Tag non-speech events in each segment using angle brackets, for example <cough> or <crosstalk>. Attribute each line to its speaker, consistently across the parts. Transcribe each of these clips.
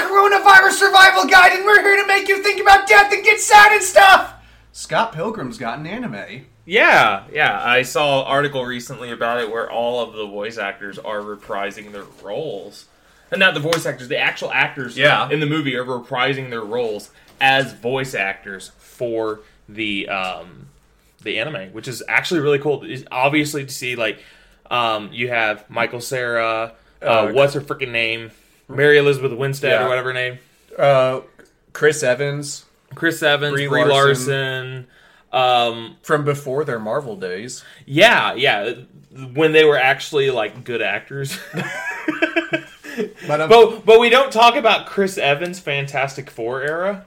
Speaker 1: Survivor Survival Guide, and we're here to make you think about death and get sad and stuff. Scott Pilgrim's got an anime.
Speaker 2: Yeah, yeah. I saw an article recently about it where all of the voice actors are reprising their roles. And not the voice actors, the actual actors
Speaker 3: Yeah.
Speaker 2: in the movie are reprising their roles as voice actors for the um the anime, which is actually really cool. It's obviously to see like um you have Michael Sarah, uh,
Speaker 3: Uh,
Speaker 2: what's her freaking name? Mary Elizabeth Winstead
Speaker 3: Yeah.
Speaker 2: or whatever her name.
Speaker 3: Uh, Chris Evans
Speaker 2: Chris Evans,
Speaker 3: Brie
Speaker 2: Brie, Larson.
Speaker 3: Larson.
Speaker 2: Um
Speaker 3: from before their Marvel days.
Speaker 2: Yeah, yeah. When they were actually like good actors. <laughs>
Speaker 3: But, um,
Speaker 2: but but we don't talk about Chris Evans' Fantastic Four era.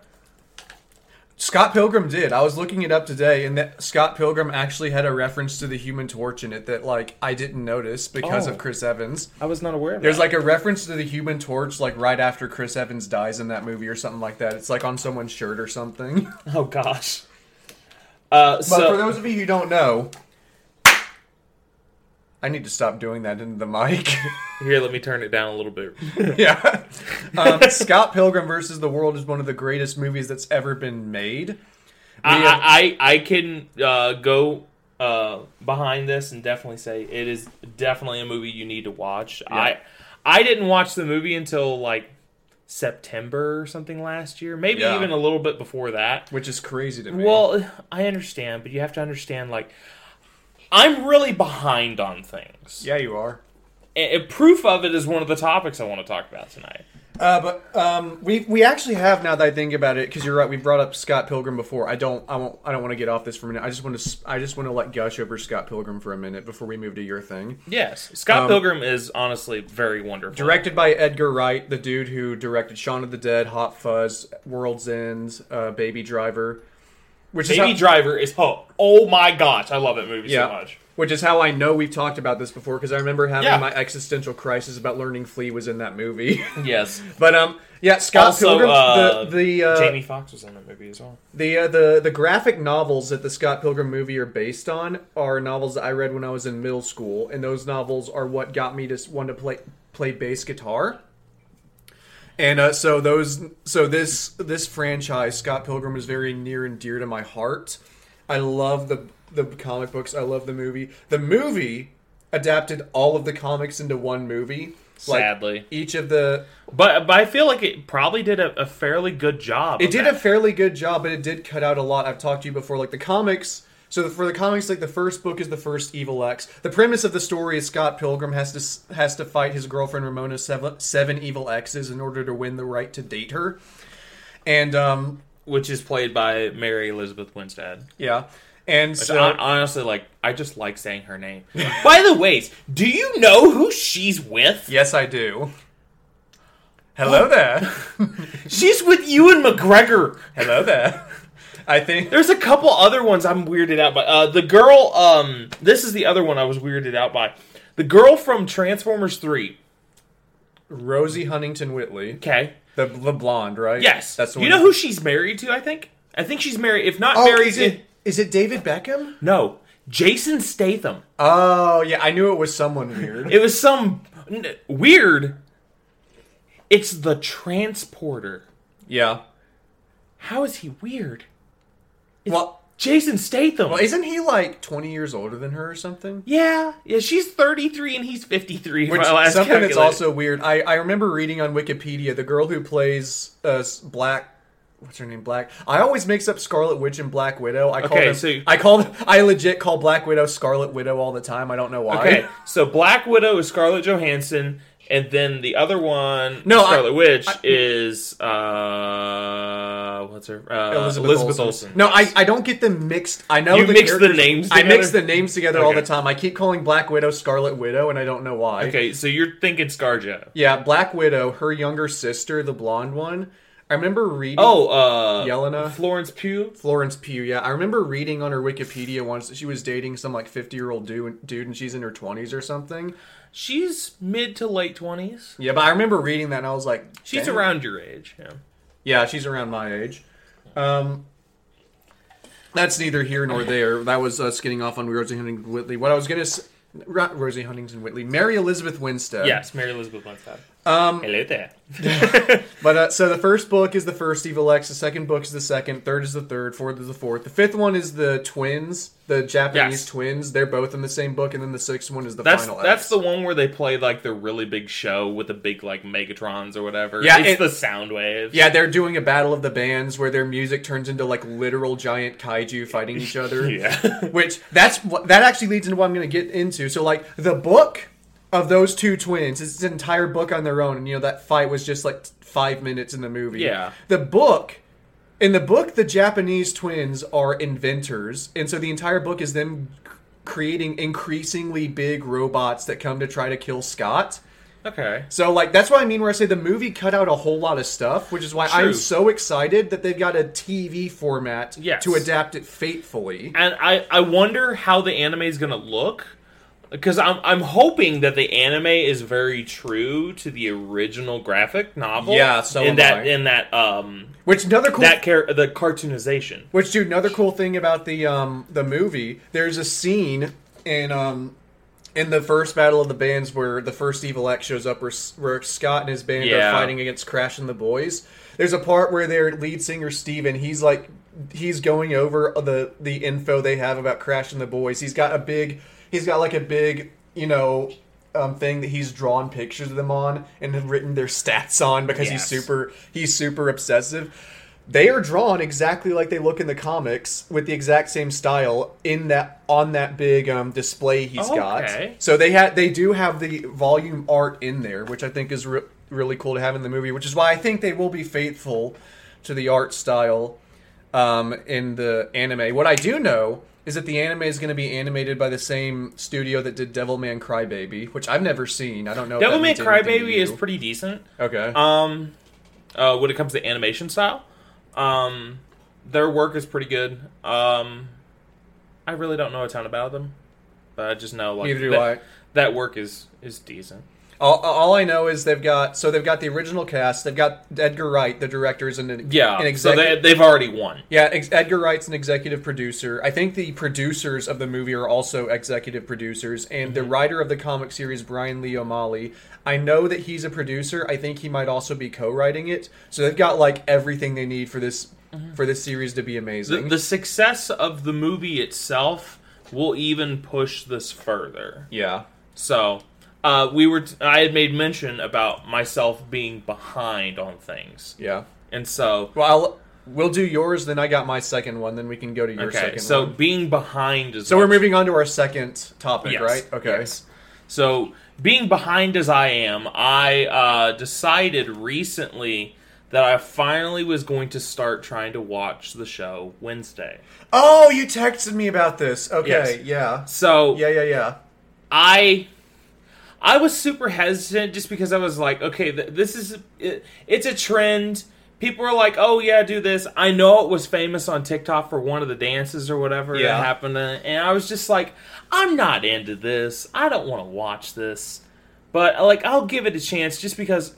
Speaker 3: Scott Pilgrim did. I was looking it up today, and that Scott Pilgrim actually had a reference to the Human Torch in it that like I didn't notice because
Speaker 2: Oh.
Speaker 3: of Chris Evans.
Speaker 2: I was not aware of
Speaker 3: There's like a reference to the Human Torch like right after Chris Evans dies in that movie or something like that. It's like on someone's shirt or something. <laughs> But
Speaker 2: oh gosh. Uh, so
Speaker 3: for those of you who don't know, I need to stop doing that into the mic. <laughs>
Speaker 2: here, let me turn it down a little bit.
Speaker 3: yeah. Um, Scott Pilgrim versus the World is one of the greatest movies that's ever been made.
Speaker 2: I,
Speaker 3: We-
Speaker 2: I, I I can uh, go uh, behind this and definitely say it is definitely a movie you need to watch. I I didn't watch the movie until like September or something last year, maybe
Speaker 3: Yeah.
Speaker 2: even a little bit before that.
Speaker 3: Which is crazy to me.
Speaker 2: Well, I understand, but you have to understand like I'm really behind on things.
Speaker 3: yeah, you are.
Speaker 2: And, and proof of it is one of the topics I want to talk about tonight.
Speaker 3: Uh, but um, we we actually have now that I think about it because you're right. We brought up Scott Pilgrim before. I don't I won't I don't want to get off this for a minute. I just want to I just want to let gush over Scott Pilgrim for a minute before we move to your thing.
Speaker 2: Yes, Scott
Speaker 3: Um,
Speaker 2: Pilgrim is honestly very wonderful.
Speaker 3: Directed by Edgar Wright, the dude who directed Shaun of the Dead, Hot Fuzz, World's End, uh, Baby Driver, which is
Speaker 2: Baby
Speaker 3: how,
Speaker 2: Driver is oh, oh my gosh, I love that movie
Speaker 3: yeah,
Speaker 2: so much.
Speaker 3: which is how I know we've talked about this before because I remember having
Speaker 2: Yeah.
Speaker 3: my existential crisis about learning Flea was in that movie. <laughs>
Speaker 2: Yes.
Speaker 3: but um, yeah, Scott
Speaker 2: also,
Speaker 3: Pilgrim,
Speaker 2: uh,
Speaker 3: the the uh,
Speaker 2: Jamie Foxx was in that movie as well.
Speaker 3: The uh, the the graphic novels that the Scott Pilgrim movie are based on are novels that I read when I was in middle school, and those novels are what got me to s- want to play play bass guitar. And uh, so those so this this franchise Scott Pilgrim is very near and dear to my heart. I love the the comic books. I love the movie. The movie adapted all of the comics into one movie.
Speaker 2: Sadly.
Speaker 3: each of the
Speaker 2: But but I feel like it probably did a, a fairly good job.
Speaker 3: it
Speaker 2: of
Speaker 3: did
Speaker 2: that.
Speaker 3: a fairly good job, but it did cut out a lot. I've talked to you before, like the comics. So the, for the comics, like the first book is the first Evil X. The premise of the story is Scott Pilgrim has to s- has to fight his girlfriend Ramona seven, seven evil exes in order to win the right to date her, and um
Speaker 2: which is played by Mary Elizabeth Winstead.
Speaker 3: yeah, and
Speaker 2: Which
Speaker 3: so
Speaker 2: hon- honestly, like, I just like saying her name. By the way, do you know who she's with?
Speaker 3: yes, I do.
Speaker 2: Oh.
Speaker 3: Hello
Speaker 2: <laughs>
Speaker 3: there.
Speaker 2: She's with Ewan McGregor.
Speaker 3: Hello there. I think
Speaker 2: There's a couple other ones I'm weirded out by. Uh, the girl, um, this is the other one I was weirded out by. The girl from Transformers 3.
Speaker 3: Rosie Huntington Whitley,
Speaker 2: Okay.
Speaker 3: the the blonde, right?
Speaker 2: Yes.
Speaker 3: that's the
Speaker 2: you
Speaker 3: one.
Speaker 2: know who she's married to, I think? I think she's married, if not
Speaker 3: Oh,
Speaker 2: married
Speaker 3: is it is it David Beckham?
Speaker 2: No. Jason Statham.
Speaker 3: Oh yeah, I knew it was someone weird.
Speaker 2: It was some n- weird. It's the transporter.
Speaker 3: yeah.
Speaker 2: How is he weird?
Speaker 3: Well,
Speaker 2: Jason Statham.
Speaker 3: well, isn't he like twenty years older than her or something?
Speaker 2: yeah, yeah. She's thirty three and he's fifty three.
Speaker 3: Which something that's also weird. I I remember reading on Wikipedia the girl who plays uh s- Black. What's her name? Black. I always mix up Scarlet Witch and Black Widow. I call
Speaker 2: Okay,
Speaker 3: them,
Speaker 2: so you-
Speaker 3: I call them, I legit call Black Widow Scarlet Widow all the time. I don't know why.
Speaker 2: okay. So Black Widow is Scarlett Johansson, and then the other one,
Speaker 3: No, I-
Speaker 2: Scarlet Witch,
Speaker 3: I-
Speaker 2: is uh, what's her uh,
Speaker 3: <laughs> Elizabeth,
Speaker 2: Elizabeth,
Speaker 3: Olsen.
Speaker 2: Olsen.
Speaker 3: No, I, I don't get them mixed. I know
Speaker 2: You
Speaker 3: the
Speaker 2: mix the
Speaker 3: characters-
Speaker 2: names
Speaker 3: I mix the
Speaker 2: together?
Speaker 3: names together all
Speaker 2: Okay.
Speaker 3: the time. I keep calling Black Widow Scarlet Widow, and I don't know why.
Speaker 2: Okay, so you're thinking ScarJo.
Speaker 3: Yeah, Black Widow, her younger sister, the blonde one. I remember reading.
Speaker 2: Oh, uh,
Speaker 3: Yelena?
Speaker 2: Florence Pugh.
Speaker 3: Florence Pugh. Yeah, I remember reading on her Wikipedia once that she was dating some like fifty-year-old dude, dude, and she's in her twenties or something.
Speaker 2: She's mid to late twenties.
Speaker 3: Yeah, but I remember reading that and I was like,
Speaker 2: She's
Speaker 3: "Dang."
Speaker 2: around your age. Yeah.
Speaker 3: Yeah, she's around my age. Um, that's neither here nor there. That was us getting off on Rosie Huntington Whitley. What I was gonna, s- not Rosie Huntington Whitley, Mary Elizabeth Winstead.
Speaker 2: Yes, Mary Elizabeth Winstead.
Speaker 3: Um,
Speaker 2: Hello there.
Speaker 3: <laughs> But uh, so the first book is the first Evil X. The second book is the second. Third is the third. Fourth is the fourth. The fifth one is the twins, the Japanese
Speaker 2: Yes.
Speaker 3: twins. They're both in the same book, and then the sixth one is the
Speaker 2: That's
Speaker 3: final.
Speaker 2: that's
Speaker 3: X.
Speaker 2: the one where they play like the really big show with the big like Megatrons or whatever.
Speaker 3: Yeah,
Speaker 2: it's
Speaker 3: it-
Speaker 2: the sound waves.
Speaker 3: yeah. They're doing a battle of the bands where their music turns into like literal giant kaiju fighting each other. <laughs>
Speaker 2: <laughs> yeah.
Speaker 3: Which that's what that actually leads into what I'm going to get into. So like the book of those two twins is an entire book on their own, and you know that fight was just like five minutes in the movie.
Speaker 2: Yeah.
Speaker 3: the book. In the book, the Japanese twins are inventors, and so the entire book is them c- creating increasingly big robots that come to try to kill Scott.
Speaker 2: okay.
Speaker 3: So, like, that's what I mean where I say the movie cut out a whole lot of stuff, which is why
Speaker 2: True.
Speaker 3: I'm so excited that they've got a TV format
Speaker 2: Yes.
Speaker 3: to adapt it faithfully.
Speaker 2: and I, I wonder how the anime is gonna look because I'm I'm hoping that the anime is very true to the original graphic novel.
Speaker 3: Yeah, so
Speaker 2: in
Speaker 3: am
Speaker 2: that
Speaker 3: I.
Speaker 2: in that um
Speaker 3: Which another cool
Speaker 2: that char- the cartoonization.
Speaker 3: Which, dude, another cool thing about the um the movie, there's a scene in um in the first battle of the bands where the first Evil X shows up, where, S- where Scott and his band
Speaker 2: Yeah.
Speaker 3: are fighting against Crash and the Boys. There's a part where their lead singer Steven, he's like he's going over the the info they have about Crash and the Boys. He's got a big he's got like a big you know. Um, thing that he's drawn pictures of them on and have written their stats on because
Speaker 2: Yes.
Speaker 3: he's super super- he's super obsessive. They are drawn exactly like they look in the comics with the exact same style in that on that big um, display he's
Speaker 2: Okay.
Speaker 3: got. So they had they do have the volume art in there, which I think is re- really cool to have in the movie, which is why I think they will be faithful to the art style um, in the anime. What I do know is that the anime is going to be animated by the same studio that did Devilman Crybaby, which I've never seen. I don't know. if that
Speaker 2: Devilman
Speaker 3: means anything to
Speaker 2: Crybaby
Speaker 3: you.
Speaker 2: is pretty decent.
Speaker 3: okay.
Speaker 2: Um, uh, when it comes to animation style, um, their work is pretty good. Um, I really don't know a ton about them, but I just know like
Speaker 3: Neither do
Speaker 2: that,
Speaker 3: I.
Speaker 2: that work is is decent.
Speaker 3: All, all I know is they've got so they've got the original cast. They've got Edgar Wright, the director, is an
Speaker 2: Yeah,
Speaker 3: an
Speaker 2: so
Speaker 3: executive.
Speaker 2: they, they've already won.
Speaker 3: yeah, ex- Edgar Wright's an executive producer. I think the producers of the movie are also executive producers, and
Speaker 2: Mm-hmm.
Speaker 3: the writer of the comic series, Brian Lee O'Malley. I know that he's a producer. I think he might also be co-writing it. So they've got like everything they need for this for this series to be
Speaker 2: The,
Speaker 3: amazing.
Speaker 2: Mm-hmm. the success of the movie itself will even push this further.
Speaker 3: yeah,
Speaker 2: So, uh, we were t- I had made mention about myself being behind on things,
Speaker 3: yeah.
Speaker 2: and so
Speaker 3: Well, I'll, we'll do yours. Then I got my second one. Then we can go to your
Speaker 2: okay,
Speaker 3: second.
Speaker 2: so
Speaker 3: one.
Speaker 2: being behind is
Speaker 3: so we're
Speaker 2: what's-
Speaker 3: moving on to our second topic,
Speaker 2: Yes,
Speaker 3: right? Okay.
Speaker 2: yes. So, being behind as I am, I uh, decided recently that I finally was going to start trying to watch the show Wednesday.
Speaker 3: Oh, you texted me about this. Okay,
Speaker 2: So,
Speaker 3: yeah. Yeah, yeah, yeah.
Speaker 2: I I was super hesitant just because I was like, okay, th- this is it, it's a trend. People are like, oh yeah, do this. I know it was famous on TikTok for one of the dances or whatever
Speaker 3: Yeah.
Speaker 2: that happened, uh, and I was just like, I'm not into this. I don't want to watch this, but like I'll give it a chance just because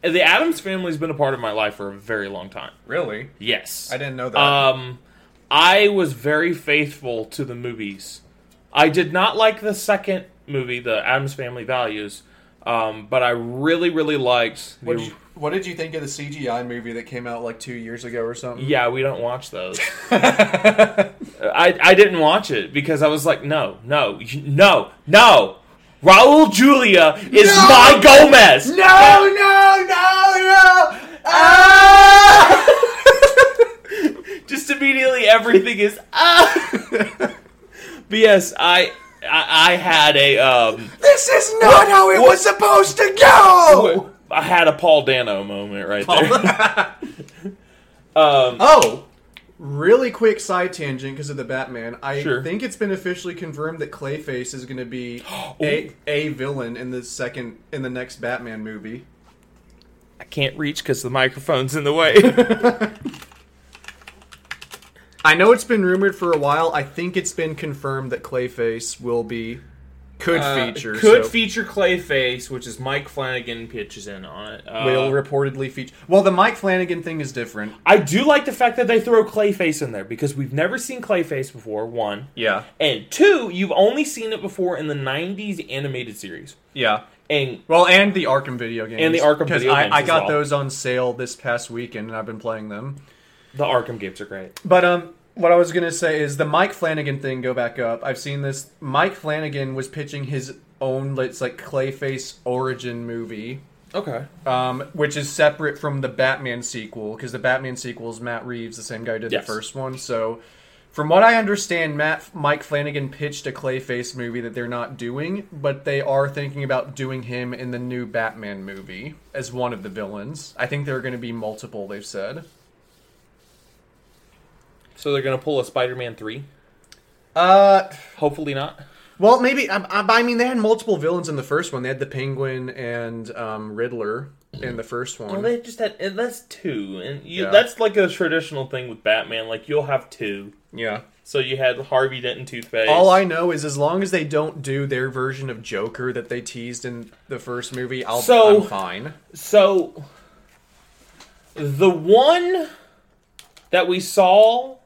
Speaker 2: the Adams family's been a part of my life for a very long time.
Speaker 3: Really?
Speaker 2: Yes,
Speaker 3: I didn't know that.
Speaker 2: um, I was very faithful to the movies. I did not like the second movie, The Adams Family Values, um, but I really, really liked.
Speaker 3: what,
Speaker 2: The,
Speaker 3: did you, what did you think of the CGI movie that came out like two years ago or something?
Speaker 2: yeah, we don't
Speaker 3: <laughs>
Speaker 2: watch those. I I didn't watch it because I was like, no, no, you- no, no. Raul Julia is
Speaker 3: No!
Speaker 2: my Gomez.
Speaker 3: No, no, no, no! Ah!
Speaker 2: just immediately everything is ah. <laughs> but yes, I I, I had a um.
Speaker 3: this is not how it was supposed to go!
Speaker 2: I had a Paul Dano moment right there. um,
Speaker 3: oh! Really quick side tangent because of the Batman. I
Speaker 2: Sure.
Speaker 3: think it's been officially confirmed that Clayface is going to <gasps> be a, a villain in the second in the next Batman movie.
Speaker 2: <laughs> I can't reach because the microphone's in the way.
Speaker 3: I know it's been rumored for a while. I think it's been confirmed that Clayface will be Uh, could
Speaker 2: <laughs>
Speaker 3: feature.
Speaker 2: Uh, Could
Speaker 3: so
Speaker 2: feature Clayface, which is Mike Flanagan pitches in on it. Uh,
Speaker 3: will reportedly feature. Well, the Mike Flanagan thing is different.
Speaker 2: I do like the fact that they throw Clayface in there because we've never seen Clayface before. One
Speaker 3: Yeah,
Speaker 2: and two, you've only seen it before in the '90s animated series.
Speaker 3: yeah.
Speaker 2: and
Speaker 3: Well, and the Arkham video games.
Speaker 2: And the Arkham
Speaker 3: 'Cause
Speaker 2: video
Speaker 3: I,
Speaker 2: games
Speaker 3: I
Speaker 2: as
Speaker 3: got
Speaker 2: well.
Speaker 3: those on sale this past weekend, and I've been playing them.
Speaker 2: the Arkham games are great.
Speaker 3: But um, what I was gonna say is the Mike Flanagan thing. Go back up. I've seen this. Mike Flanagan was pitching his own. It's like Clayface origin movie,
Speaker 2: Okay.
Speaker 3: um, which is separate from the Batman sequel because the Batman sequel is Matt Reeves, the same guy who did
Speaker 2: Yes.
Speaker 3: the first one. So, from what I understand, Matt Mike Flanagan pitched a Clayface movie that they're not doing, but they are thinking about doing him in the new Batman movie as one of the villains. I think there are going to be multiple. They've said.
Speaker 2: So they're gonna pull a Spider-Man three.
Speaker 3: Uh,
Speaker 2: Hopefully not.
Speaker 3: Well, maybe. I, I, I mean, they had multiple villains in the first one. They had the Penguin and um, Riddler in the first one.
Speaker 2: Well, they just had and that's two, and you,
Speaker 3: Yeah.
Speaker 2: that's like a traditional thing with Batman. Like you'll have two.
Speaker 3: yeah.
Speaker 2: So you had Harvey Dent and Toothpaste.
Speaker 3: All I know is as long as they don't do their version of Joker that they teased in the first movie, I'll
Speaker 2: So-
Speaker 3: I'm fine.
Speaker 2: So the one that we saw,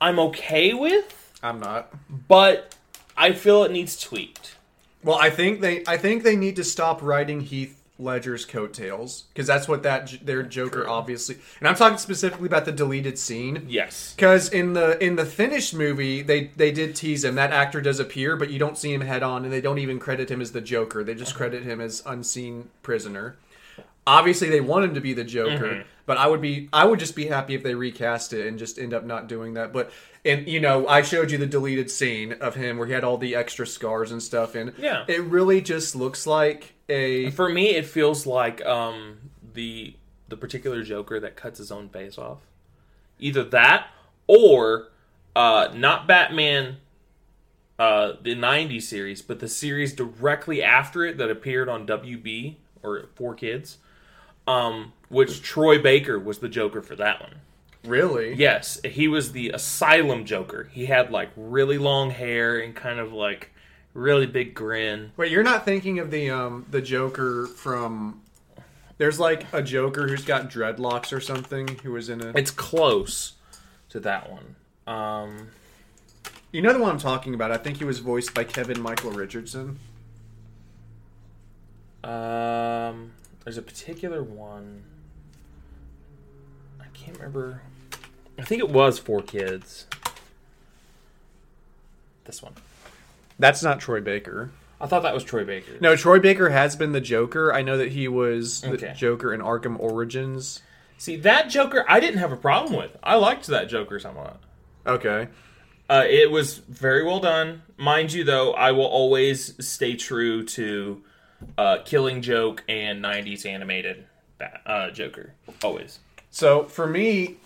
Speaker 2: I'm okay with,
Speaker 3: I'm not.
Speaker 2: but I feel it needs tweaked.
Speaker 3: Well, I think they I think they need to stop writing Heath Ledger's coattails because that's what that j- their Joker obviously. And I'm talking specifically about the deleted scene.
Speaker 2: Yes.
Speaker 3: Because in the in the finished movie, they they did tease him. That actor does appear, but you don't see him head on, and they don't even credit him as the Joker. They just credit him as unseen prisoner. Obviously, they want him to be the Joker, but I would be I would just be happy if they recast it and just end up not doing that. But and you know, I showed you the deleted scene of him where he had all the extra scars and stuff, and
Speaker 2: Yeah.
Speaker 3: it really just looks like
Speaker 2: <laughs>
Speaker 3: a
Speaker 2: For me, it feels like um, the the particular Joker that cuts his own face off. Either that or uh, not Batman, uh, the '90s series, but the series directly after it that appeared on WB or Four Kids, um, which Troy Baker was the Joker for that one.
Speaker 3: really
Speaker 2: Yes, he was the asylum Joker. He had like really long hair and kind of like really big grin.
Speaker 3: Wait, you're not thinking of the um the Joker from There's like a Joker who's got dreadlocks or something who was in a
Speaker 2: It's close to that one. Um,
Speaker 3: You know the one I'm talking about. I think he was voiced by Kevin Michael Richardson.
Speaker 2: Um, there's a particular one. I can't remember. I think it was Four Kids. This one.
Speaker 3: That's not Troy Baker.
Speaker 2: I thought that was Troy Baker.
Speaker 3: No, Troy Baker has been the Joker. I know that he was the
Speaker 2: Okay.
Speaker 3: Joker in Arkham Origins.
Speaker 2: See that Joker, I didn't have a problem with. I liked that Joker somewhat.
Speaker 3: Okay.
Speaker 2: Uh, it was very well done, mind you. Though I will always stay true to uh, Killing Joke and '90s animated Bat- uh, Joker. Always.
Speaker 3: So for me,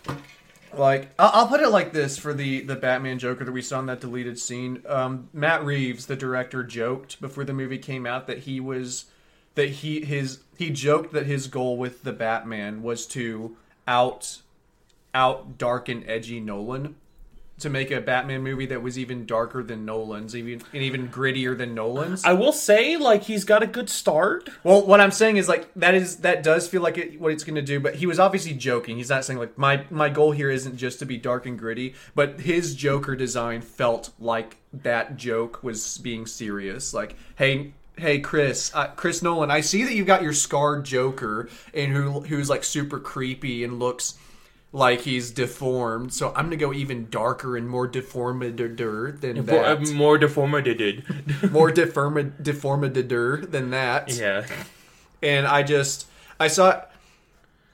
Speaker 3: like I- I'll put it like this: for the the Batman Joker that we saw in that deleted scene, um, Matt Reeves, the director, joked before the movie came out that he was that he his he joked that his goal with the Batman was to out out dark and edgy Nolan. To make a Batman movie that was even darker than Nolan's, even and even grittier than Nolan's.
Speaker 2: I will say, like, he's got a good start.
Speaker 3: Well, what I'm saying is like that is that does feel like it, what it's going to do, but he was obviously joking. He's not saying like my my goal here isn't just to be dark and gritty, but his Joker design felt like that joke was being serious. Like, hey, hey, Chris, uh, Chris Nolan, I see that you've got your scarred Joker and who who's like super creepy and looks like he's deformed. So I'm gonna go even darker and more deformed than that,
Speaker 2: more deformed.
Speaker 3: more deformed deformed than that.
Speaker 2: <laughs> yeah.
Speaker 3: and I just I saw.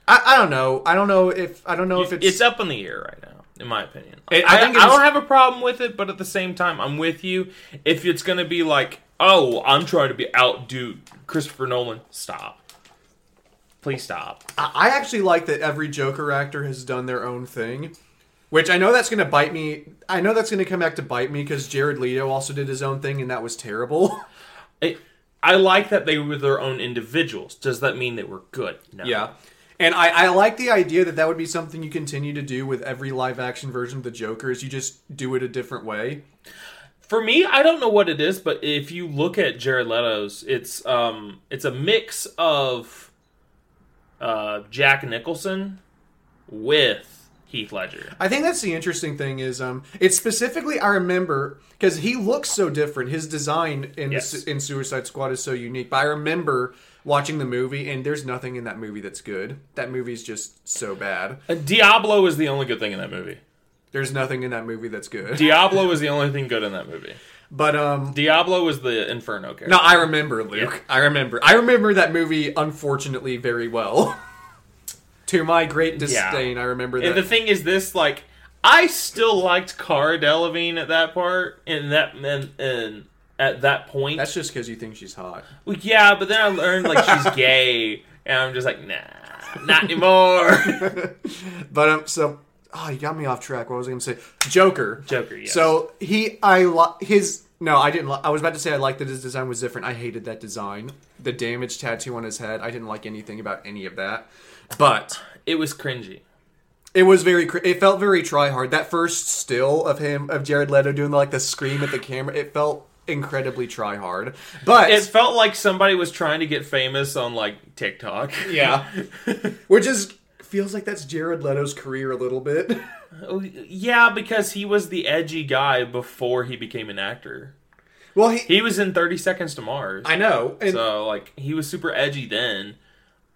Speaker 3: I, I don't know. I don't know if I don't know if
Speaker 2: It's,
Speaker 3: it's.
Speaker 2: up in the air right now, in my opinion.
Speaker 3: It-
Speaker 2: I,
Speaker 3: I
Speaker 2: I,
Speaker 3: think it was-
Speaker 2: don't have a problem with it, but at the same time, I'm with you. If it's going to be like, oh, I'm trying to be outdo Christopher Nolan, stop. Please stop.
Speaker 3: I I actually like that every Joker actor has done their own thing, which I know that's going to bite me. I know that's going to come back to bite me because Jared Leto also did his own thing and that was terrible. <laughs>
Speaker 2: I I like that they were their own individuals. Does that mean they were good? No.
Speaker 3: Yeah. And I, I like the idea that that would be something you continue to do with every live action version of the Joker is you just do it a different way.
Speaker 2: For me, I don't know what it is, but if you look at Jared Leto's, it's um it's a mix of uh Jack Nicholson with Heath Ledger.
Speaker 3: I think that's the interesting thing is um it's specifically I remember because he looks so different. His design in
Speaker 2: Yes.
Speaker 3: the, Su- in Suicide Squad is so unique. But I remember watching the movie and there's nothing in that movie that's good. That movie's just so bad.
Speaker 2: Uh, Diablo is the only good thing in that movie.
Speaker 3: There's nothing in that movie that's good.
Speaker 2: Diablo is the only thing good in that movie.
Speaker 3: but um
Speaker 2: Diablo was the Inferno character.
Speaker 3: no, I remember Luke. I remember. I remember that movie unfortunately very well. <laughs> to my great disdain, I remember that.
Speaker 2: And the thing is, this like I still liked Cara Delevingne at that part, and that and, and at that point,
Speaker 3: that's just because you think she's hot.
Speaker 2: well, yeah. But then I learned like
Speaker 3: <laughs>
Speaker 2: she's gay, and I'm just like, nah,
Speaker 3: <laughs>
Speaker 2: not anymore.
Speaker 3: But um, so oh, you got me off track. What was I going to say? Joker.
Speaker 2: Joker, yes.
Speaker 3: So he, I li- his. No, I didn't. Li- I was about to say I liked that his design was different. I hated that design. The damage tattoo on his head. I didn't like anything about any of that. But
Speaker 2: it was cringy.
Speaker 3: it was very. cr- It felt very try hard. That first still of him of Jared Leto doing like the scream at the camera. It felt incredibly try hard. But
Speaker 2: It felt like somebody was trying to get famous on like TikTok.
Speaker 3: yeah, <laughs> which is feels like that's Jared Leto's career a little bit.
Speaker 2: <laughs>
Speaker 3: <laughs>
Speaker 2: Oh, yeah, because he was the edgy guy before he became an actor.
Speaker 3: Well, he.
Speaker 2: He was in Thirty Seconds to Mars.
Speaker 3: I know. And
Speaker 2: So like he was super edgy then,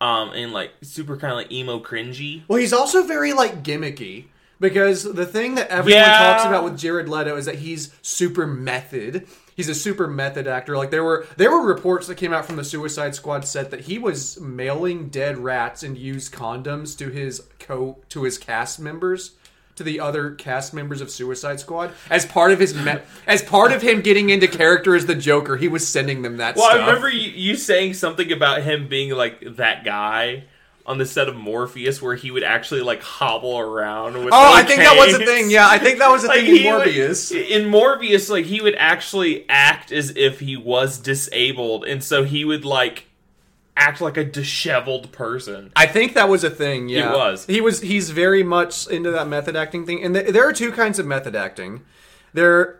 Speaker 2: um, and like super kind of like emo cringy.
Speaker 3: Well, he's also very like gimmicky because the thing that everyone
Speaker 2: Yeah.
Speaker 3: talks about with Jared Leto is that he's super method. He's a super method actor. Like there were there were reports that came out from the Suicide Squad set that he was mailing dead rats and used condoms to his co to his cast members. To the other cast members of Suicide Squad, as part of his me- as part of him getting into character as the Joker, he was sending them that
Speaker 2: Well,
Speaker 3: stuff.
Speaker 2: I remember you, you saying something about him being like that guy on the set of Morpheus, where he would actually like hobble around. with
Speaker 3: oh,
Speaker 2: no
Speaker 3: I think that was a
Speaker 2: canes.
Speaker 3: thing. Yeah, I think that was a
Speaker 2: <laughs> Like
Speaker 3: thing in
Speaker 2: he would-
Speaker 3: Morbius.
Speaker 2: in Morbius, like he would actually act as if he was disabled, and so he would like act like a disheveled person.
Speaker 3: I think that was a thing. Yeah,
Speaker 2: was.
Speaker 3: He was. He's very much into that method acting thing, and th- there are two kinds of method acting. There,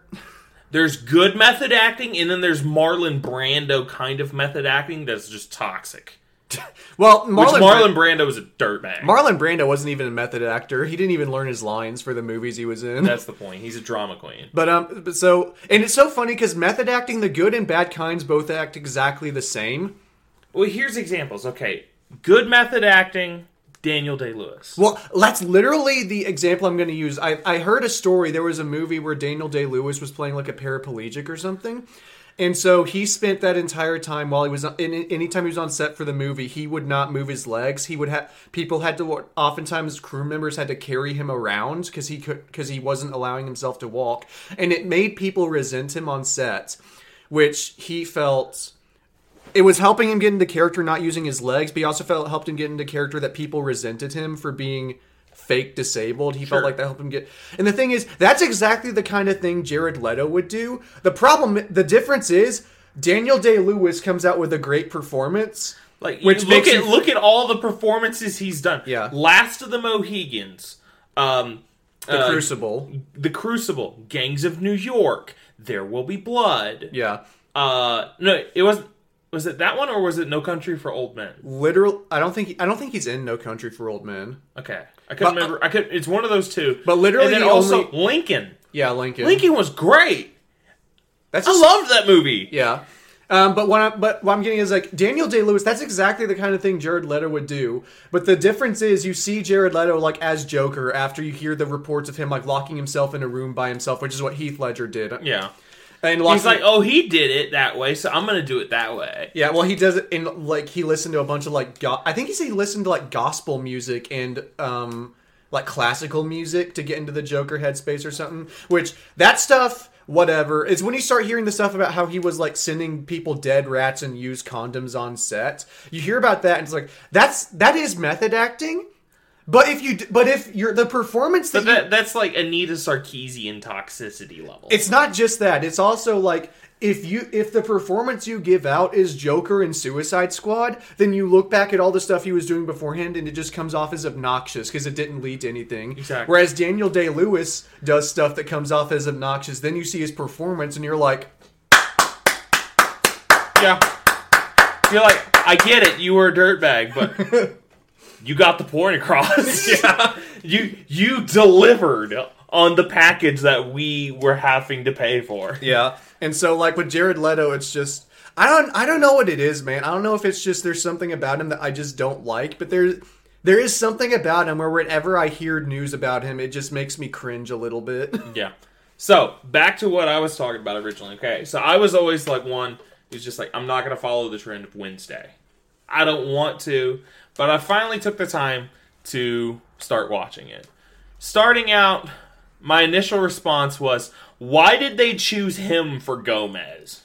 Speaker 2: There's good method acting, and then there's Marlon Brando kind of method acting that's just toxic.
Speaker 3: well,
Speaker 2: Which
Speaker 3: Marlon,
Speaker 2: Marlon Brando is a dirtbag.
Speaker 3: Bra- Marlon Brando wasn't even a method actor. He didn't even learn his lines for the movies he was in.
Speaker 2: That's the point. He's a drama queen.
Speaker 3: <laughs> But um, but so and it's so funny because method acting, the good and bad kinds, both act exactly the same.
Speaker 2: Well, here's examples. Okay, good method acting. Daniel Day Lewis.
Speaker 3: Well, that's literally the example I'm going to use. I, I heard a story. There was a movie where Daniel Day Lewis was playing like a paraplegic or something. And so he spent that entire time while he was on, any- anytime he was on set for the movie, he would not move his legs. He would have people had to oftentimes crew members had to carry him around because he could because he wasn't allowing himself to walk, and it made people resent him on set, which he felt it was helping him get into character not using his legs, but he also felt helped him get into character that people resented him for being fake disabled. He
Speaker 2: Sure.
Speaker 3: felt like that helped him get. And the thing is, that's exactly the kind of thing Jared Leto would do. The problem, the difference is Daniel Day Lewis comes out with a great performance.
Speaker 2: Like,
Speaker 3: Which
Speaker 2: you look
Speaker 3: makes
Speaker 2: at
Speaker 3: you-
Speaker 2: look at all the performances he's done.
Speaker 3: Yeah.
Speaker 2: Last of the Mohegans, um,
Speaker 3: The
Speaker 2: uh,
Speaker 3: Crucible,
Speaker 2: the Crucible, Gangs of New York, There Will Be Blood.
Speaker 3: yeah,
Speaker 2: Uh, no, it was was it that one or was it No Country for Old Men?
Speaker 3: literal. I don't think I don't think he's in No Country for Old Men.
Speaker 2: Okay, I couldn't
Speaker 3: But- uh,
Speaker 2: remember. I could. It's one of those two.
Speaker 3: But literally
Speaker 2: and then
Speaker 3: the
Speaker 2: also
Speaker 3: only-
Speaker 2: Lincoln.
Speaker 3: Yeah, Lincoln.
Speaker 2: Lincoln Oh, was great.
Speaker 3: That's
Speaker 2: I
Speaker 3: just-
Speaker 2: loved that movie.
Speaker 3: Yeah. Um, but what I'm but what I'm getting is like Daniel Day Lewis. That's exactly the kind of thing Jared Leto would do. But the difference is you see Jared Leto like as Joker after you hear the reports of him like locking himself in a room by himself, which is what Heath Ledger did.
Speaker 2: Yeah.
Speaker 3: And locking,
Speaker 2: He's like, oh, he did it that way, so I'm gonna do it that way.
Speaker 3: yeah. Well, he does it in like he listened to a bunch of like go- I think he said he listened to like gospel music and um like classical music to get into the Joker headspace or something. Which that stuff. Whatever. It's when you start hearing the stuff about how he was like sending people dead rats and used condoms on set. You hear about that, and it's like that's that is method acting. But if you, d- but if you're the performance that,
Speaker 2: But
Speaker 3: you-
Speaker 2: that, that's like Anita Sarkeesian toxicity level.
Speaker 3: it's not just that. It's also like if you if the performance you give out is Joker and Suicide Squad, then you look back at all the stuff he was doing beforehand and it just comes off as obnoxious because it didn't lead to anything.
Speaker 2: Exactly.
Speaker 3: Whereas Daniel Day Lewis does stuff that comes off as obnoxious, then you see his performance and you're like,
Speaker 2: yeah. You're like, I get it, you were a dirtbag, but you got the point across. <laughs> yeah. you you delivered on the package that we were having to pay for.
Speaker 3: Yeah. And so like with Jared Leto, it's just I don't I don't know what it is, man. I don't know if it's just there's something about him that I just don't like, but there's there is something about him where whenever I hear news about him, it just makes me cringe a little bit. <laughs>
Speaker 2: Yeah. So back to what I was talking about originally. Okay. So I was always like one who's just like, I'm not gonna follow the trend of Wednesday. I don't want to, but I finally took the time to start watching it. Starting out, my initial response was, why did they choose him for Gomez?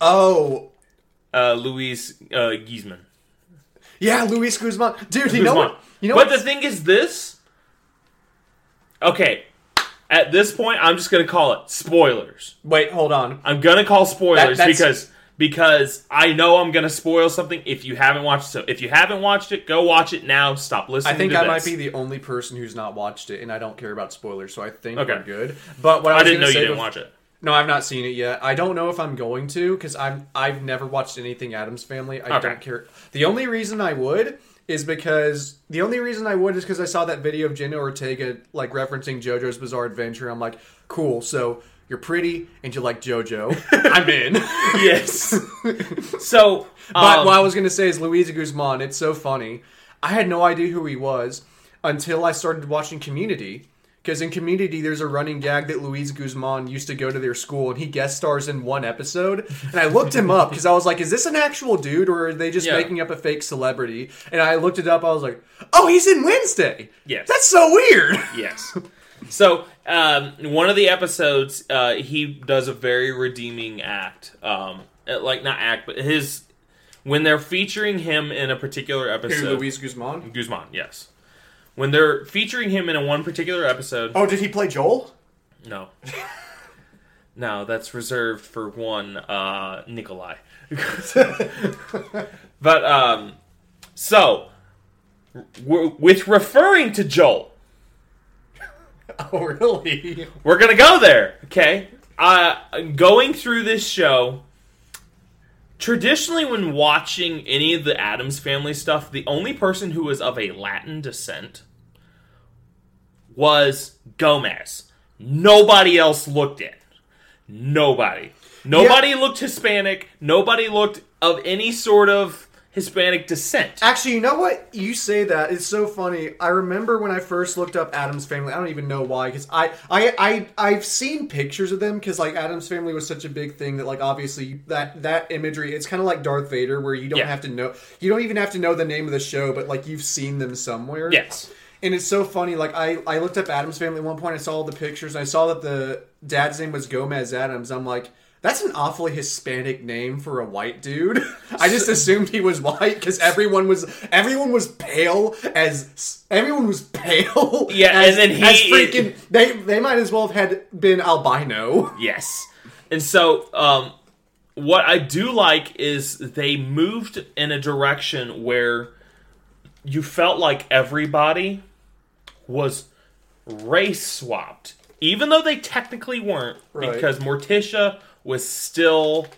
Speaker 3: Oh,
Speaker 2: Uh, Luis uh, Giesman.
Speaker 3: yeah, Luis Guzman. Dude, you know
Speaker 2: Guzman.
Speaker 3: what? You know
Speaker 2: but
Speaker 3: what?
Speaker 2: the thing is this. Okay, at this point, I'm just gonna call it spoilers.
Speaker 3: Wait, hold on.
Speaker 2: I'm gonna call spoilers
Speaker 3: That- that's-
Speaker 2: because because I know I'm gonna spoil something if you haven't watched. it. So if you haven't watched it, go watch it now. Stop listening.
Speaker 3: I think
Speaker 2: to
Speaker 3: I
Speaker 2: this.
Speaker 3: might be the only person who's not watched it, and I don't care about spoilers, so I think
Speaker 2: Okay.
Speaker 3: we're good. But what I,
Speaker 2: I
Speaker 3: was gonna
Speaker 2: didn't know you
Speaker 3: say
Speaker 2: didn't
Speaker 3: bef- <laughs>
Speaker 2: watch it.
Speaker 3: No, I've not seen it yet. I don't know if I'm going to because I'm I've never watched anything Adams Family. I
Speaker 2: Okay.
Speaker 3: don't care. The only reason I would is because the only reason I would is because I saw that video of Jenna Ortega like referencing JoJo's Bizarre Adventure. I'm like, cool. So you're pretty and you like
Speaker 2: <laughs>
Speaker 3: JoJo. I'm in.
Speaker 2: Yes.
Speaker 3: <laughs>
Speaker 2: so,
Speaker 3: But
Speaker 2: um,
Speaker 3: what I was gonna say is Luisa Guzman. It's so funny. I had no idea who he was until I started watching Community. Because in Community, there's a running gag that Luis Guzman used to go to their school, and he guest stars in one episode. And I looked him up because I was like, "Is this an actual dude, or are they just
Speaker 2: Yeah.
Speaker 3: making up a fake celebrity?" And I looked it up. I was like, "Oh, he's in Wednesday.
Speaker 2: Yes.
Speaker 3: that's so weird."
Speaker 2: Yes. So um, one of the episodes, uh, he does a very redeeming act. Um, uh, like not act, but his when they're featuring him in a particular episode.
Speaker 3: Guzman.
Speaker 2: Guzman, yes. When they're featuring him in a one particular episode,
Speaker 3: Oh, did he play Joel?
Speaker 2: no, <laughs> no, that's reserved for one uh, Nikolai. <laughs> but um, so w- with referring to Joel,
Speaker 3: Oh, really?
Speaker 2: We're gonna go there, okay? Uh, going through this show, traditionally, when watching any of the Adams Family stuff, the only person who was of a Latin descent was Gomez. Nobody else looked it. Nobody. Nobody looked Hispanic. Nobody looked of any sort of Hispanic descent.
Speaker 3: Actually, you know what? You say that. It's so funny. I remember when I first looked up Adam's family. I don't even know why cuz I I I I've seen pictures of them cuz like Adam's family was such a big thing that like obviously that that imagery it's kind of like Darth Vader where you don't
Speaker 2: Yeah.
Speaker 3: have to know you don't even have to know the name of the show but like you've seen them somewhere.
Speaker 2: Yes.
Speaker 3: And it's so funny. Like I, I looked up Adams Family at one point. I saw all the pictures. And I saw that the dad's name was Gomez Adams. I'm like, that's an awfully Hispanic name for a white dude. <laughs> I just assumed he was white because everyone was everyone was pale as everyone was pale.
Speaker 2: <laughs> Yeah,
Speaker 3: as,
Speaker 2: and then
Speaker 3: as
Speaker 2: he-
Speaker 3: freaking they they might as well have had been albino. <laughs>
Speaker 2: Yes. And so, um, what I do like is they moved in a direction where you felt like everybody was race swapped, even though they technically weren't,
Speaker 3: Right.
Speaker 2: because Morticia was still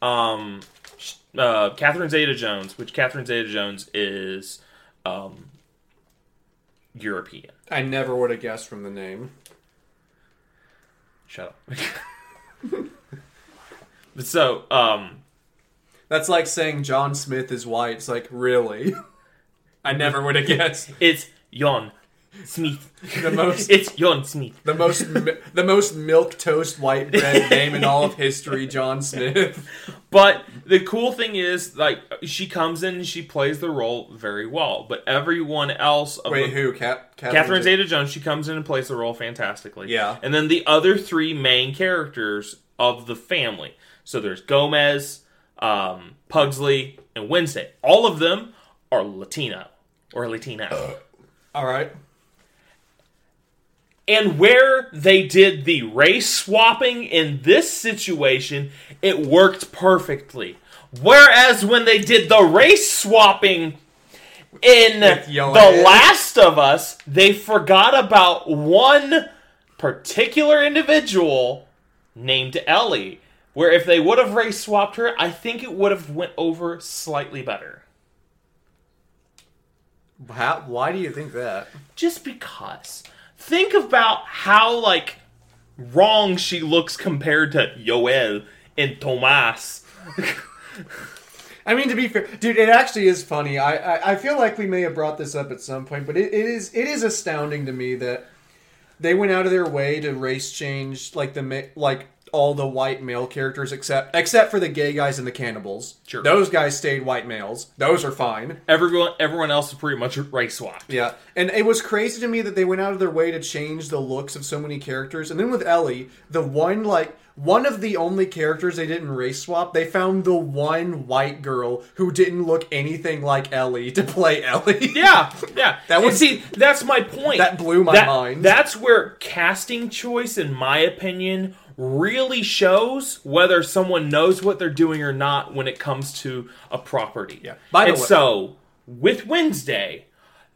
Speaker 2: um, sh- uh, Catherine Zeta Jones, which Catherine Zeta Jones is um, European.
Speaker 3: I never would have guessed from the name.
Speaker 2: Shut up. <laughs> so, um,
Speaker 3: That's like saying John Smith is white. It's like really. <laughs> I never would have guessed.
Speaker 2: It's Jon Smith.
Speaker 3: <laughs> The most-
Speaker 2: <laughs> It's Jon Smith.
Speaker 3: The most mi- the most milk toast white <laughs> bread name in all of history, John Smith. <laughs>
Speaker 2: But the cool thing is, like, she comes in and she plays the role very well. But everyone else, of
Speaker 3: Wait,
Speaker 2: the-
Speaker 3: who? Cap- Catherine,
Speaker 2: Catherine Zeta-Jones, she comes in and plays the role fantastically.
Speaker 3: Yeah.
Speaker 2: And then the other three main characters of the family. So there's Gomez, um, Pugsley, and Wednesday. All of them are Latino or
Speaker 3: <laughs>
Speaker 2: Latina.
Speaker 3: All right.
Speaker 2: And where they did the race swapping in this situation, it worked perfectly. Whereas when they did the race swapping in
Speaker 3: With
Speaker 2: The
Speaker 3: Joanne.
Speaker 2: Last of Us, they forgot about one particular individual named Ellie. Where if they would have race swapped her, I think it would have went over slightly better.
Speaker 3: How, why do you think that?
Speaker 2: just because. Think about how like wrong she looks compared to Yoel and Tomas. <laughs>
Speaker 3: I mean, to be fair, dude, it actually is funny. I, I, I feel like we may have brought this up at some point, but it, it is it is astounding to me that they went out of their way to race change like the ma- like all the white male characters except except for the gay guys and the cannibals.
Speaker 2: Sure.
Speaker 3: those guys stayed white males. Those are fine.
Speaker 2: Everyone, everyone else is pretty much race swapped.
Speaker 3: Yeah, and it was crazy to me that they went out of their way to change the looks of so many characters. And then with Ellie, the one like one of the only characters they didn't race swap, they found the one white girl who didn't look anything like Ellie to play <laughs> Ellie.
Speaker 2: Yeah,
Speaker 3: <laughs>
Speaker 2: yeah.
Speaker 3: That
Speaker 2: That
Speaker 3: was-
Speaker 2: was see. That's my point.
Speaker 3: That blew my mind.
Speaker 2: That's where casting choice, in my opinion, really shows whether someone knows what they're doing or not when it comes to a property. Yeah.
Speaker 3: By the
Speaker 2: and
Speaker 3: way-
Speaker 2: so with Wednesday,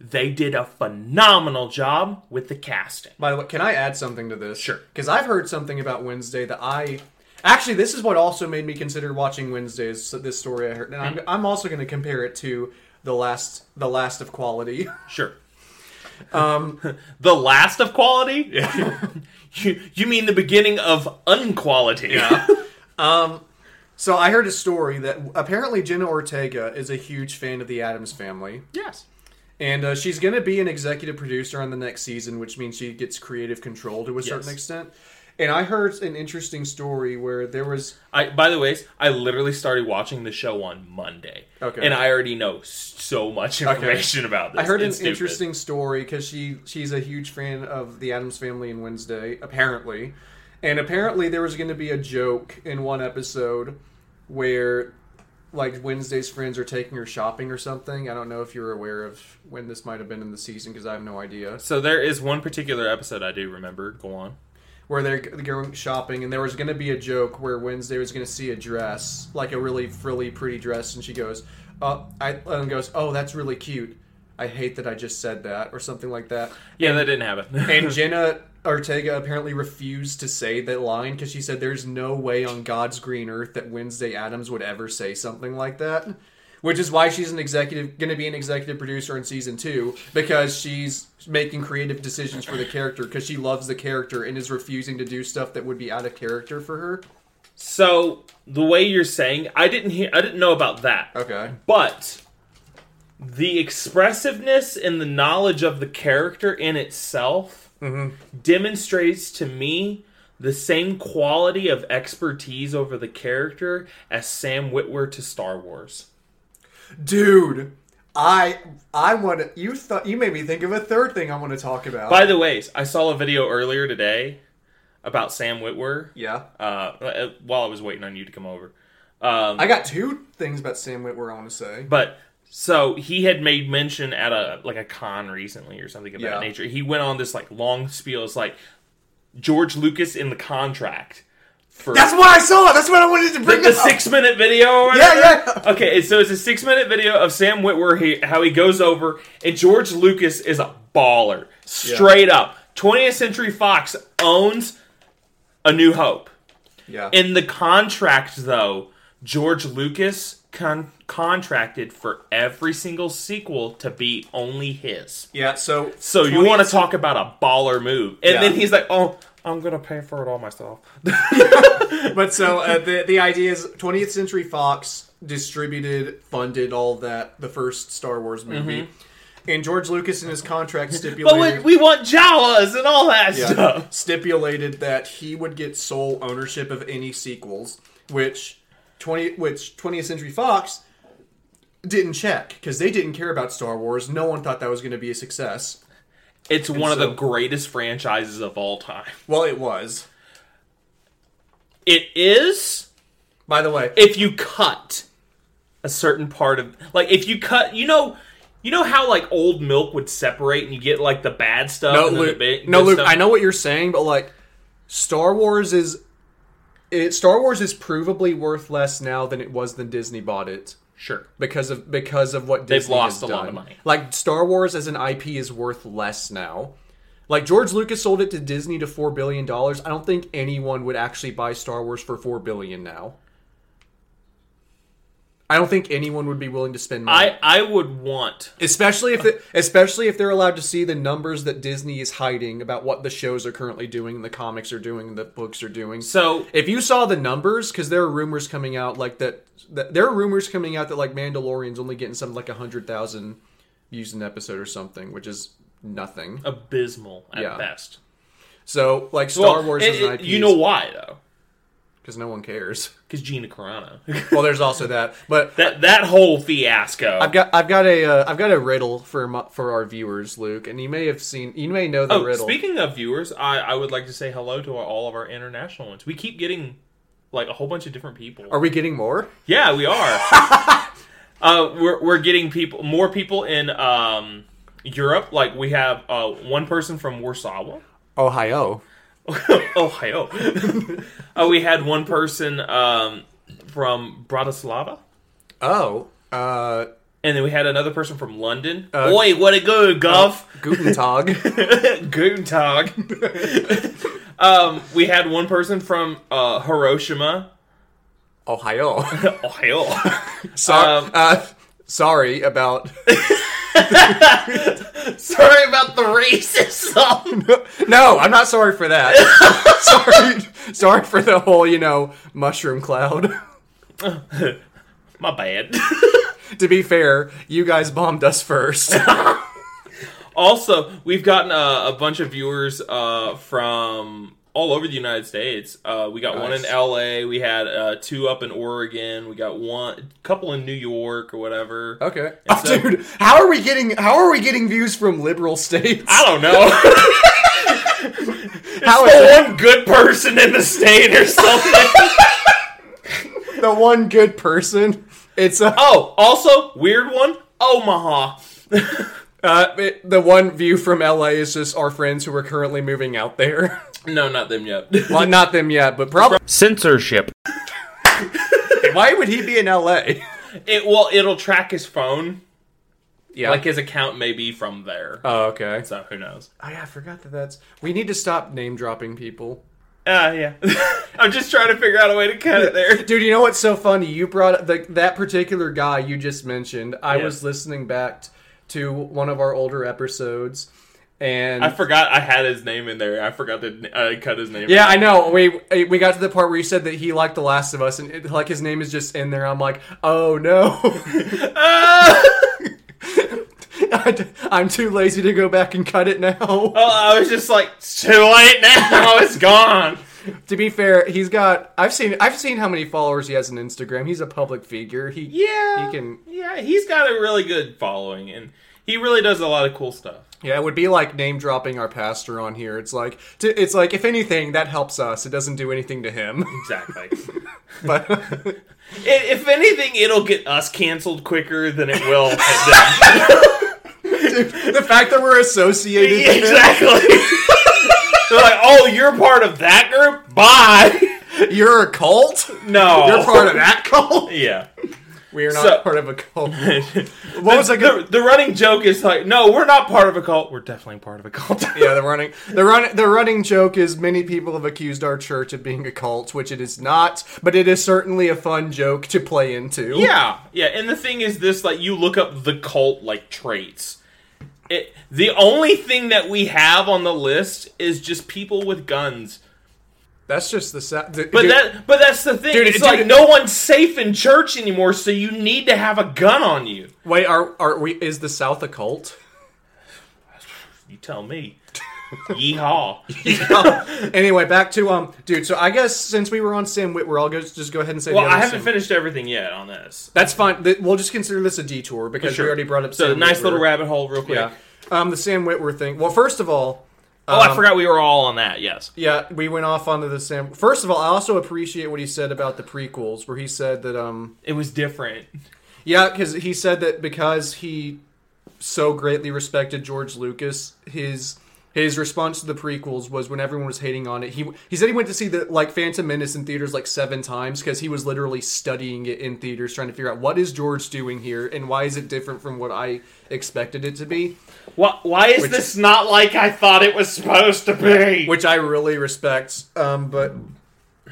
Speaker 2: they did a phenomenal job with the casting.
Speaker 3: By the way, can I add something to this?
Speaker 2: Sure.
Speaker 3: Because I've heard something about Wednesday that I actually this is what also made me consider watching Wednesday is this story I heard, and I'm, I'm also going to compare it to the last the last of quality. <laughs>
Speaker 2: Sure. Um, <laughs> the last of quality. <laughs> you, you mean the beginning of unquality? Yeah.
Speaker 3: So I heard a story that apparently Jenna Ortega is a huge fan of the Adams Family,
Speaker 2: <laughs> yes.
Speaker 3: and uh, she's going to be an executive producer on the next season, which means she gets creative control to a certain
Speaker 2: Yes.
Speaker 3: extent. And I heard an interesting story where there was
Speaker 2: I by the way, I literally started watching the show on Monday.
Speaker 3: Okay.
Speaker 2: And I already know so much information about this.
Speaker 3: I heard an
Speaker 2: It's stupid.
Speaker 3: interesting story because she she's a huge fan of the Adams Family and Wednesday, apparently, and apparently there was going to be a joke in one episode where like Wednesday's friends are taking her shopping or something. I don't know if you're aware of when this might have been in the season because I have no idea.
Speaker 2: So there is one particular episode I do remember. Go on.
Speaker 3: Where they're g- going shopping and there was going to be a joke where Wednesday was going to see a dress, like a really frilly, pretty dress, and she goes, "Uh, I," and goes, "Oh, that's really cute." I hate that I just said that, or something like that.
Speaker 2: Yeah, that didn't happen. <laughs>
Speaker 3: And Jenna Ortega apparently refused to say that line because she said there's no way on God's green earth that Wednesday Adams would ever say something like that. Which is why she's an executive, going to be an executive producer in season two because she's making creative decisions for the character because she loves the character and is refusing to do stuff that would be out of character for her.
Speaker 2: so the way you're saying, I didn't hear I didn't know about that.
Speaker 3: Okay.
Speaker 2: But the expressiveness and the knowledge of the character in itself demonstrates to me the same quality of expertise over the character as Sam Witwer to Star Wars.
Speaker 3: Dude, I I want to you thought you made me think of a third thing I want to talk about.
Speaker 2: By the way, I saw a video earlier today about Sam Witwer.
Speaker 3: yeah.
Speaker 2: Uh, uh, while I was waiting on you to come over, um,
Speaker 3: I got two things about Sam Witwer I want to say.
Speaker 2: but so he had made mention at a like a con recently or something of
Speaker 3: Yeah.
Speaker 2: that nature. He went on this like long spiel. It's like George Lucas in the contract for
Speaker 3: That's what I saw. That's what I wanted to
Speaker 2: the,
Speaker 3: bring
Speaker 2: the
Speaker 3: up.
Speaker 2: six minute video. Or
Speaker 3: Yeah,
Speaker 2: whatever.
Speaker 3: yeah.
Speaker 2: Okay, and so it's a six minute video of Sam Witwer he, how he goes over, and George Lucas is a baller, straight up. 20th Century Fox owns A New Hope.
Speaker 3: Yeah.
Speaker 2: In the contract, though, George Lucas con- contracted for every single sequel to be only his.
Speaker 3: yeah. So
Speaker 2: So you
Speaker 3: 20
Speaker 2: want to talk about a baller move? And
Speaker 3: Yeah.
Speaker 2: then he's like, "Oh, I'm gonna pay for it all myself."
Speaker 3: But so uh, the the idea is 20th Century Fox distributed, funded all that the first Star Wars movie, and George Lucas in his contract
Speaker 2: <laughs> Mm-hmm. <laughs> but we,
Speaker 3: stipulated
Speaker 2: we want Jawas and all that
Speaker 3: yeah,
Speaker 2: stuff.
Speaker 3: stipulated that he would get sole ownership of any sequels, which 20 which 20th Century Fox didn't check because they didn't care about Star Wars. No one thought that was going to be a success.
Speaker 2: It's one of
Speaker 3: so-
Speaker 2: the greatest franchises of all time.
Speaker 3: Well, it was.
Speaker 2: It is
Speaker 3: By the way,
Speaker 2: if you cut a certain part of like if you cut, you know, you know how like old milk would separate and you get like the bad stuff.
Speaker 3: No,
Speaker 2: and then
Speaker 3: Luke.
Speaker 2: the big,
Speaker 3: no,
Speaker 2: good
Speaker 3: Luke.
Speaker 2: stuff?
Speaker 3: I know what you're saying, but like, Star Wars is, it, Star Wars is provably worth less now than it was when Disney bought it
Speaker 2: Sure.
Speaker 3: because of because of what Disney
Speaker 2: lost
Speaker 3: has
Speaker 2: a lot of
Speaker 3: done.
Speaker 2: money.
Speaker 3: Like Star Wars as an IP is worth less now. Like George Lucas sold it to Disney to four billion dollars. I don't think anyone would actually buy Star Wars for four billion now. I don't think anyone would be willing to spend money,
Speaker 2: I I would want
Speaker 3: especially if it, especially if they're allowed to see the numbers that Disney is hiding about what the shows are currently doing, the comics are doing, the books are doing.
Speaker 2: so
Speaker 3: If you saw the numbers, because there are rumors coming out like that, that there are rumors coming out that like Mandalorian's only getting something like hundred thousand views an episode or something, which is nothing.
Speaker 2: abysmal at
Speaker 3: Yeah.
Speaker 2: best.
Speaker 3: So like Star
Speaker 2: Well,
Speaker 3: Wars
Speaker 2: it-
Speaker 3: is an
Speaker 2: it-
Speaker 3: IP,
Speaker 2: you know why though?
Speaker 3: because no one cares. <laughs>
Speaker 2: Because Gina Carano. <laughs>
Speaker 3: well, there's also that, but
Speaker 2: that that whole fiasco.
Speaker 3: I've got I've got a uh, I've got a riddle for my, for our viewers, Luke, and you may have seen you may know the
Speaker 2: oh,
Speaker 3: riddle.
Speaker 2: speaking of viewers, I I would like to say hello to all of our international ones. We keep getting like a whole bunch of different people.
Speaker 3: Are we getting more?
Speaker 2: Yeah,
Speaker 3: <laughs>
Speaker 2: we are. uh, we're we're getting people more people in um, Europe. Like we have uh, one person from Warsaw,
Speaker 3: Ohio.
Speaker 2: <laughs> Ohio. Oh, uh, we had one person um, from Bratislava,
Speaker 3: Oh, uh,
Speaker 2: and then we had another person from London. Oi, what a good guff.
Speaker 3: Guten <laughs> Tag.
Speaker 2: Guten Tag. <laughs> um, we had one person from uh, Hiroshima, <laughs>
Speaker 3: <laughs>
Speaker 2: Oh,
Speaker 3: Ohio.
Speaker 2: Ohio.
Speaker 3: So,
Speaker 2: Um,
Speaker 3: uh, sorry about.
Speaker 2: <laughs>
Speaker 3: <laughs>
Speaker 2: Sorry about the racism. <laughs>
Speaker 3: no, I'm not sorry for <laughs> that. sorry, sorry for the whole you know mushroom cloud. <laughs>
Speaker 2: My bad. <laughs>
Speaker 3: to be fair, you guys bombed us <laughs> first.
Speaker 2: Also, we've gotten a, a bunch of viewers uh, from all over the United States. Uh, we got one in
Speaker 3: Nice.
Speaker 2: LA. We had uh, two up in Oregon. We got one couple in New York or whatever.
Speaker 3: okay,
Speaker 2: And
Speaker 3: Oh,
Speaker 2: so-
Speaker 3: dude, how are we getting how are we getting views from liberal states?
Speaker 2: I don't know. <laughs>
Speaker 3: <laughs> How is
Speaker 2: the
Speaker 3: it
Speaker 2: one good person in the state
Speaker 3: <laughs>
Speaker 2: or something.
Speaker 3: the one good person? It's <laughs> uh,
Speaker 2: oh, also weird one. Omaha.
Speaker 3: uh, it- the one view from LA is just our friends who are currently moving out there. <laughs>
Speaker 2: No, not them yet. <laughs>
Speaker 3: well, not them yet, but probably.
Speaker 2: Censorship.
Speaker 3: Why would he be in LA? <laughs>
Speaker 2: It well, it'll track his phone.
Speaker 3: Yeah.
Speaker 2: Like his account may be from there.
Speaker 3: oh, okay.
Speaker 2: so who knows?
Speaker 3: Oh, yeah, I forgot that that's. We need to stop name dropping people.
Speaker 2: Uh, yeah. <laughs> I'm just trying to figure out a way to cut it there.
Speaker 3: Dude, you know what's so funny? You brought up the, that particular guy you just mentioned. I
Speaker 2: Yeah.
Speaker 3: was listening back t- to one of our older episodes, and
Speaker 2: I forgot I had his name in there. I forgot to uh, cut his name. <laughs>
Speaker 3: yeah, I know. We eh, we got to the part where you said that he liked The Last of Us, and it, like his name is just in there. I'm like, oh no. <laughs>
Speaker 2: Oh,
Speaker 3: I d- I'm too lazy to go back and cut it now.
Speaker 2: Oh, I was just like, it's too late now. <laughs> Oh, It's gone.
Speaker 3: To be fair, he's got. I've seen. I've seen how many followers he has on Instagram. He's a public figure. He
Speaker 2: Yeah.
Speaker 3: He can-
Speaker 2: Yeah, he's got a really good following, and he really does a lot of cool stuff.
Speaker 3: Yeah, it would be like name dropping our pastor on here. It's like t- it's like if anything that helps us. It doesn't do anything to him. <laughs>
Speaker 2: Exactly. <laughs>
Speaker 3: but <laughs>
Speaker 2: I- if anything, it'll get us canceled quicker than
Speaker 3: <laughs>
Speaker 2: it will. them.
Speaker 3: the fact that we're associated
Speaker 2: <laughs>
Speaker 3: with him,
Speaker 2: exactly. They're like, oh, you're part of that group? Bye. <laughs>
Speaker 3: you're a cult.
Speaker 2: No.
Speaker 3: You're part of that cult.
Speaker 2: Yeah.
Speaker 3: We are not
Speaker 2: So-
Speaker 3: part of a
Speaker 2: <laughs>
Speaker 3: cult. What was I
Speaker 2: The, <laughs>
Speaker 3: going
Speaker 2: the running joke is like, no, we're not part of a cult. We're definitely part of a cult.
Speaker 3: Yeah, the running the run the running joke is many people have accused our church of being a cult, which it is not, but it is certainly a fun joke to play into.
Speaker 2: Yeah, yeah. And the thing is, this like you look up the cult like traits. It, the only thing that we have on the list is just people with guns.
Speaker 3: That's just the sa- the-
Speaker 2: But
Speaker 3: dude,
Speaker 2: that, but that's the thing.
Speaker 3: Dude,
Speaker 2: it's
Speaker 3: dude,
Speaker 2: like
Speaker 3: it-
Speaker 2: no one's safe in church anymore, so you need to have a gun on you.
Speaker 3: wait, are are we is the South a cult?
Speaker 2: You tell me.
Speaker 3: <laughs>
Speaker 2: Yeehaw.
Speaker 3: Anyway, back to um, dude. So I guess since we were on Sam Witwer, I'll go, just go ahead and say.
Speaker 2: Well,
Speaker 3: the other
Speaker 2: I haven't
Speaker 3: Sam-
Speaker 2: finished everything yet on this.
Speaker 3: That's fine. Th- We'll just consider this a detour because
Speaker 2: Sure.
Speaker 3: we already brought up.
Speaker 2: So
Speaker 3: Sam
Speaker 2: nice
Speaker 3: Witwer.
Speaker 2: little rabbit hole, real quick.
Speaker 3: Yeah. Um, the Sam Witwer thing. Well, first of all,
Speaker 2: Oh,
Speaker 3: Um,
Speaker 2: I forgot we were all on that. Yes.
Speaker 3: yeah, we went off onto the Sam. First of all, I also appreciate what he said about the prequels, where he said that um,
Speaker 2: It was different.
Speaker 3: yeah, because he said that because he so greatly respected George Lucas, his. His response to the prequels was when everyone was hating on it. He he said he went to see the like Phantom Menace in theaters like seven times because he was literally studying it in theaters, trying to figure out what is George doing here and why is it different from what I expected it to be.
Speaker 2: Why, why is
Speaker 3: Which-
Speaker 2: this not like I thought it was supposed to be?
Speaker 3: which I really respect. Um, but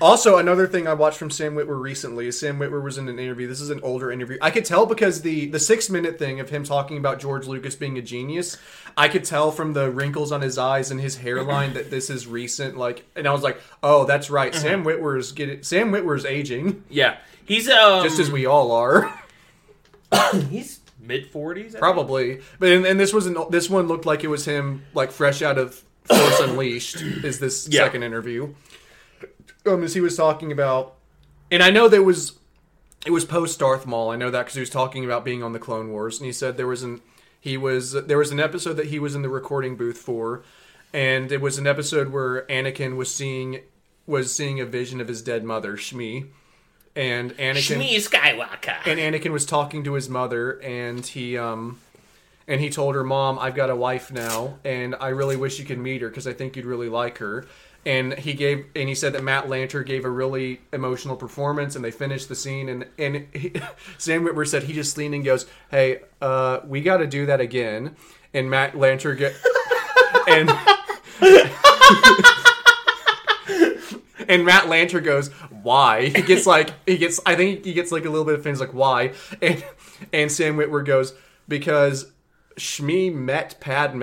Speaker 3: Also, another thing I watched from Sam Witwer recently is Sam Witwer was in an interview. This is an older interview. I could tell because the the six minute thing of him talking about George Lucas being a genius, I could tell from the wrinkles on his eyes and his hairline that this is recent. Like, and I was like, oh, that's right. Sam Witwer's getting Sam Witwer's aging,
Speaker 2: Yeah, he's um,
Speaker 3: just as we all are. <laughs>
Speaker 2: he's mid forties.
Speaker 3: Probably, but and, and this was an, this one looked like it was him like fresh out of Force Unleashed. Is this
Speaker 2: Yeah.
Speaker 3: second interview? Um, as he was talking about, and I know there was it was post Darth Maul. I know that because he was talking about being on the Clone Wars, and he said there was an he was there was an episode that he was in the recording booth for, and it was an episode where Anakin was seeing was seeing a vision of his dead mother Shmi, and Anakin
Speaker 2: Shmi Skywalker.
Speaker 3: and Anakin was talking to his mother, and he um, and he told her, "Mom, I've got a wife now, and I really wish you could meet her because I think you'd really like her." And he gave, and he said that Matt Lanter gave a really emotional performance, and they finished the scene. And and he, <laughs> Sam Witwer said he just leaned and goes, "Hey, uh, we got to do that again." And Matt Lanter get <laughs> and. And Matt Lanter goes, "Why?" He
Speaker 2: <laughs>
Speaker 3: gets like he gets. I think he gets like a little bit offended, like why? And and Sam Witwer goes because Shmi met Padme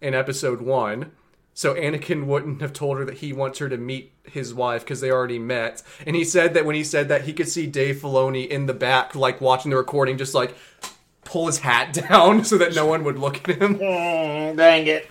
Speaker 3: in Episode One, so Anakin wouldn't have told her that he wants her to meet his wife because they already met. And he said that when he said that, he could see Dave Filoni in the back, like watching the recording, just like pull his hat <laughs> down so that no one would look at him. mm,
Speaker 2: dang it.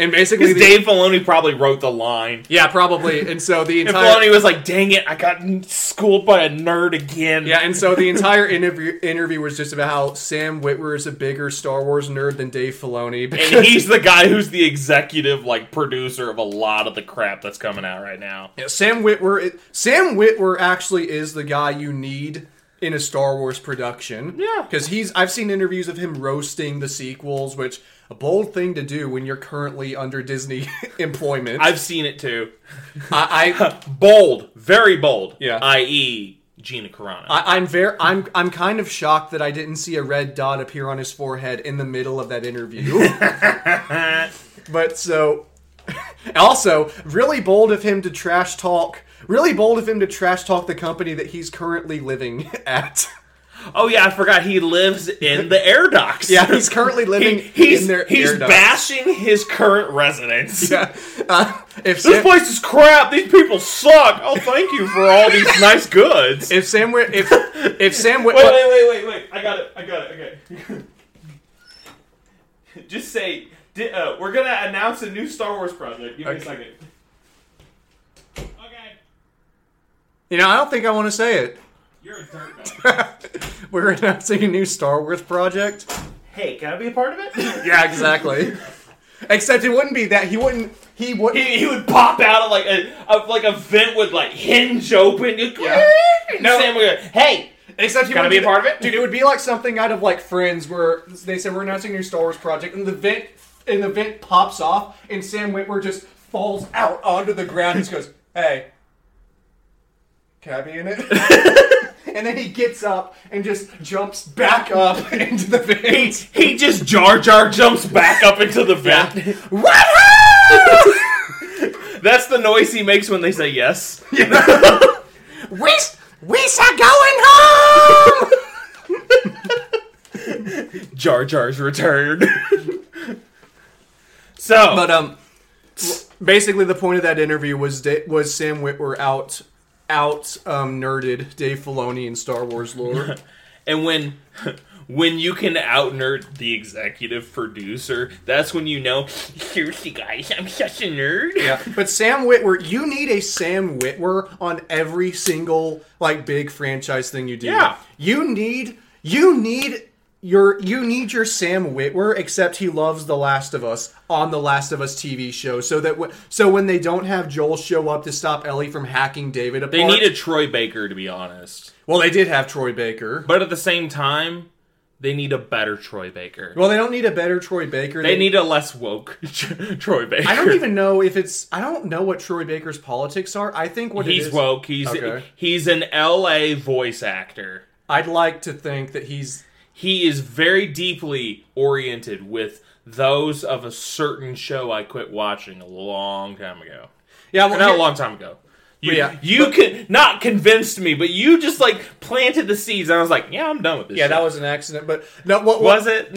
Speaker 3: And basically,
Speaker 2: Because
Speaker 3: the,
Speaker 2: <laughs> Dave Filoni probably wrote the line.
Speaker 3: yeah, probably. And so
Speaker 2: <laughs>
Speaker 3: the
Speaker 2: And
Speaker 3: entire
Speaker 2: Filoni was like, dang it, I got schooled by a nerd again.
Speaker 3: Yeah, and so the entire interview interview was just about how Sam Witwer is a bigger Star Wars nerd than Dave Filoni. Because, <laughs>
Speaker 2: And he's the guy who's the executive, like, producer of a lot of the crap that's coming out right now.
Speaker 3: Yeah, Sam Witwer, it, Sam Witwer actually is the guy you need in a Star Wars production.
Speaker 2: Yeah.
Speaker 3: because he's I've seen interviews of him roasting the sequels, which a bold thing to do when you're currently under Disney <laughs> employment.
Speaker 2: I've seen it too.
Speaker 3: I,
Speaker 2: <laughs>
Speaker 3: I
Speaker 2: Bold, very bold.
Speaker 3: Yeah.
Speaker 2: I.e., Gina Carano.
Speaker 3: I, I'm very I'm I'm kind of shocked that I didn't see a red dot appear on his forehead in the middle of that interview.
Speaker 2: <laughs>
Speaker 3: but so also really bold of him to trash talk really bold of him to trash talk the company that he's currently living <laughs> at.
Speaker 2: oh, yeah, I forgot he lives in the air docks. <laughs>
Speaker 3: Yeah, he's currently living
Speaker 2: He- he's
Speaker 3: in their
Speaker 2: he's
Speaker 3: air ducts.
Speaker 2: bashing his current residence.
Speaker 3: Yeah. <laughs> Uh, if
Speaker 2: This
Speaker 3: Sam,
Speaker 2: place is crap. These people suck. Oh, thank you for all these nice goods.
Speaker 3: if Sam were
Speaker 2: <laughs>
Speaker 3: if if Sam went
Speaker 2: Wait, wait, wait, wait, wait. I got it. I got it. Okay. <laughs> Just say, di- uh, we're going to announce a new Star Wars project. Give me
Speaker 3: Okay.
Speaker 2: a second. Okay.
Speaker 3: you know I don't think I want to say it. <laughs>
Speaker 2: You're a dirtbag.
Speaker 3: We're announcing a new Star Wars project.
Speaker 2: <laughs> hey, can I be a part of it?
Speaker 3: Yeah, exactly. Except it wouldn't be that he wouldn't. He would.
Speaker 2: He, he would pop out of like a of like a vent would like hinge open.
Speaker 3: Yeah.
Speaker 2: No. Sam would go, hey,
Speaker 3: except he
Speaker 2: Gotta
Speaker 3: wouldn't
Speaker 2: be a
Speaker 3: do
Speaker 2: part of
Speaker 3: that.
Speaker 2: it?
Speaker 3: dude. It would be like something out of like Friends, where they said we're announcing a new Star Wars project, and the vent and the vent pops off, and Sam Witwer just falls out onto the ground. and just goes, "Hey, can I be in it?" <laughs> and then he gets up and just jumps back up <laughs> into the vent.
Speaker 2: He just Jar Jar jumps back up into the vent. That's the noise he makes when they say yes.
Speaker 3: <laughs> We we are going home. <laughs>
Speaker 2: Jar Jar's
Speaker 3: <laughs>
Speaker 2: returned. so,
Speaker 3: But um, basically the point of that interview was da- was Sam Witwer out out um, nerded Dave Filoni in Star Wars lore.
Speaker 2: and when when you can out nerd the executive producer, that's when you know. Seriously, guys, I'm such a nerd.
Speaker 3: <laughs> yeah, but Sam Witwer, you need a Sam Witwer on every single like big franchise thing you do.
Speaker 2: Yeah.
Speaker 3: you need you need. Your, you need your Sam Witwer, except he loves The Last of Us on The Last of Us TV show, so that w- so when they don't have Joel show up to stop Ellie from hacking David apart,
Speaker 2: They need a Troy Baker, to be honest.
Speaker 3: well, they did have Troy Baker,
Speaker 2: But at the same time, they need a better Troy Baker.
Speaker 3: Well, they don't need a better Troy Baker.
Speaker 2: They need a less woke <laughs> Troy Baker.
Speaker 3: I don't even know if it's. I don't know what Troy Baker's politics are. I think what it
Speaker 2: He's
Speaker 3: is-
Speaker 2: woke. He's
Speaker 3: Okay.
Speaker 2: he's an LA voice actor.
Speaker 3: I'd like to think that he's.
Speaker 2: He is very deeply oriented with those of a certain show I quit watching a long time ago.
Speaker 3: Yeah,
Speaker 2: Or
Speaker 3: well,
Speaker 2: not
Speaker 3: here-
Speaker 2: a long time ago. You,
Speaker 3: yeah.
Speaker 2: you can not convinced me, but you just like planted the seeds. And I was like, yeah, I'm done with this.
Speaker 3: Yeah,
Speaker 2: shit.
Speaker 3: that was an accident. But no, what, what
Speaker 2: was <laughs> it.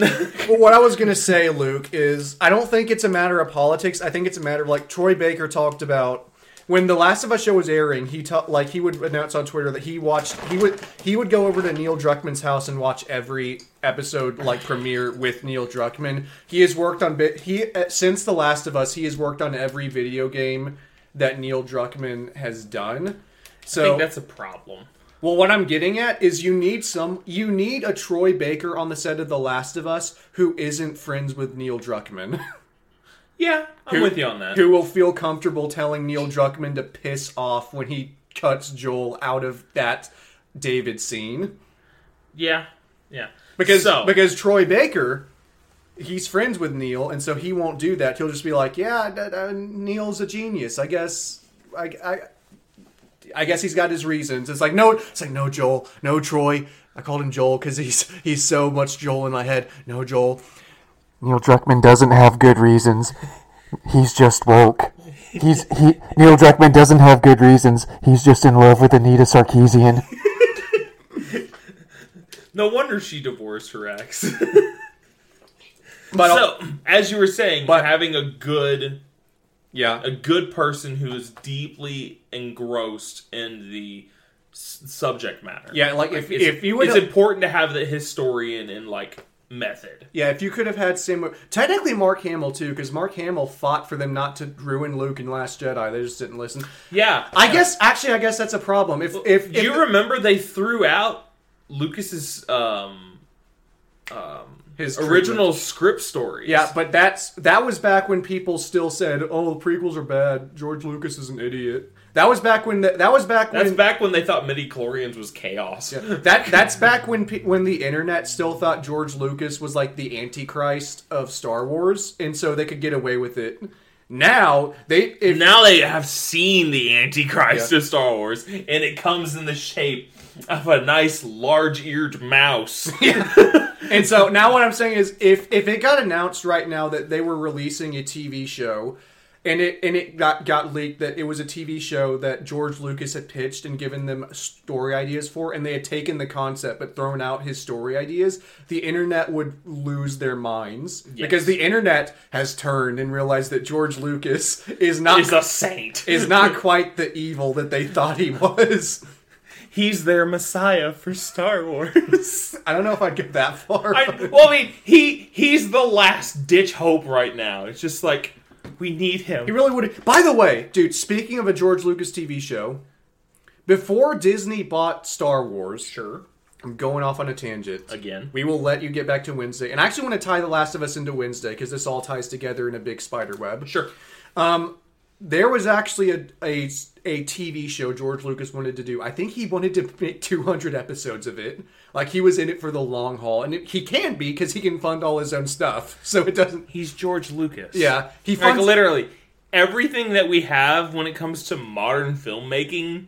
Speaker 3: Well, what I was going to say, Luke, is I don't think it's a matter of politics. I think it's a matter of like Troy Baker talked about when the Last of Us show was airing. He ta- like he would announce on Twitter that he watched he would he would go over to Neil Druckmann's house and watch every episode like premiere with Neil Druckmann. He has worked on bit he uh, since the Last of Us. He has worked on every video game that Neil Druckmann has done. So
Speaker 2: I think that's a problem.
Speaker 3: well, what I'm getting at is you need some you need a Troy Baker on the set of The Last of Us who isn't friends with Neil Druckmann. <laughs>
Speaker 2: Yeah, I'm with you on that.
Speaker 3: who will feel comfortable telling Neil Druckmann to piss off when he cuts Joel out of that David scene.
Speaker 2: Yeah, yeah.
Speaker 3: Because
Speaker 2: so,
Speaker 3: because Troy Baker he's friends with Neil and so he won't do that. He'll just be like, "Yeah, d- d- Neil's a genius. I guess I, I I guess he's got his reasons. It's like no, it's like no Joel, no Troy. I called him Joel because he's he's so much Joel in my head. No Joel.
Speaker 4: Neil Druckmann doesn't have good reasons. He's just woke. He's he. Neil Druckmann doesn't have good reasons. He's just in love with Anita Sarkeesian.
Speaker 2: no wonder she divorced her ex.
Speaker 3: But
Speaker 2: <laughs> so, as you were saying,
Speaker 3: But-
Speaker 2: having a good
Speaker 3: yeah,
Speaker 2: a good person who is deeply engrossed in the s- subject matter.
Speaker 3: yeah. Like if
Speaker 2: It's-
Speaker 3: if you would
Speaker 2: it's important to have the historian and like method.
Speaker 3: Yeah, if you could have had Sam, technically Mark Hamill too, because Mark Hamill fought for them not to ruin Luke and Last Jedi. They just didn't listen.
Speaker 2: Yeah,
Speaker 3: I guess actually, I guess that's a problem. If if,
Speaker 2: Do
Speaker 3: if
Speaker 2: you remember they threw out Lucas's um,
Speaker 3: his
Speaker 2: original script stories?
Speaker 3: yeah, but that's that was back when people still said, "Oh, the prequels are bad. George Lucas is an idiot." That was back when the, that was back
Speaker 2: that's
Speaker 3: when
Speaker 2: back when they thought midi chlorians was chaos. <laughs>
Speaker 3: that that's back when pe- when the internet still thought George Lucas was like the antichrist of Star Wars, and so they could get away with it. Now they if
Speaker 2: now they have seen the Antichrist
Speaker 3: Yeah.
Speaker 2: of Star Wars, and it comes in the shape of a nice
Speaker 3: <laughs>
Speaker 2: large-eared mouse.
Speaker 3: And so now what I'm saying is if if it got announced right now that they were releasing a TV show and it and it got got leaked that it was a TV show that George Lucas had pitched and given them story ideas for and they had taken the concept but thrown out his story ideas, the internet would lose their minds because the internet has turned and realized that George Lucas is not
Speaker 2: Is a saint.
Speaker 3: is not quite the evil that they thought he was.
Speaker 2: He's their messiah for Star Wars.
Speaker 3: I don't know if I'd get that far.
Speaker 2: <laughs> I,
Speaker 3: but-
Speaker 2: well, I mean, he he's the last ditch hope right now. It's just like we need
Speaker 3: He
Speaker 2: him.
Speaker 3: really would. By the way, dude, speaking of a George Lucas TV show, before Disney bought Star Wars,
Speaker 2: Sure.
Speaker 3: I'm going off on a tangent.
Speaker 2: Again.
Speaker 3: We will let you get back to Wednesday. And I actually want to tie The Last of Us into Wednesday because this all ties together in a big spider web.
Speaker 2: Sure.
Speaker 3: There was actually a, a, a TV show George Lucas wanted to do. I think he wanted to make 200 episodes of it. Like he was in it for the long haul. And it, he can be because he can fund all his own stuff. <laughs> So it doesn't.
Speaker 2: He's George Lucas.
Speaker 3: Yeah. He
Speaker 2: Like
Speaker 3: funds.
Speaker 2: literally everything that we have when it comes to modern filmmaking,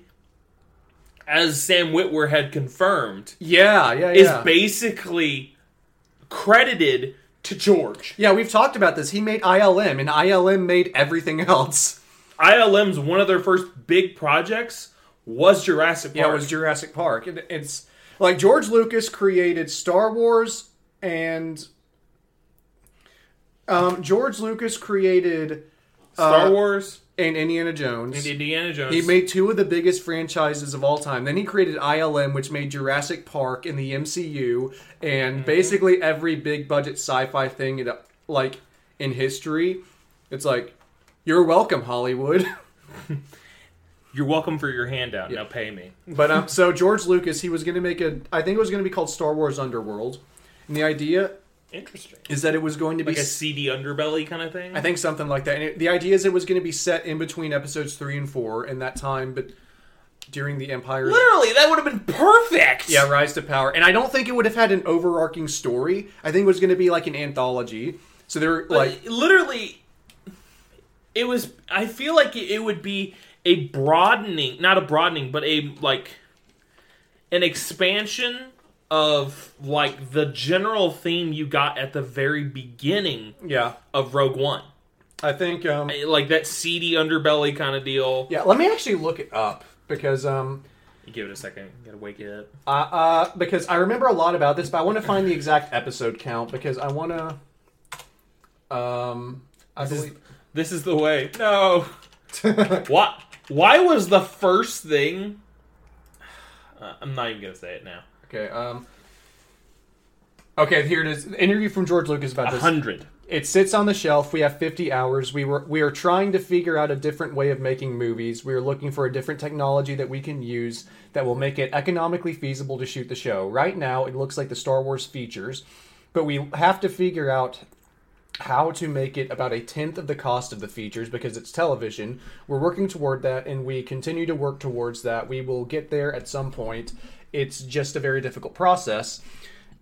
Speaker 2: as Sam Witwer had confirmed,
Speaker 3: yeah, yeah,
Speaker 2: is
Speaker 3: yeah.
Speaker 2: basically credited to George.
Speaker 3: Yeah, we've talked about this. He made ILM, and ILM made everything else.
Speaker 2: ILM's one of their first big projects was Jurassic
Speaker 3: <laughs>
Speaker 2: Park.
Speaker 3: Yeah, it was Jurassic Park. And it's like George Lucas created Star Wars, and um, George Lucas created
Speaker 2: Star Wars
Speaker 3: and Indiana Jones.
Speaker 2: and Indiana Jones.
Speaker 3: He made two of the biggest franchises of all time. Then he created ILM, which made Jurassic Park and the MCU and basically every big budget sci-fi thing in, like in history. It's like, you're welcome, Hollywood. <laughs>
Speaker 2: You're welcome for your handout. Now pay me.
Speaker 3: But um, so George Lucas, he was going to make a. I think it was going to be called Star Wars Underworld, and the idea
Speaker 2: Interesting.
Speaker 3: is that it was going to be.
Speaker 2: Like a seedy underbelly kind of thing.
Speaker 3: I think something like that. And it, the idea is it was going to be set in between episodes three and four, and that time, but during the Empire.
Speaker 2: Literally, that would have been perfect.
Speaker 3: Yeah, Rise to Power, and I don't think it would have had an overarching story. I think it was going to be like an anthology. So they're like,
Speaker 2: But literally it was i feel like it it would be a broadening not a broadening but a like an expansion of like the general theme you got at the very beginning
Speaker 3: yeah,
Speaker 2: of rogue one
Speaker 3: I think. Um,
Speaker 2: like that seedy underbelly kind of deal.
Speaker 3: yeah, let me actually look it up because um,
Speaker 2: You give it a second. You gotta wake it up.
Speaker 3: uh, uh, because I remember a lot about this, but I want to find the exact episode count because I want to. Um, I
Speaker 2: This is,
Speaker 3: believe.
Speaker 2: this is the way. No. What? Why was the first thing? <sighs> Uh, I'm not even gonna say it now.
Speaker 3: <laughs> okay. Um, okay, here it is. Interview from George Lucas about
Speaker 2: A
Speaker 3: this.
Speaker 2: hundred.
Speaker 3: It sits on the shelf. We have 50 hours. We were we are trying to figure out a different way of making movies. We are looking for a different technology that we can use that will make it economically feasible to shoot the show. Right now, it looks like the Star Wars features, but we have to figure out how to make it about a tenth of the cost of the features because it's television. We're working toward that and we continue to work towards that. We will get there at some point. It's just a very difficult process.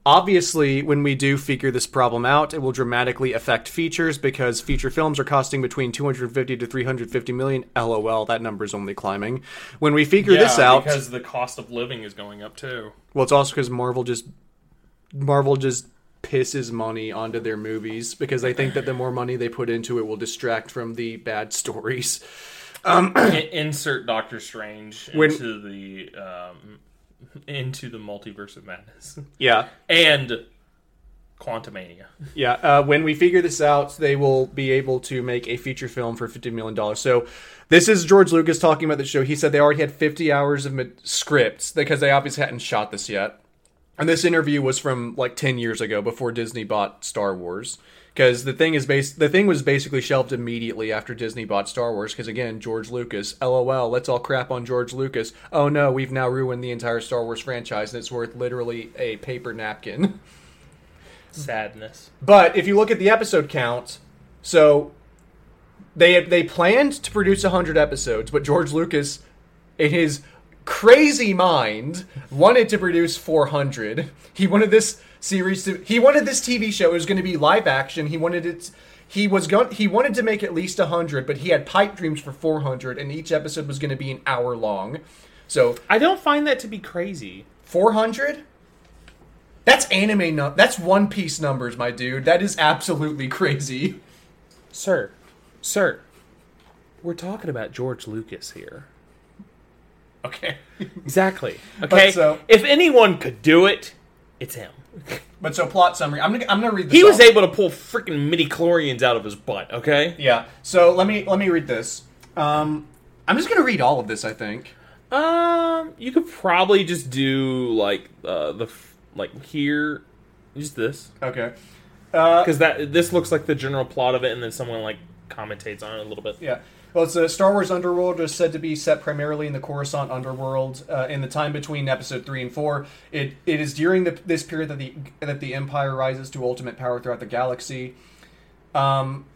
Speaker 3: Obviously, when we do figure this problem out, it will dramatically affect features because feature films are costing between 250 to 350 million. LOL, that number's only climbing. When we figure this out,
Speaker 2: because the cost of living is going up too. <clears throat>
Speaker 3: well, it's also because Marvel just Marvel just pisses money onto their movies because they think that the more money they put into it will distract from the bad stories.
Speaker 2: I- insert Doctor Strange
Speaker 3: When-
Speaker 2: into the um, into the multiverse of madness <laughs>
Speaker 3: Yeah,
Speaker 2: and <laughs> Quantumania.
Speaker 3: yeah. Uh, when we figure this out, they will be able to make a feature film for fifty million dollars. So, this is George Lucas talking about the show. He said they already had fifty hours of ma- scripts because they obviously hadn't shot this yet. And this interview was from like 10 years ago before Disney bought Star Wars because the thing is bas- the thing was basically shelved immediately after Disney bought Star Wars because again George Lucas LOL let's all crap on George Lucas oh no we've now ruined the entire Star Wars franchise and it's worth literally a paper napkin <laughs>
Speaker 2: Sadness.
Speaker 3: but if you look at the episode count so they they planned to produce 100 episodes but George Lucas in his crazy mind wanted to produce 400 he wanted this series to he wanted this tv show it was going to be live action he wanted it he was going he wanted to make at least 100 but he had pipe dreams for 400 and each episode was going to be an hour long so
Speaker 2: I don't find that to be crazy.
Speaker 3: 400 that's anime num- that's one piece numbers my dude that is absolutely <laughs> crazy
Speaker 2: Sir, sir, we're talking about George Lucas here.
Speaker 3: okay <laughs>
Speaker 2: Exactly. Okay.
Speaker 3: so-
Speaker 2: if anyone could do it, it's him.
Speaker 3: but so plot summary i'm gonna i'm gonna read this
Speaker 2: He was
Speaker 3: off.
Speaker 2: able to pull freaking midi chlorians out of his butt. Okay.
Speaker 3: yeah so let me let me read this um i'm just gonna read all of this i think
Speaker 2: Um, you could probably just do like uh, the f- like here, just this
Speaker 3: okay Uh,
Speaker 2: because that this looks like the general plot of it, and then someone like commentates on it a little bit.
Speaker 3: Yeah. Well, it's the Star Wars Underworld is said to be set primarily in the Coruscant Underworld uh, in the time between Episode three and four. It it is during the, this period that the that the Empire rises to ultimate power throughout the galaxy. Um,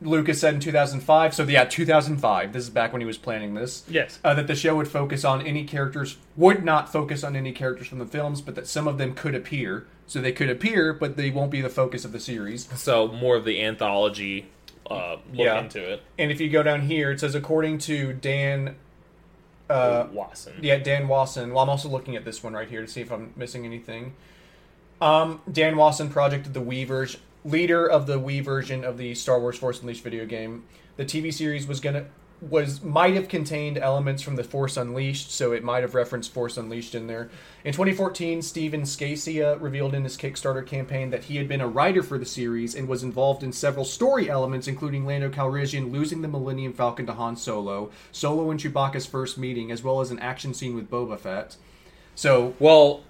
Speaker 3: Lucas said in 2005. So yeah, 2005. This is back when he was planning this
Speaker 2: Yes.
Speaker 3: uh, that the show would focus on any characters would not focus on any characters from the films, but that some of them could appear. So they could appear, but they won't be the focus of the series.
Speaker 2: So more of the anthology uh, look
Speaker 3: Yeah.
Speaker 2: into it.
Speaker 3: And if you go down here, it says according to Dan. Uh,
Speaker 2: Watson.
Speaker 3: yeah, Dan Wasson. Well, I'm also looking at this one right here to see if I'm missing anything. Um, Dan Wasson, Project of the Weavers, leader of the Wii version of the Star Wars Force Unleashed video game. The TV series was gonna was might have contained elements from the Force Unleashed, so it might have referenced Force Unleashed in there. In 2014, Steven Scacia revealed in his Kickstarter campaign that he had been a writer for the series and was involved in several story elements, including Lando Calrissian losing the Millennium Falcon to Han Solo, Solo and Chewbacca's first meeting, as well as an action scene with Boba Fett. So
Speaker 2: Well,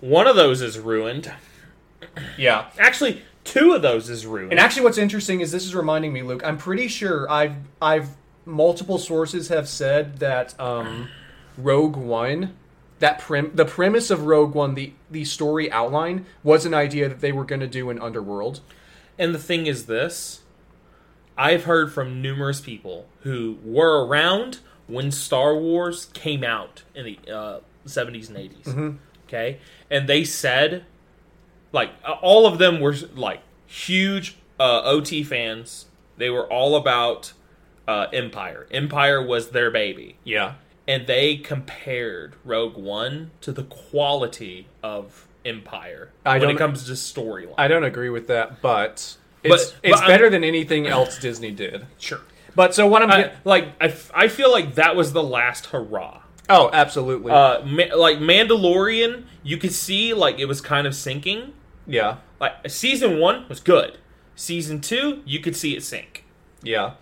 Speaker 2: one of those is ruined.
Speaker 3: yeah,
Speaker 2: Actually, two of those is ruined.
Speaker 3: And actually, what's interesting is this is reminding me, Luke. I'm pretty sure I've I've multiple sources have said that um, Rogue One, that prim the premise of Rogue One, the the story outline was an idea that they were going to do in Underworld.
Speaker 2: And the thing is this I've heard from numerous people who were around when Star Wars came out in the uh, 70s and 80s.
Speaker 3: Mm-hmm.
Speaker 2: Okay? And they said, like, uh, all of them were, like, huge uh, OT fans. They were all about uh, Empire. Empire was their baby.
Speaker 3: Yeah,
Speaker 2: And they compared Rogue One to the quality of Empire
Speaker 3: I
Speaker 2: when
Speaker 3: don't-
Speaker 2: it comes to storyline.
Speaker 3: I don't agree with that, but
Speaker 2: But-
Speaker 5: It's it's
Speaker 2: but I'm-
Speaker 5: better than anything else Disney did.
Speaker 2: Sure.
Speaker 5: But so what I'm
Speaker 2: I,
Speaker 5: get-
Speaker 2: like I, f- I feel like that was the last hurrah.
Speaker 5: oh absolutely
Speaker 2: Uh, ma- like Mandalorian, you could see like it was kind of sinking.
Speaker 5: yeah
Speaker 2: Like season one was good. Season two, you could see it sink.
Speaker 5: yeah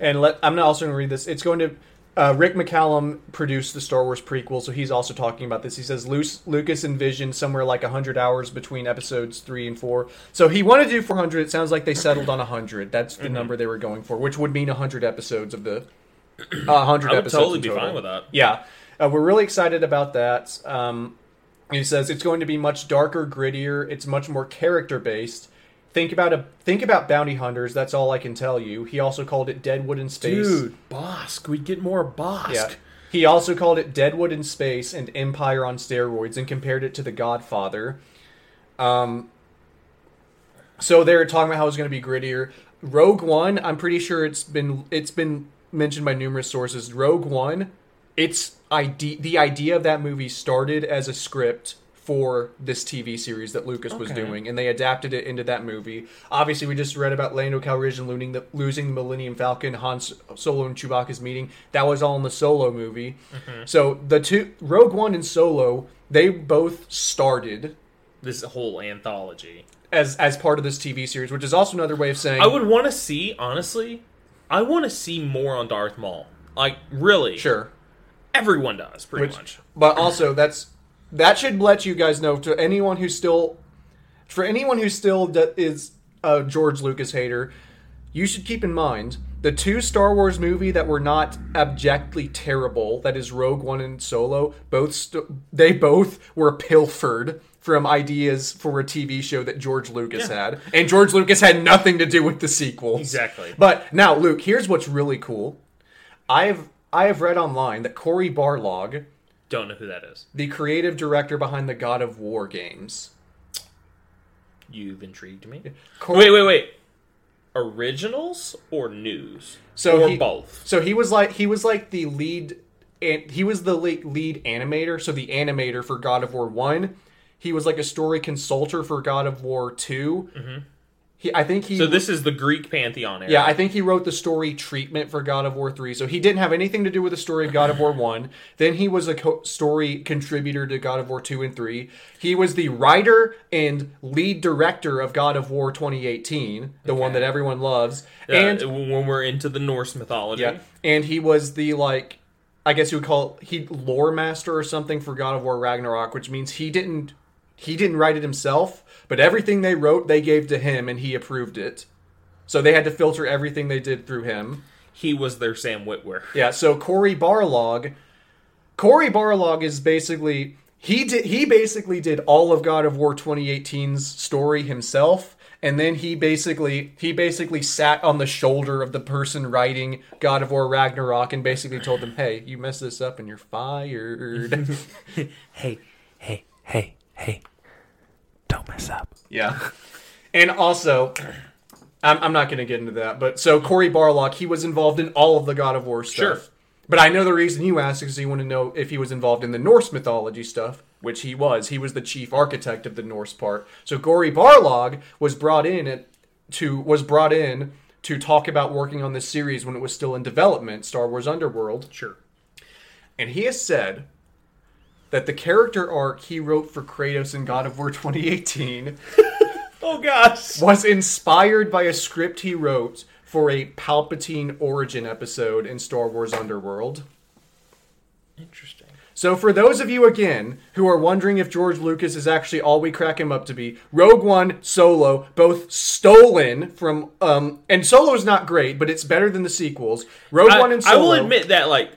Speaker 3: And let, I'm also going to read this. It's going to. Uh, Rick McCallum produced the Star Wars prequel, so he's also talking about this. He says Luce, Lucas envisioned somewhere like 100 hours between episodes 3 and 4. So he wanted to do 400. It sounds like they settled on 100. That's the
Speaker 2: Mm-hmm.
Speaker 3: number they were going for, which would mean 100 episodes of
Speaker 2: <clears throat>
Speaker 3: the. Uh, 100
Speaker 2: I would
Speaker 3: episodes
Speaker 2: totally
Speaker 3: in
Speaker 2: be
Speaker 3: total.
Speaker 2: fine with that.
Speaker 3: Yeah, uh, we're really excited about that. Um, he says it's going to be much darker, grittier. It's much more character based. Think about a think about bounty hunters. That's all I can tell you. He also called it Deadwood in Space.
Speaker 2: Bosk, we'd get more Bosk.
Speaker 3: Yeah. He also called it Deadwood in Space and Empire on steroids and compared it to The Godfather. Um, so they were talking about how it's going to be grittier. Rogue One, I'm pretty sure it's been it's been mentioned by numerous sources. Rogue One, it's ide- the idea of that movie started as a script for this TV series that Lucas was doing, and they adapted it into that movie. Obviously, we just read about Lando Calrissian losing the, losing the Millennium Falcon, Han S- Solo and Chewbacca's meeting. That was all in the Solo movie. So the two Rogue One and Solo, they both started
Speaker 2: This whole anthology.
Speaker 3: as as part of this TV series, which is also another way of saying
Speaker 2: I would want to see, honestly, I want to see more on Darth Maul. Like, really.
Speaker 3: sure.
Speaker 2: Everyone does, pretty much.
Speaker 3: But also that's that should let you guys know to anyone who's still for anyone who still d- is a George Lucas hater, you should keep in mind the two Star Wars movie that were not abjectly terrible, that is Rogue One and Solo, both st- they both were pilfered from ideas for a TV show that George Lucas had. And George Lucas had nothing to do with the sequel.
Speaker 2: Exactly.
Speaker 3: But now, Luke, here's what's really cool. I've I have read online that Corey Barlog,
Speaker 2: Don't know who that is.
Speaker 3: the creative director behind the God of War games.
Speaker 2: You've intrigued me.
Speaker 3: Cor-
Speaker 2: Wait, wait, wait. Originals or news?
Speaker 3: So
Speaker 2: or
Speaker 3: he-
Speaker 2: both.
Speaker 3: So he was like he was like the lead and he was the lead, lead animator, so the animator for God of War 1. He was like a story consultor for God of War 2. He I think he
Speaker 2: Mm-hmm. So this is the Greek pantheon era.
Speaker 3: Yeah, I think he wrote the story treatment for God of War 3. So he didn't have anything to do with the story of God of War 1. Then he was a co- story contributor to God of War 2 and 3. He was the writer and lead director of God of War 2018, the one that everyone loves.
Speaker 2: and
Speaker 3: and
Speaker 2: when we're into the Norse mythology,
Speaker 3: yeah, and he was the like I guess you would call he lore master or something for God of War Ragnarok, which means he didn't he didn't write it himself, but everything they wrote they gave to him and he approved it. So they had to filter everything they did through him.
Speaker 2: he was their Sam Witwer.
Speaker 3: Yeah, so Corey Barlog, Corey Barlog is basically he did he basically did all of God of War 2018's story himself, and then he basically he basically sat on the shoulder of the person writing God of War Ragnarok and basically told them, "Hey, you messed this up and you're fired."
Speaker 6: Hey, hey, hey, hey. Don't mess up.
Speaker 3: Yeah. And also, I'm, I'm not going to get into that, but so Corey Barlock, he was involved in all of the God of War stuff.
Speaker 2: Sure.
Speaker 3: But I know the reason you asked is you want to know if he was involved in the Norse mythology stuff, which he was. He was the chief architect of the Norse part. So Corey Barlog was brought in at, to was brought in to talk about working on this series when it was still in development, Star Wars Underworld.
Speaker 2: Sure.
Speaker 3: And he has said that the character arc he wrote for Kratos in God of War 2018
Speaker 2: Oh gosh.
Speaker 3: was inspired by a script he wrote for a Palpatine origin episode in Star Wars Underworld.
Speaker 2: Interesting.
Speaker 3: So, for those of you again who are wondering if George Lucas is actually all we crack him up to be, Rogue One, Solo, both stolen from, um, and Solo's not great, but it's better than the sequels. Rogue
Speaker 2: I,
Speaker 3: One and
Speaker 2: I
Speaker 3: Solo.
Speaker 2: will admit that like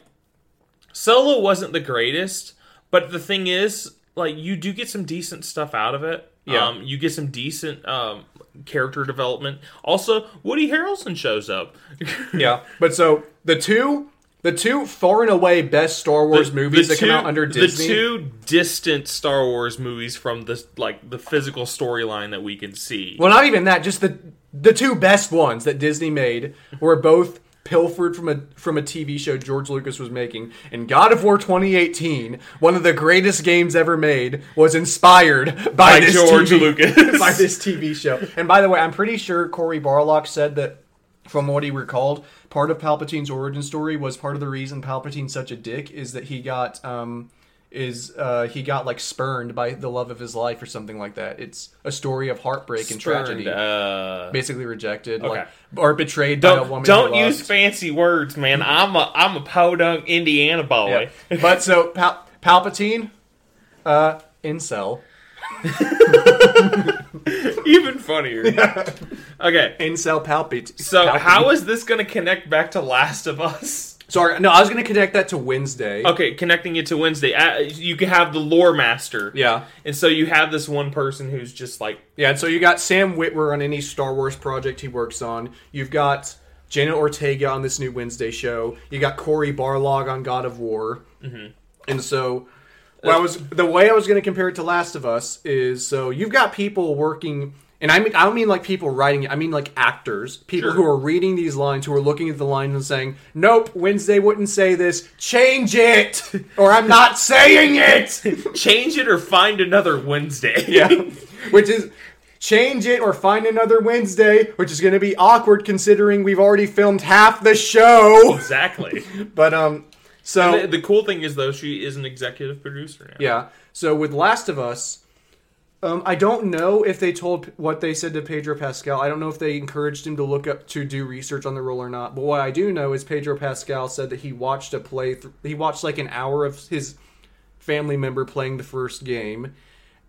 Speaker 2: Solo wasn't the greatest, but the thing is, like you do get some decent stuff out of it.
Speaker 3: Yeah.
Speaker 2: Um, you get some decent um, character development. Also, Woody Harrelson shows up. <laughs>
Speaker 3: yeah, but so the two, the two far and away best Star Wars movies that come out under Disney.
Speaker 2: The two distant Star Wars movies from the like the physical storyline that we can see.
Speaker 3: Well, not even that. Just the the two best ones that Disney made were both pilfered from a from a TV show George Lucas was making. And God of War 2018, one of the greatest games ever made, was inspired by,
Speaker 2: By
Speaker 3: this
Speaker 2: George
Speaker 3: TV <laughs>
Speaker 2: Lucas.
Speaker 3: by this TV show. And by the way, I'm pretty sure Corey Barlock said that from what he recalled, part of Palpatine's origin story was part of the reason Palpatine's such a dick is that he got um is uh he got like spurned by the love of his life or something like that. It's a story of heartbreak and tragedy.
Speaker 2: Uh,
Speaker 3: Basically rejected,
Speaker 2: Okay.
Speaker 3: like or betrayed by a
Speaker 2: don't
Speaker 3: woman.
Speaker 2: don't
Speaker 3: he
Speaker 2: use
Speaker 3: loved.
Speaker 2: fancy words,
Speaker 3: <laughs>
Speaker 2: man. I'm a I'm a podunk Indiana boy.
Speaker 3: Yeah. <laughs> But so Pal- Palpatine, uh, incel,
Speaker 2: <laughs> Even
Speaker 3: <laughs>
Speaker 2: funnier. Okay.
Speaker 3: incel Palpate.
Speaker 2: So
Speaker 3: Palpatine.
Speaker 2: how is this going to connect back to Last of Us?
Speaker 3: sorry? No, I was gonna connect that to Wednesday.
Speaker 2: Okay, connecting it to Wednesday. Uh, you can have the lore master.
Speaker 3: Yeah.
Speaker 2: And so you have this one person who's just like
Speaker 3: Yeah, and so you got Sam Witwer on any Star Wars project he works on. You've got Jenna Ortega on this new Wednesday show. You got Corey Barlog on God of War. Mm-hmm. And so, what I was the way I was going to compare it to Last of Us is so you've got people working, and I mean I don't mean like people writing it. I mean like actors, people who are reading these lines, who are looking at the lines and saying, "Nope, Wednesday wouldn't say this. Change it, <laughs> or I'm not saying it."
Speaker 2: change it or find another Wednesday.
Speaker 3: Yeah. <laughs> which is change it or find another Wednesday, which is going to be awkward considering we've already filmed half the show.
Speaker 2: <laughs> exactly.
Speaker 3: But um so
Speaker 2: The, the cool thing is though she is an executive producer now.
Speaker 3: yeah. So with Last of Us um, I don't know if they told what they said to Pedro Pascal. I don't know if they encouraged him to look up to do research on the role or not. But what I do know is Pedro Pascal said that he watched a play. Th- he watched like an hour of his family member playing the first game,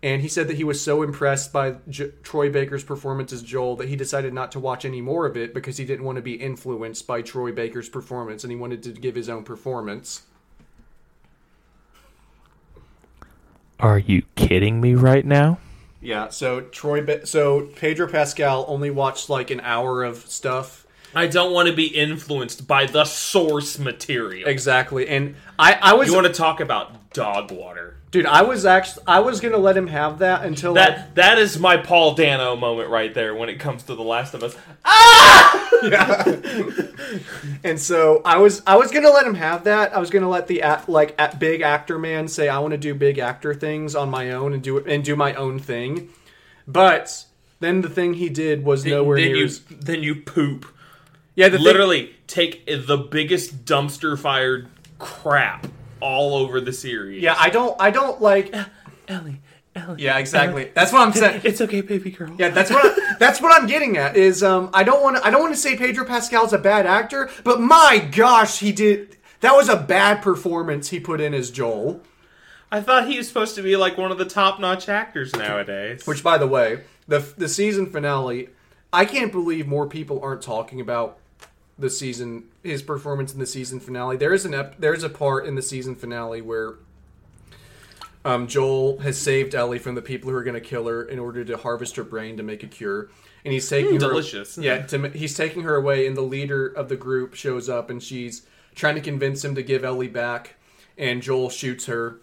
Speaker 3: and he said that he was so impressed by J- Troy Baker's performance as Joel that he decided not to watch any more of it because he didn't want to be influenced by Troy Baker's performance, and he wanted to give his own performance.
Speaker 6: Are you kidding me right now?
Speaker 3: Yeah. So Troy. Ba- so Pedro Pascal only watched like an hour of stuff.
Speaker 2: I don't want to be influenced by the source material.
Speaker 3: Exactly. And I. I was.
Speaker 2: You want to talk about dog water?
Speaker 3: dude. I was actually. I was gonna let him have that until. I,
Speaker 2: That that is my Paul Dano moment right there when it comes to The Last of Us.
Speaker 3: and so I was. I was gonna let him have that. I was gonna let the act, like at big actor man say I want to do big actor things on my own and do it and do my own thing. But then the thing he did was nowhere
Speaker 2: then
Speaker 3: near.
Speaker 2: you
Speaker 3: as-
Speaker 2: then you poop.
Speaker 3: yeah. The thing,
Speaker 2: Literally take the biggest dumpster fired crap all over the series.
Speaker 3: yeah. I don't. I don't like.
Speaker 6: Ellie, Ellie.
Speaker 3: Yeah. Exactly. That's what I'm <laughs> saying.
Speaker 6: It's okay, baby girl.
Speaker 3: Yeah, that's what I, that's what I'm getting at. Is um, I don't want to I don't want to say Pedro Pascal's a bad actor, but my gosh, he did that was a bad performance he put in as Joel.
Speaker 2: I thought he was supposed to be like one of the top notch actors nowadays.
Speaker 3: Which, by the way, the the season finale, I can't believe more people aren't talking about the season his performance in the season finale. There is an ep, there's a part in the season finale where. Um, Joel has saved Ellie from the people who are going to kill her in order to harvest her brain to make a cure, and he's taking her
Speaker 2: delicious.
Speaker 3: Yeah, to, ma- he's taking her away, and the leader of the group shows up, and she's trying to convince him to give Ellie back, and Joel shoots her,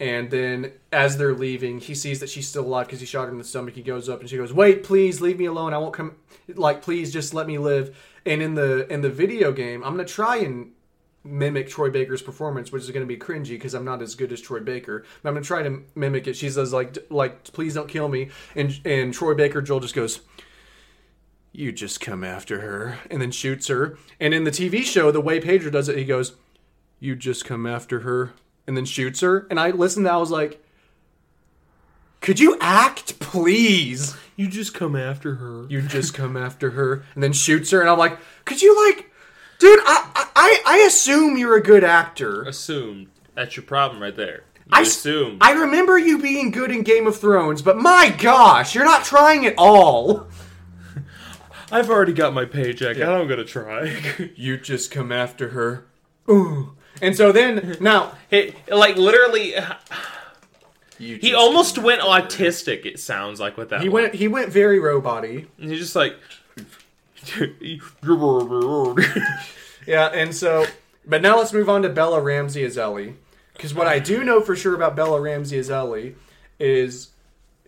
Speaker 3: and then as they're leaving, he sees that she's still alive because he shot her in the stomach. He goes up and she goes, "Wait, please leave me alone. I won't come. Like, please just let me live." And in the in the video game, I'm gonna try and mimic Troy Baker's performance, which is gonna be cringy because I'm not as good as Troy Baker. But I'm gonna try to mimic it. She says like d- like please don't kill me. And and Troy Baker Joel just goes. You just come after her, and then shoots her. And in the TV show, the way Pedro does it, he goes, "You just come after her," and then shoots her. And I listened. to that, I was like, could you act, please?
Speaker 2: You just come after her.
Speaker 3: You just come after her and then shoots her, and I'm like, could you like, dude? I I- I, I assume you're a good actor.
Speaker 2: Assumed. That's your problem right there. You
Speaker 3: I s-
Speaker 2: assume.
Speaker 3: I remember you being good in Game of Thrones, but my gosh, you're not trying at all.
Speaker 2: I've already got my paycheck. I don't gonna try. <laughs>
Speaker 3: You just come after her. Ooh. And so then now
Speaker 2: It- like literally,
Speaker 3: you
Speaker 2: he almost went autistic. It sounds like with that.
Speaker 3: he
Speaker 2: one.
Speaker 3: went he went very robot-y.
Speaker 2: And he's just like. <laughs>
Speaker 3: Yeah, and so, but now let's move on to Bella Ramsey as Ellie. Because what I do know for sure about Bella Ramsey as Ellie is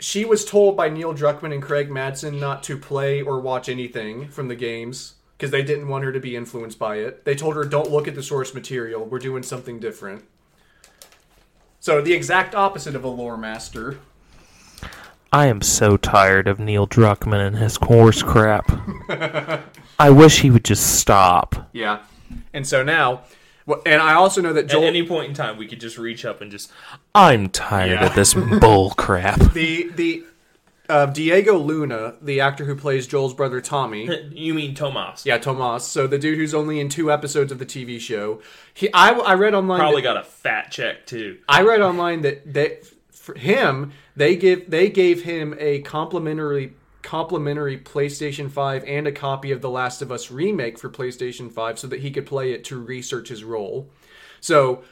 Speaker 3: she was told by Neil Druckmann and Craig Madsen not to play or watch anything from the games because they didn't want her to be influenced by it. They told her, "Don't look at the source material. We're doing something different." So the exact opposite of a lore master.
Speaker 6: I am so tired of Neil Druckmann and his horse
Speaker 2: <laughs>
Speaker 6: crap. I wish he would just stop.
Speaker 3: Yeah, and so now, well, and I also know that
Speaker 2: At
Speaker 3: Joel.
Speaker 2: any point in time, we could just reach up and just
Speaker 6: I'm tired
Speaker 2: <laughs>
Speaker 6: of this bull crap.
Speaker 3: the the uh, Diego Luna, the actor who plays Joel's brother Tommy.
Speaker 2: You mean Tomas?
Speaker 3: Yeah, Tomas. So the dude who's only in two episodes of the TV show. He, I, I read online.
Speaker 2: Probably
Speaker 3: that-
Speaker 2: got a fat check too.
Speaker 3: I read online that that for him they give they gave him a complimentary complimentary PlayStation 5 and a copy of The Last of Us remake for PlayStation 5 so that he could play it to research his role. So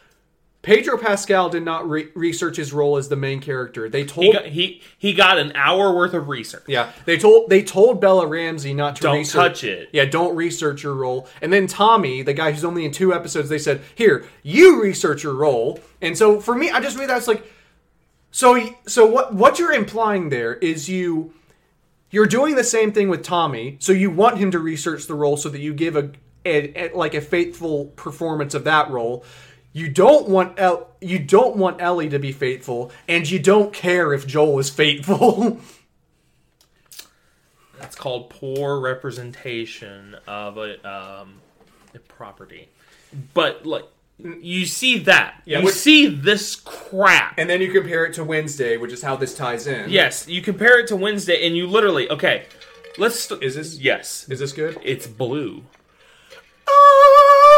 Speaker 3: Pedro Pascal did not re- research his role as the main character. They told
Speaker 2: He got, he he got an hour worth of research.
Speaker 3: yeah, they told they told Bella Ramsey not to
Speaker 2: Don't
Speaker 3: research-
Speaker 2: touch it.
Speaker 3: Yeah, don't research your role. And then Tommy, the guy who's only in two episodes, they said, "Here, you research your role." And so for me, I just read that's like, so y- so what what you're implying there is you you're doing the same thing with Tommy, so you want him to research the role so that you give a, a, a- like a faithful performance of that role. You don't want El- you don't want Ellie to be faithful, and you don't care if Joel is faithful. <laughs>
Speaker 2: That's called poor representation of a, um, a property. But like, you see that. you
Speaker 3: which-
Speaker 2: see this crap.
Speaker 3: And then you compare it to Wednesday, which is how this ties in.
Speaker 2: yes, you compare it to Wednesday, and you literally okay. Let's. St-
Speaker 3: Is this-
Speaker 2: Yes,
Speaker 3: Is this good?
Speaker 2: it's blue.
Speaker 3: Ah!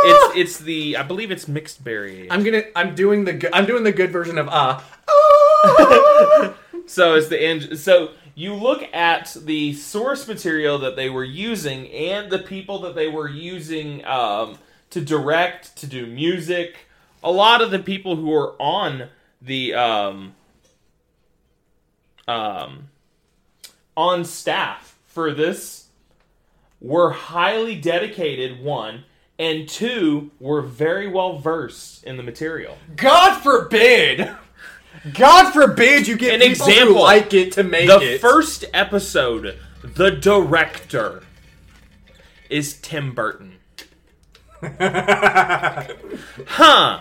Speaker 2: It's it's the I believe it's mixed berry.
Speaker 3: I'm gonna. I'm doing the. Good, I'm doing the good version of ah. Ah!
Speaker 2: So it's the engine. So you look at the source material that they were using and the people that they were using um, to direct, to do music. A lot of the people who are on the um, um, on staff for this were highly dedicated. One and two were very well versed in the material.
Speaker 3: <laughs> God forbid. God forbid you get
Speaker 2: An
Speaker 3: people who
Speaker 2: example.
Speaker 3: like it to make
Speaker 2: the
Speaker 3: it.
Speaker 2: first episode, the director is Tim Burton.
Speaker 3: <laughs>
Speaker 2: huh.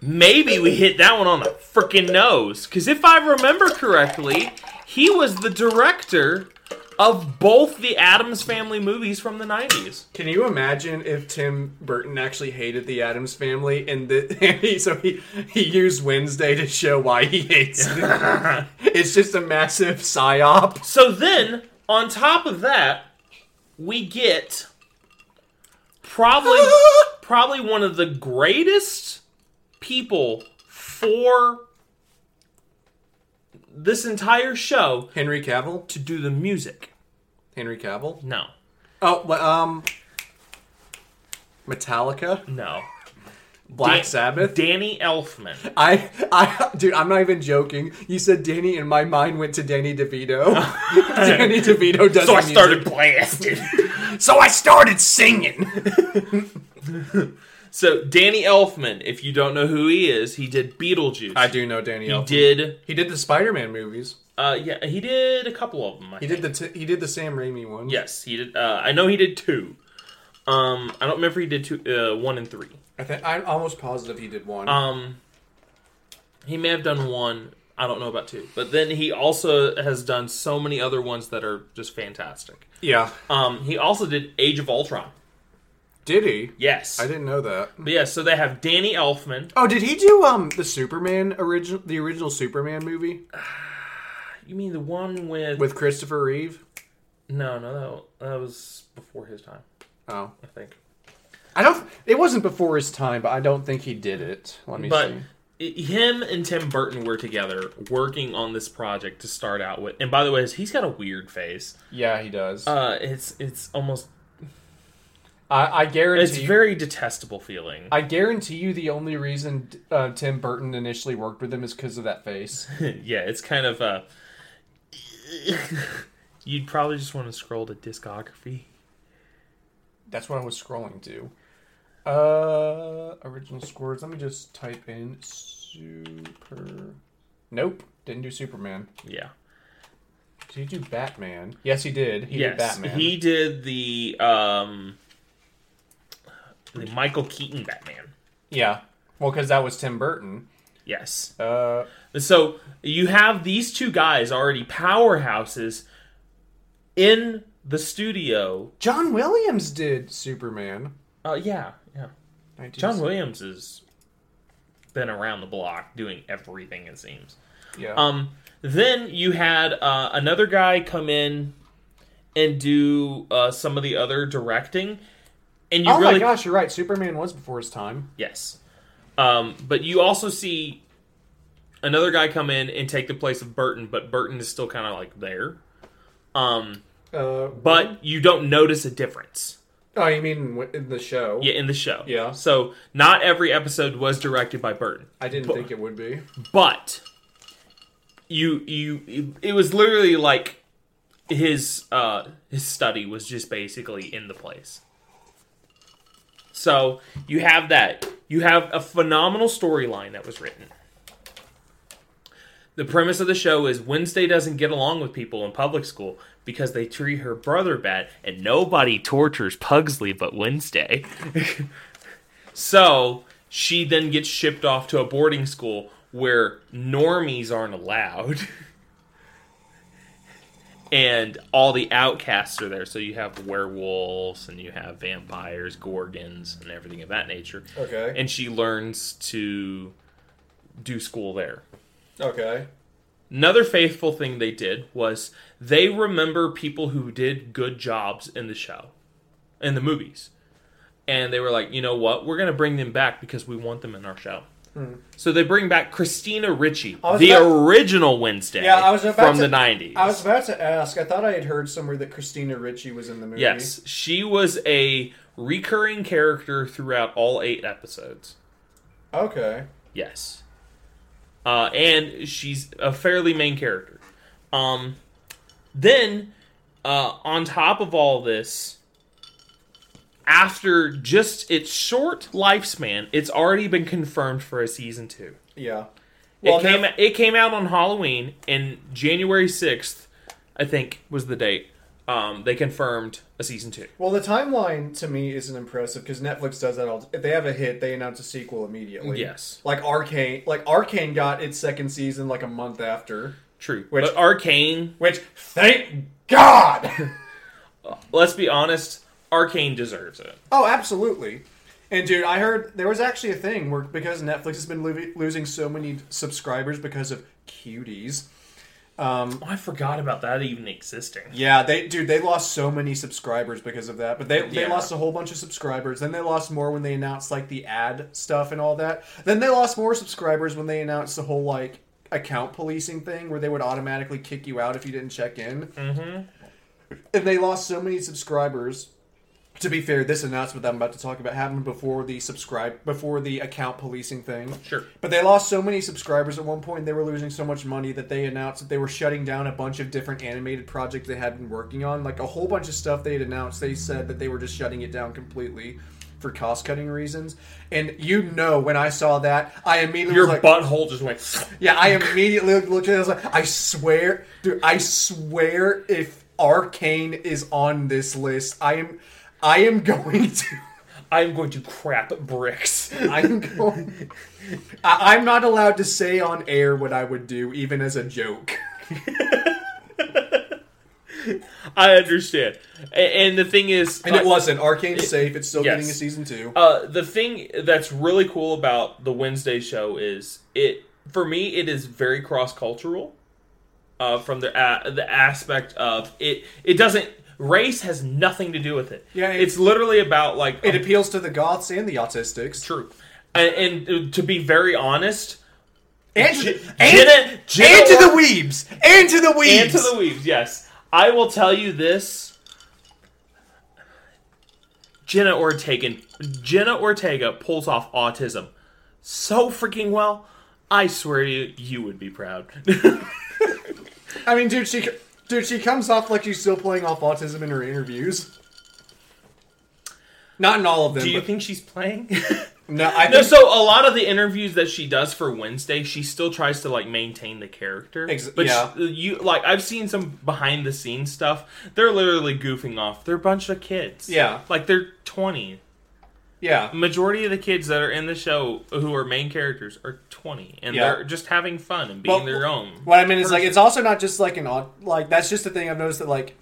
Speaker 2: Maybe we hit that one on the freaking nose. Because if I remember correctly, he was the director of both the Adams Family movies from the 90s.
Speaker 3: Can you imagine if Tim Burton actually hated the Adams family and the, <laughs> so he he used Wednesday to show why he hates
Speaker 2: <laughs>
Speaker 3: it? it's just a massive psyop.
Speaker 2: So then, on top of that, we get probably probably one of the greatest people for this entire show
Speaker 3: Henry Cavill.
Speaker 2: to do the music.
Speaker 3: Henry Cavill.
Speaker 2: No.
Speaker 3: Oh, well, um, Metallica.
Speaker 2: No.
Speaker 3: Black
Speaker 2: Dan-
Speaker 3: Sabbath.
Speaker 2: Danny Elfman.
Speaker 3: I, I, dude, I'm not even joking. You said Danny, and my mind went to Danny
Speaker 2: <laughs>
Speaker 3: DeVito. Danny DeVito does.
Speaker 2: So I
Speaker 3: the music.
Speaker 2: started <laughs> blasting.
Speaker 3: So I started singing.
Speaker 2: <laughs> so Danny Elfman, if you don't know who he is, he did Beetlejuice.
Speaker 3: I do know Danny.
Speaker 2: He
Speaker 3: Elfman.
Speaker 2: did
Speaker 3: He did the Spider-Man movies.
Speaker 2: uh yeah, he did a couple of them. I
Speaker 3: He did the t- he did the Sam Raimi one.
Speaker 2: Yes, he did. Uh, I know he did two. Um, I don't remember if he did two, uh, one and three.
Speaker 3: I think I'm almost positive he did one.
Speaker 2: Um, he may have done one. I don't know about two, but then he also has done so many other ones that are just fantastic.
Speaker 3: yeah,
Speaker 2: Um, he also did Age of Ultron.
Speaker 3: did he?
Speaker 2: Yes,
Speaker 3: I didn't know that.
Speaker 2: But yeah, so they have Danny Elfman.
Speaker 3: Oh, did he do um the Superman original the original Superman movie
Speaker 2: You mean the one with?
Speaker 3: with Christopher Reeve?
Speaker 2: no, no, that, that was before his time,
Speaker 3: Oh,
Speaker 2: I think.
Speaker 3: I don't. It wasn't before his time, but I don't think he did it. Let me
Speaker 2: But
Speaker 3: see.
Speaker 2: i- him and Tim Burton were together working on this project to start out with. And by the way, he's got a weird face.
Speaker 3: Yeah, he does.
Speaker 2: Uh, it's it's almost
Speaker 3: I, I guarantee.
Speaker 2: it's very detestable feeling.
Speaker 3: I guarantee you the only reason uh, Tim Burton initially worked with him is because of that face.
Speaker 2: <laughs> yeah, it's kind of uh <laughs> you'd probably just want to scroll to discography.
Speaker 3: That's what I was scrolling to. Uh, original scores. Let me just type in super. Nope, didn't do Superman.
Speaker 2: Yeah.
Speaker 3: Did you do Batman? Yes, he did. He did
Speaker 2: yes,
Speaker 3: Batman.
Speaker 2: he did the um, the Michael Keaton Batman.
Speaker 3: Yeah. Well, because that was Tim Burton.
Speaker 2: Yes.
Speaker 3: Uh,
Speaker 2: So you have these two guys already powerhouses in the studio.
Speaker 3: John Williams did Superman.
Speaker 2: Uh, yeah, yeah.
Speaker 3: 1960.
Speaker 2: John Williams has been around the block doing everything it seems.
Speaker 3: Yeah.
Speaker 2: Um, then you had uh, another guy come in and do uh, some of the other directing, and you
Speaker 3: oh
Speaker 2: really
Speaker 3: my gosh, you're right. Superman was before his time.
Speaker 2: yes. Um, but you also see another guy come in and take the place of Burton, but Burton is still kind of like there. Um,
Speaker 3: Uh,
Speaker 2: but you don't notice a difference.
Speaker 3: oh, you mean w- in the show?
Speaker 2: Yeah, in the show.
Speaker 3: Yeah.
Speaker 2: So not every episode was directed by Burton.
Speaker 3: I didn't think it would be.
Speaker 2: but you you it was literally like his uh his study was just basically in the place so you have that you have a phenomenal storyline that was written the premise of the show is Wednesday doesn't get along with people in public school because they treat her brother bad, and nobody tortures Pugsley but Wednesday. <laughs> So she then gets shipped off to a boarding school where normies aren't allowed. <laughs> and all the outcasts are there. So you have werewolves and you have vampires, gorgons, and everything of that nature.
Speaker 3: Okay.
Speaker 2: And she learns to do school there.
Speaker 3: Okay.
Speaker 2: Another faithful thing they did was they remember people who did good jobs in the show, in the movies. And they were like, you know what? We're going to bring them back because we want them in our show. So they bring back Christina Ricci,
Speaker 3: Hmm. was
Speaker 2: the
Speaker 3: about-
Speaker 2: original Wednesday
Speaker 3: Yeah, I was about
Speaker 2: from
Speaker 3: to-
Speaker 2: the 90s.
Speaker 3: I was about to ask. I thought I had heard somewhere that Christina Ricci was in the movie.
Speaker 2: yes, she was a recurring character throughout all eight episodes.
Speaker 3: Okay.
Speaker 2: Yes. Uh, and she's a fairly main character. Um, then, uh, on top of all this, after just its short lifespan, it's already been confirmed for a season two.
Speaker 3: Yeah. Well,
Speaker 2: it came
Speaker 3: now-
Speaker 2: it came out on Halloween and January sixth, I think was the date. Um, they confirmed a season two.
Speaker 3: Well, the timeline to me isn't impressive because Netflix does that all. If they have a hit, they announce a sequel immediately.
Speaker 2: Yes.
Speaker 3: Like Arcane, like Arcane got its second season like a month after.
Speaker 2: True,
Speaker 3: Which-
Speaker 2: but Arcane.
Speaker 3: Which, thank God. <laughs>
Speaker 2: Let's be honest, Arcane deserves it.
Speaker 3: oh, absolutely. And dude, I heard there was actually a thing where because Netflix has been lo- losing so many subscribers because of cuties.
Speaker 2: Oh, I forgot about that even existing.
Speaker 3: Yeah, they dude, they lost so many subscribers because of that. But they they
Speaker 2: Yeah.
Speaker 3: lost a whole bunch of subscribers. Then they lost more when they announced like the ad stuff and all that. Then they lost more subscribers when they announced the whole like account policing thing where they would automatically kick you out if you didn't check in. Mm-hmm. And they lost so many subscribers. To be fair, this announcement that I'm about to talk about happened before the subscribe before the account policing thing.
Speaker 2: Sure.
Speaker 3: But they lost so many subscribers at one point, they were losing so much money that they announced that they were shutting down a bunch of different animated projects they had been working on. Like a whole bunch of stuff they had announced, they said that they were just shutting it down completely for cost cutting reasons. And you know, when I saw that, I immediately
Speaker 2: Your
Speaker 3: was like,
Speaker 2: butthole just went.
Speaker 3: Yeah, I immediately looked at it. I was like, I swear, dude, I swear if Arcane is on this list, I am. I am going to <laughs>
Speaker 2: I'm going to crap bricks. <laughs>
Speaker 3: I'm going. I, I'm not allowed to say on air what I would do, even as a joke.
Speaker 2: I understand. A- And the thing is,
Speaker 3: And it
Speaker 2: uh,
Speaker 3: wasn't. Arcane's safe. It's still
Speaker 2: yes.
Speaker 3: getting a season two.
Speaker 2: uh, the thing that's really cool about the Wednesday show is it. For me, it is very cross cultural. Uh, from the uh, the aspect of it, it doesn't race has nothing to do with it.
Speaker 3: Yeah, it-
Speaker 2: it's literally about like
Speaker 3: it appeals to the goths and the autistics.
Speaker 2: true. And, and to be very honest,
Speaker 3: And,
Speaker 2: J-
Speaker 3: and,
Speaker 2: Jenna- Jenna
Speaker 3: and to the
Speaker 2: Or-
Speaker 3: weebs. And to the weebs.
Speaker 2: And to the Weaves, yes. I will tell you this. Jenna Ortega Jenna Ortega pulls off autism so freaking well. I swear to you, you would be proud.
Speaker 3: I mean, dude, she. Dude, she comes off like she's still playing off autism in her interviews. Not in all of them.
Speaker 2: Do you
Speaker 3: but-
Speaker 2: think she's playing?
Speaker 3: no, I
Speaker 2: <laughs> no,
Speaker 3: think,
Speaker 2: so a lot of the interviews that she does for Wednesday, she still tries to like maintain the character.
Speaker 3: Ex-
Speaker 2: but
Speaker 3: yeah.
Speaker 2: she- you like I've seen some behind the scenes stuff. They're literally goofing off. They're a bunch of kids.
Speaker 3: Yeah.
Speaker 2: Like they're 20.
Speaker 3: yeah.
Speaker 2: Majority of the kids that are in the show who are main characters are 20 and
Speaker 3: Yeah.
Speaker 2: they're just having fun and being
Speaker 3: Well,
Speaker 2: their own.
Speaker 3: What I mean is like it's also not just like an au- like that's just the thing I've noticed that like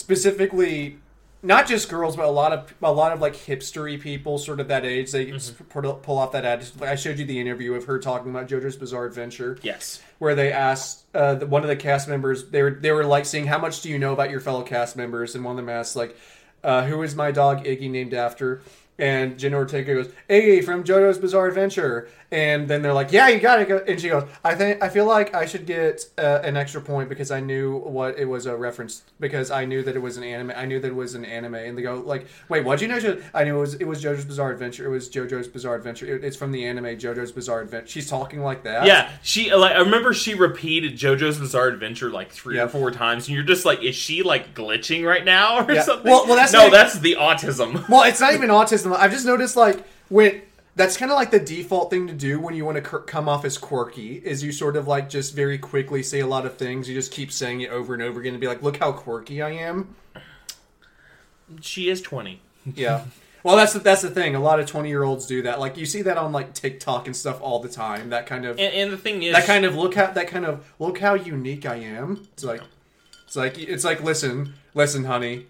Speaker 3: specifically not just girls but a lot of a lot of like hipstery people sort of that age they
Speaker 2: Mm-hmm.
Speaker 3: sp- pull pull off that attitude. Like, I showed you the interview of her talking about JoJo's Bizarre Adventure
Speaker 2: Yes.
Speaker 3: where they asked uh, the, one of the cast members they were they were like saying how much do you know about your fellow cast members and one of them asked like uh, who is my dog Iggy named after and Jenna Ortega goes Iggy from JoJo's Bizarre Adventure and then they're like yeah you got to go and she goes I think I feel like I should get uh, an extra point because I knew what it was a reference because I knew that it was an anime I knew that it was an anime and they go like wait what would you know Jo-" I knew it was it was JoJo's Bizarre Adventure it was JoJo's Bizarre Adventure It- it's from the anime JoJo's Bizarre Adventure she's talking like that
Speaker 2: Yeah, she like I remember she repeated JoJo's Bizarre Adventure like three
Speaker 3: Yeah.
Speaker 2: or four times, and you're just like, is she like glitching right now or
Speaker 3: Yeah.
Speaker 2: something?
Speaker 3: Well- well, that's
Speaker 2: no,
Speaker 3: like-
Speaker 2: that's the autism.
Speaker 3: Well, it's not even autism. I've just noticed like when that's kind of like the default thing to do when you want to cur- come off as quirky is you sort of like just very quickly say a lot of things. You just keep saying it over and over again and be like, "Look how quirky I am."
Speaker 2: She is twenty.
Speaker 3: Yeah. Well, that's the, that's the thing. A lot of twenty year olds do that. Like you see that on like TikTok and stuff all the time. That kind of
Speaker 2: And, and the thing is,
Speaker 3: that kind of look how that kind of look how unique I am. It's like it's like it's like listen, listen, honey.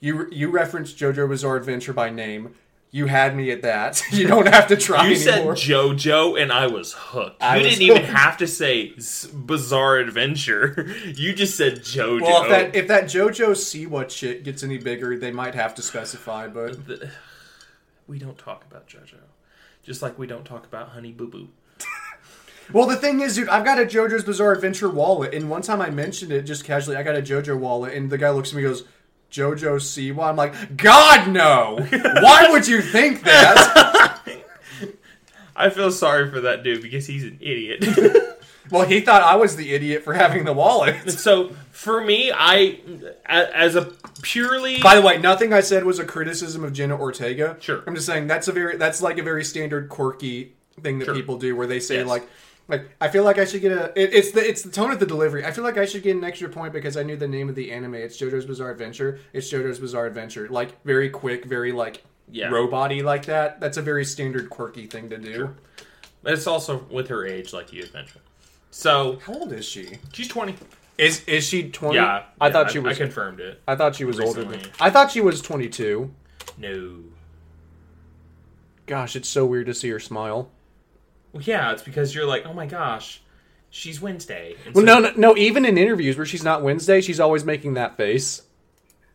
Speaker 3: You you referenced JoJo Bizarre Adventure by name. You had me at that. <laughs> You don't have to try
Speaker 2: you said
Speaker 3: anymore.
Speaker 2: JoJo, and I was hooked.
Speaker 3: I
Speaker 2: you
Speaker 3: was
Speaker 2: didn't even
Speaker 3: hooked.
Speaker 2: have to say s- Bizarre Adventure. <laughs> You just said JoJo.
Speaker 3: well, if that if that JoJo Siwa shit gets any bigger, they might have to specify. But
Speaker 2: we don't talk about JoJo, just like we don't talk about Honey Boo Boo.
Speaker 3: well, the thing is, dude, I've got a JoJo's Bizarre Adventure wallet, and one time I mentioned it just casually. I got a JoJo wallet, and the guy looks at me and goes. JoJo Siwa. I'm like, God
Speaker 2: <laughs>
Speaker 3: no! Why would you think that?
Speaker 2: I feel sorry for that dude because he's an <laughs> idiot.
Speaker 3: Well, he thought I was the idiot for having the wallet.
Speaker 2: so for me, I a- as a purely
Speaker 3: <laughs> By the way, nothing I said was a criticism of Jenna Ortega.
Speaker 2: Sure.
Speaker 3: I'm just saying that's a very that's like a very standard quirky thing that
Speaker 2: Sure.
Speaker 3: people do where they say
Speaker 2: Yes.
Speaker 3: like like I feel like I should get a it, it's the it's the tone of the delivery. I feel like I should get an extra point because I knew the name of the anime. It's JoJo's Bizarre Adventure. It's JoJo's Bizarre Adventure. Like very quick, very like
Speaker 2: Yeah.
Speaker 3: robot-y like that. That's a very standard quirky thing to do.
Speaker 2: It's also with her age, like you had mentioned. So
Speaker 3: How old is she?
Speaker 2: she's twenty.
Speaker 3: Is is she 20?
Speaker 2: Yeah,
Speaker 5: I
Speaker 2: yeah,
Speaker 5: thought she was-
Speaker 2: I confirmed it.
Speaker 5: I thought she was older
Speaker 2: Recently.
Speaker 5: than.
Speaker 3: I thought she was 22.
Speaker 2: No.
Speaker 3: Gosh, it's so weird to see her smile.
Speaker 2: Well, yeah, it's because you're like, oh my gosh, she's Wednesday. And
Speaker 3: Well,
Speaker 2: so-
Speaker 3: no, no, no. Even in interviews where she's not Wednesday, she's always making that face.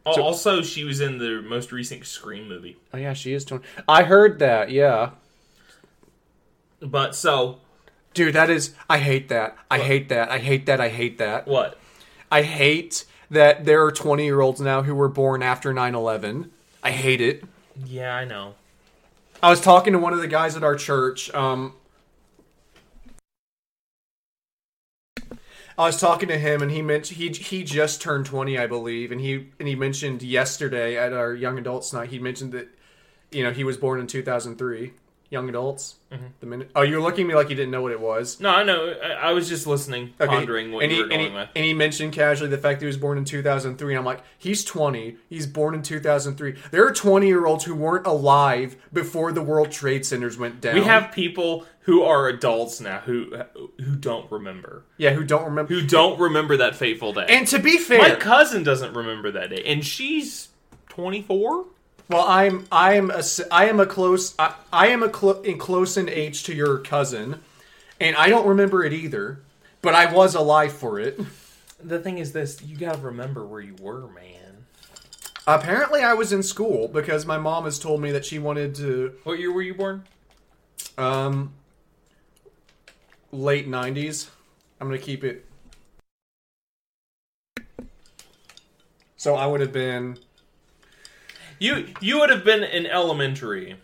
Speaker 2: Al- also, she was in the most recent Scream movie.
Speaker 3: Oh yeah, she is tone. I heard that. Yeah,
Speaker 2: But so
Speaker 3: dude, that is. I hate that. I hate that. I hate that. I hate that.
Speaker 2: what?
Speaker 3: I hate that there are twenty year olds now who were born after 9-11. I hate it.
Speaker 2: Yeah, I know.
Speaker 3: I was talking to one of the guys at our church. Um, I was talking to him, and he mentioned he he just turned twenty, I believe, and he and he mentioned yesterday at our young adults night. He mentioned that you know he was born in two thousand three. Young adults, the minute. Oh, you're looking at me like you didn't know what it was.
Speaker 2: No, I know. I, I was just listening,
Speaker 3: Okay,
Speaker 2: pondering what
Speaker 3: and
Speaker 2: you
Speaker 3: he,
Speaker 2: were
Speaker 3: and
Speaker 2: going
Speaker 3: he-
Speaker 2: with.
Speaker 3: And he mentioned casually the fact that he was born in 2003. And I'm like, he's 20. He's born in 2003. There are 20 year olds who weren't alive before the World Trade Centers went down.
Speaker 2: We have people who are adults now who who don't remember,
Speaker 3: yeah, who don't remember.
Speaker 2: who don't remember that fateful day.
Speaker 3: and to be
Speaker 2: my
Speaker 3: fair,
Speaker 2: cousin doesn't remember that day, and she's twenty four.
Speaker 3: well, I'm I'm a s- I am a close I, I am a clo- in close in age to your cousin, and I don't remember it either. But I was alive for it.
Speaker 2: The thing is this, you gotta remember where you were, man.
Speaker 3: Apparently, I was in school because my mom has told me that she wanted to
Speaker 2: What year were you born?
Speaker 3: Um, late '90s. I'm gonna keep it. So I would have been.
Speaker 2: You you would have been in elementary.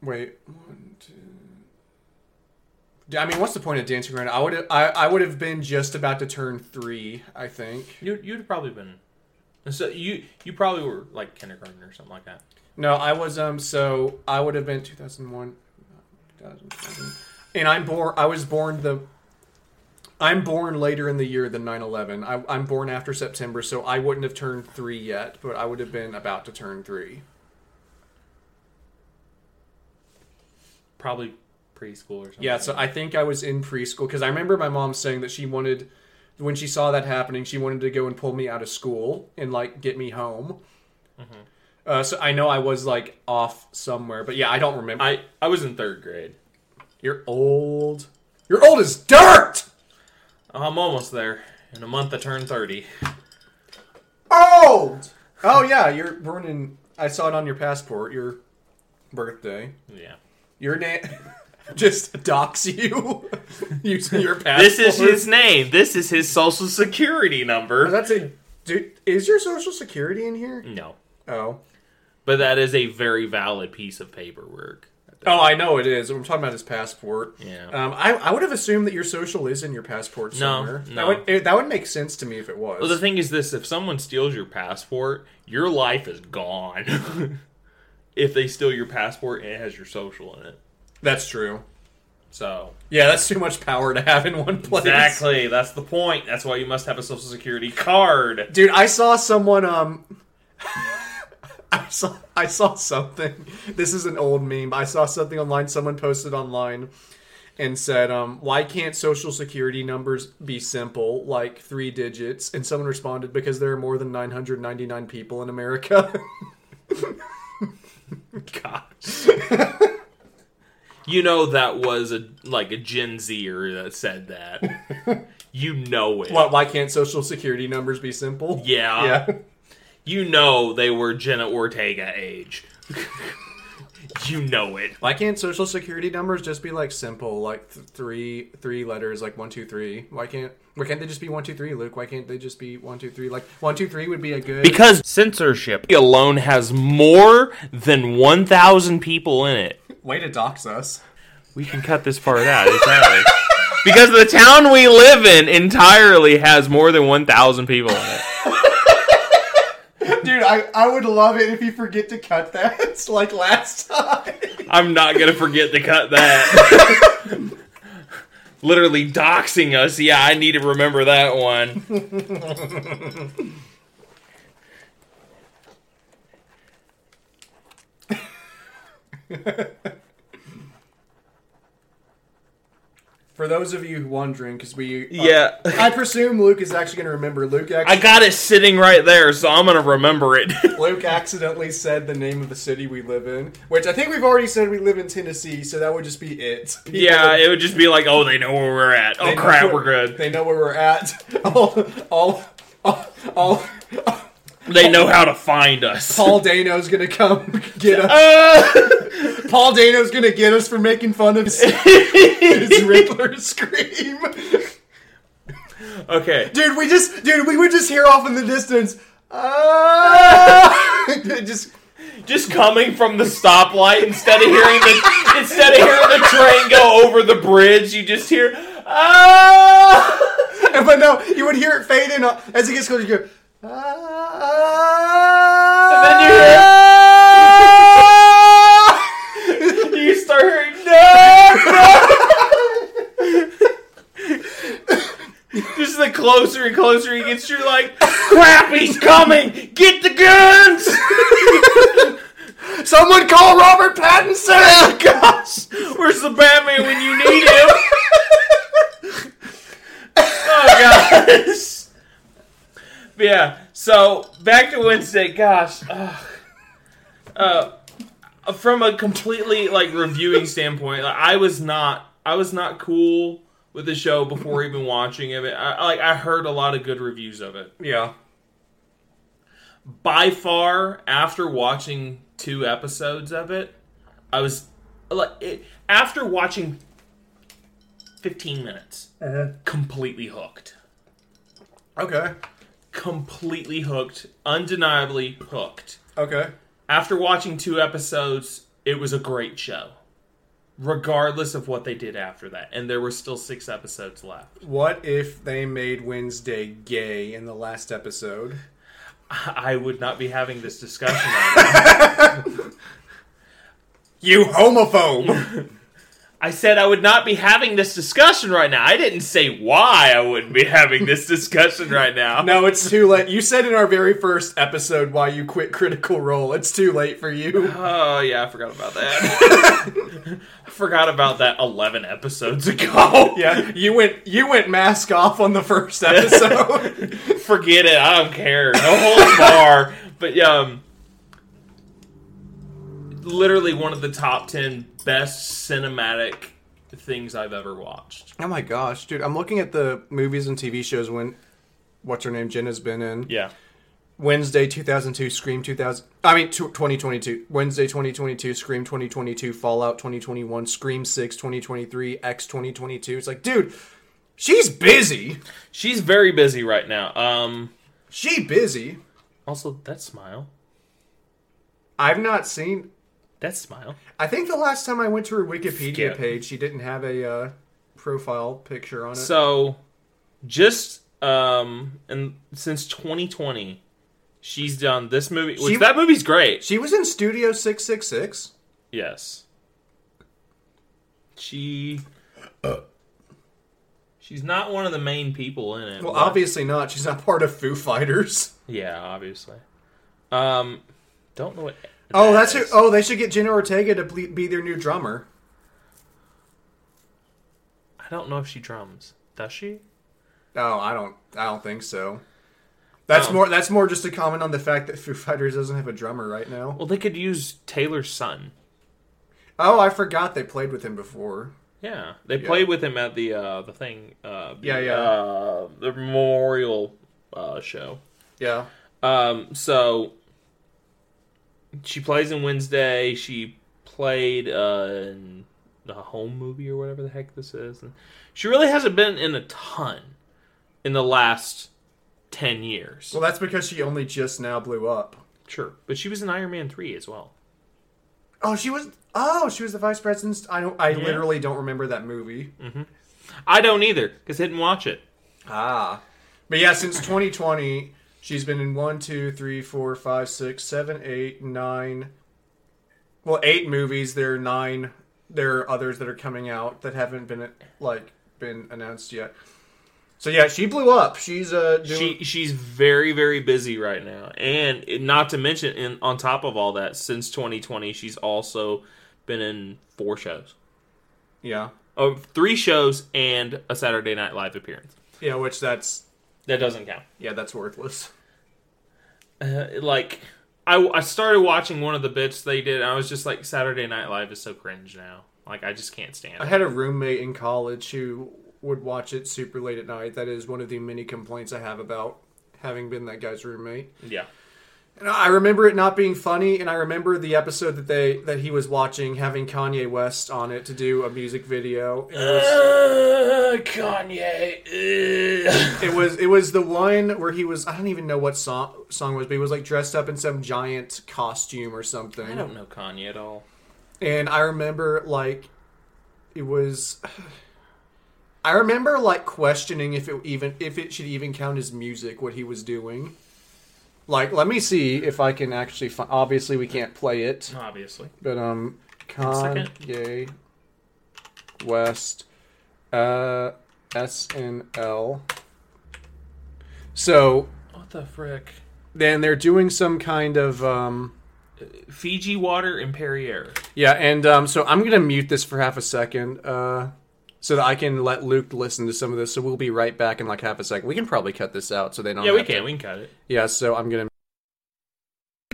Speaker 3: Wait. One, two. D- I mean, what's the point of dancing around? I would have. I, I would have been just about to turn three. I think.
Speaker 2: You you'd have probably been so you you probably were like kindergarten or something like that.
Speaker 3: No, I was um. So I would have been 2001, 2007. and I'm born. I was born the. I'm born later in the year than 9/11. I, I'm born after September, so I wouldn't have turned three yet, but I would have been about to turn three.
Speaker 2: Probably preschool or something.
Speaker 3: Yeah, so I think I was in preschool because I remember my mom saying that she wanted, when she saw that happening, she wanted to go and pull me out of school and like get me home. Uh, so I know I was like off somewhere, but yeah, I don't remember.
Speaker 2: I I was in third grade.
Speaker 3: You're old. You're old as dirt.
Speaker 2: I'm almost there. In a month, I turn thirty.
Speaker 3: Old. Oh yeah, you're born in. I saw it on your passport. Your birthday.
Speaker 2: Yeah.
Speaker 3: Your name. <laughs> Just dox you <laughs> using your passport.
Speaker 2: This is his name. This is his social security number.
Speaker 3: That's a dude. Is your social security in here?
Speaker 2: No,
Speaker 3: Oh.
Speaker 2: but that is a very valid piece of paperwork.
Speaker 3: Oh, I know it is. I'm talking about his passport.
Speaker 2: Yeah.
Speaker 3: Um, I, I would have assumed that your social is in your passport somewhere.
Speaker 2: no.
Speaker 3: That would, it, that would make sense to me if it was.
Speaker 2: Well, the thing is this: if someone steals your passport, your life is gone. <laughs> if they steal your passport and it has your social in it,
Speaker 3: that's true.
Speaker 2: so
Speaker 3: Yeah, that's too much power to have in one place.
Speaker 2: exactly that's the point. That's why you must have a social security card.
Speaker 3: Dude, I saw someone um <laughs> I saw I saw something. This is an old meme. I saw something online someone posted online and said um why can't social security numbers be simple like 3 digits and someone responded because there are more than 999 people in America. <laughs>
Speaker 2: Gosh. <laughs> You know that was a like a Gen Zer that said that.
Speaker 3: <laughs>
Speaker 2: you know it.
Speaker 3: what why can't social security numbers be simple?
Speaker 2: Yeah.
Speaker 3: Yeah.
Speaker 2: You know they were Jenna Ortega age. <laughs> you know it.
Speaker 3: Why can't social security numbers just be like simple, like th- three three letters, like one two three? Why can't why can't they just be one two three, Luke? Why can't they just be one two three? Like one two three would be a good.
Speaker 2: Because censorship alone has more than 1,000 people in it.
Speaker 3: Way to dox us.
Speaker 2: We can cut this part out, entirely. because the town we live in entirely has more than 1,000 people in it.
Speaker 3: <laughs> Dude, I, I would love it if you forget to cut that. <laughs> It's like last time.
Speaker 2: I'm not gonna forget to cut that. <laughs> Literally doxing us. Yeah, I need to remember that one.
Speaker 3: <laughs> For those of you wondering, because we. uh,
Speaker 2: Yeah.
Speaker 3: I presume Luke is actually going to remember. Luke,
Speaker 2: I
Speaker 3: ac-
Speaker 2: got it sitting right there, so I'm gonna remember it. <laughs>
Speaker 3: Luke accidentally said the name of the city we live in, which I think we've already said we live in Tennessee, so that would just be it. <laughs> People
Speaker 2: yeah, it would just be like, oh, they know where we're at. Oh
Speaker 3: They know
Speaker 2: crap,
Speaker 3: where-
Speaker 2: we're good.
Speaker 3: They know where we're at. <laughs> All, all, all, all,
Speaker 2: They know how to find us.
Speaker 3: Paul Dano's gonna come get us.
Speaker 2: <laughs> Uh,
Speaker 3: Paul Dano's gonna get us for making fun of his,
Speaker 2: <laughs>
Speaker 3: his Riddler scream.
Speaker 2: okay.
Speaker 3: Dude, we just, dude, we would just hear off in the distance. "Ah!" <laughs> just
Speaker 2: Just coming from the stoplight instead of hearing the instead of hearing the train go over the bridge, you just hear ah!
Speaker 3: but no, you would hear it fade in uh, as it gets closer. You go. "Ah!"
Speaker 2: then you hear. <laughs> you start hearing no, no. Just the closer and closer he gets, you're like, crap, he's coming! Get the guns!
Speaker 3: Someone call Robert Pattinson. Gosh.
Speaker 2: Oh, Where's the Batman when you need him?
Speaker 3: <laughs>
Speaker 2: oh gosh. Yeah. So back to Wednesday. Gosh. ugh. Uh, from a completely like reviewing standpoint, like, I was not. I was not cool with the show before even watching it. I, I- like I heard a lot of good reviews of it.
Speaker 3: Yeah.
Speaker 2: By far, after watching two episodes of it, I was like it, after watching 15 minutes completely hooked
Speaker 3: Okay.
Speaker 2: completely hooked undeniably hooked
Speaker 3: Okay.
Speaker 2: after watching two episodes it was a great show regardless of what they did after that and there were still six episodes left
Speaker 3: What if they made Wednesday gay in the last episode?
Speaker 2: I would not be having this discussion right <laughs> now.
Speaker 1: You homophobe!
Speaker 2: I said I would not be having this discussion right now. I didn't say why I wouldn't be having this discussion right now.
Speaker 3: No, it's too late. You said in our very first episode why you quit Critical Role. It's too late for you.
Speaker 2: <laughs> Oh yeah, I forgot about that. <laughs> I forgot about that eleven episodes <laughs> ago.
Speaker 3: Yeah, you went you went mask off on the first
Speaker 2: <laughs>
Speaker 3: episode. <laughs>
Speaker 2: Forget it. I don't care. No holds bar. But um, literally one of the top ten best cinematic things I've ever watched.
Speaker 3: oh my gosh, dude! I'm looking at the movies and TV shows when what's her name Jen has been in.
Speaker 2: Yeah.
Speaker 3: Wednesday 2002, Scream 2000. I mean, tw- 2022. Wednesday 2022, Scream 2022, Fallout 2021, Scream 6 2023, X 2022. It's like, dude, she's busy.
Speaker 2: She's very busy right now. Um,
Speaker 3: She busy.
Speaker 2: also that smile.
Speaker 3: I've not seen.
Speaker 2: That smile.
Speaker 3: I think the last time I went to her Wikipedia
Speaker 2: Skip.
Speaker 3: page, she didn't have a uh, profile picture on it.
Speaker 2: So, just um, and since 2020, she's done this movie. Which
Speaker 3: She-
Speaker 2: that movie's great.
Speaker 3: she was in Studio 666.
Speaker 2: Yes. She. She's not one of the main people in it.
Speaker 3: Well,
Speaker 2: but-
Speaker 3: obviously not. She's not part of Foo Fighters.
Speaker 2: yeah, obviously. Um, don't know what.
Speaker 3: Oh, that's who.
Speaker 2: is.
Speaker 3: Oh, they should get Jenna Ortega to ble- be their new drummer.
Speaker 2: I don't know if she drums. Does she?
Speaker 3: No, Oh, I don't. I don't think so. That's
Speaker 2: Oh.
Speaker 3: more. That's more just a comment on the fact that Foo Fighters doesn't have a drummer right now.
Speaker 2: Well, they could use Taylor's son.
Speaker 3: Oh, I forgot they played with him before.
Speaker 2: Yeah, they played with him at the uh, the thing. Uh, the,
Speaker 3: Yeah, yeah.
Speaker 2: Uh, the memorial uh, show.
Speaker 3: Yeah.
Speaker 2: Um, so she plays in Wednesday. She played uh, in the home movie or whatever the heck this is. And she really hasn't been in a ton in the last ten years.
Speaker 3: Well, that's because she only just now blew up.
Speaker 2: sure, but she was in Iron Man three as well.
Speaker 3: Oh, she was. Oh, she was the vice president. I don't. I literally don't remember that movie.
Speaker 2: I don't either because I didn't watch it.
Speaker 3: Ah. But yeah, since 2020, she's been in one, two, three, four, five, six, seven, eight, nine. Well, eight movies. There are nine. There are others that are coming out that haven't been like been announced yet. So yeah, she blew up. She's uh doing.
Speaker 2: She she's very very busy right now, and it- not to mention, and on top of all that, since 2020, she's also been in four shows.
Speaker 3: yeah.
Speaker 2: of Oh, three shows and a Saturday Night Live appearance.
Speaker 3: Yeah, which that's
Speaker 2: That doesn't count.
Speaker 3: yeah, that's worthless.
Speaker 2: Uh, like I, I started watching one of the bits they did. And I was just like, Saturday Night Live is so cringe now. Like I just can't stand
Speaker 3: I
Speaker 2: it.
Speaker 3: had a roommate in college who would watch it super late at night. That is one of the many complaints I have about having been that guy's roommate.
Speaker 2: Yeah,
Speaker 3: And I remember it not being funny, and I remember the episode that they that he was watching having Kanye West on it to do a music video. And It was,
Speaker 2: Uh, <laughs> Kanye.
Speaker 3: it was it was the one where he was I don't even know what song song it was, but he was like dressed up in some giant costume or something.
Speaker 2: I don't know Kanye at all.
Speaker 3: And I remember like it was <sighs> I remember like questioning if it even if it should even count as music what he was doing. Like let me see if I can actually fi- obviously we can't play it.
Speaker 2: Obviously,
Speaker 3: But um,
Speaker 2: second.
Speaker 3: Kanye West, uh, SNL. So
Speaker 2: what the frick?
Speaker 3: then they're doing some kind of um,
Speaker 2: Fiji water and Perrier.
Speaker 3: yeah, and um, so I'm gonna mute this for half a second, uh, so that I can let Luke listen to some of this. So we'll be right back in like half a second. We can probably cut this out so they don't.
Speaker 2: Yeah, we
Speaker 3: have to-
Speaker 2: can. We can cut it.
Speaker 3: Yeah, so I'm gonna.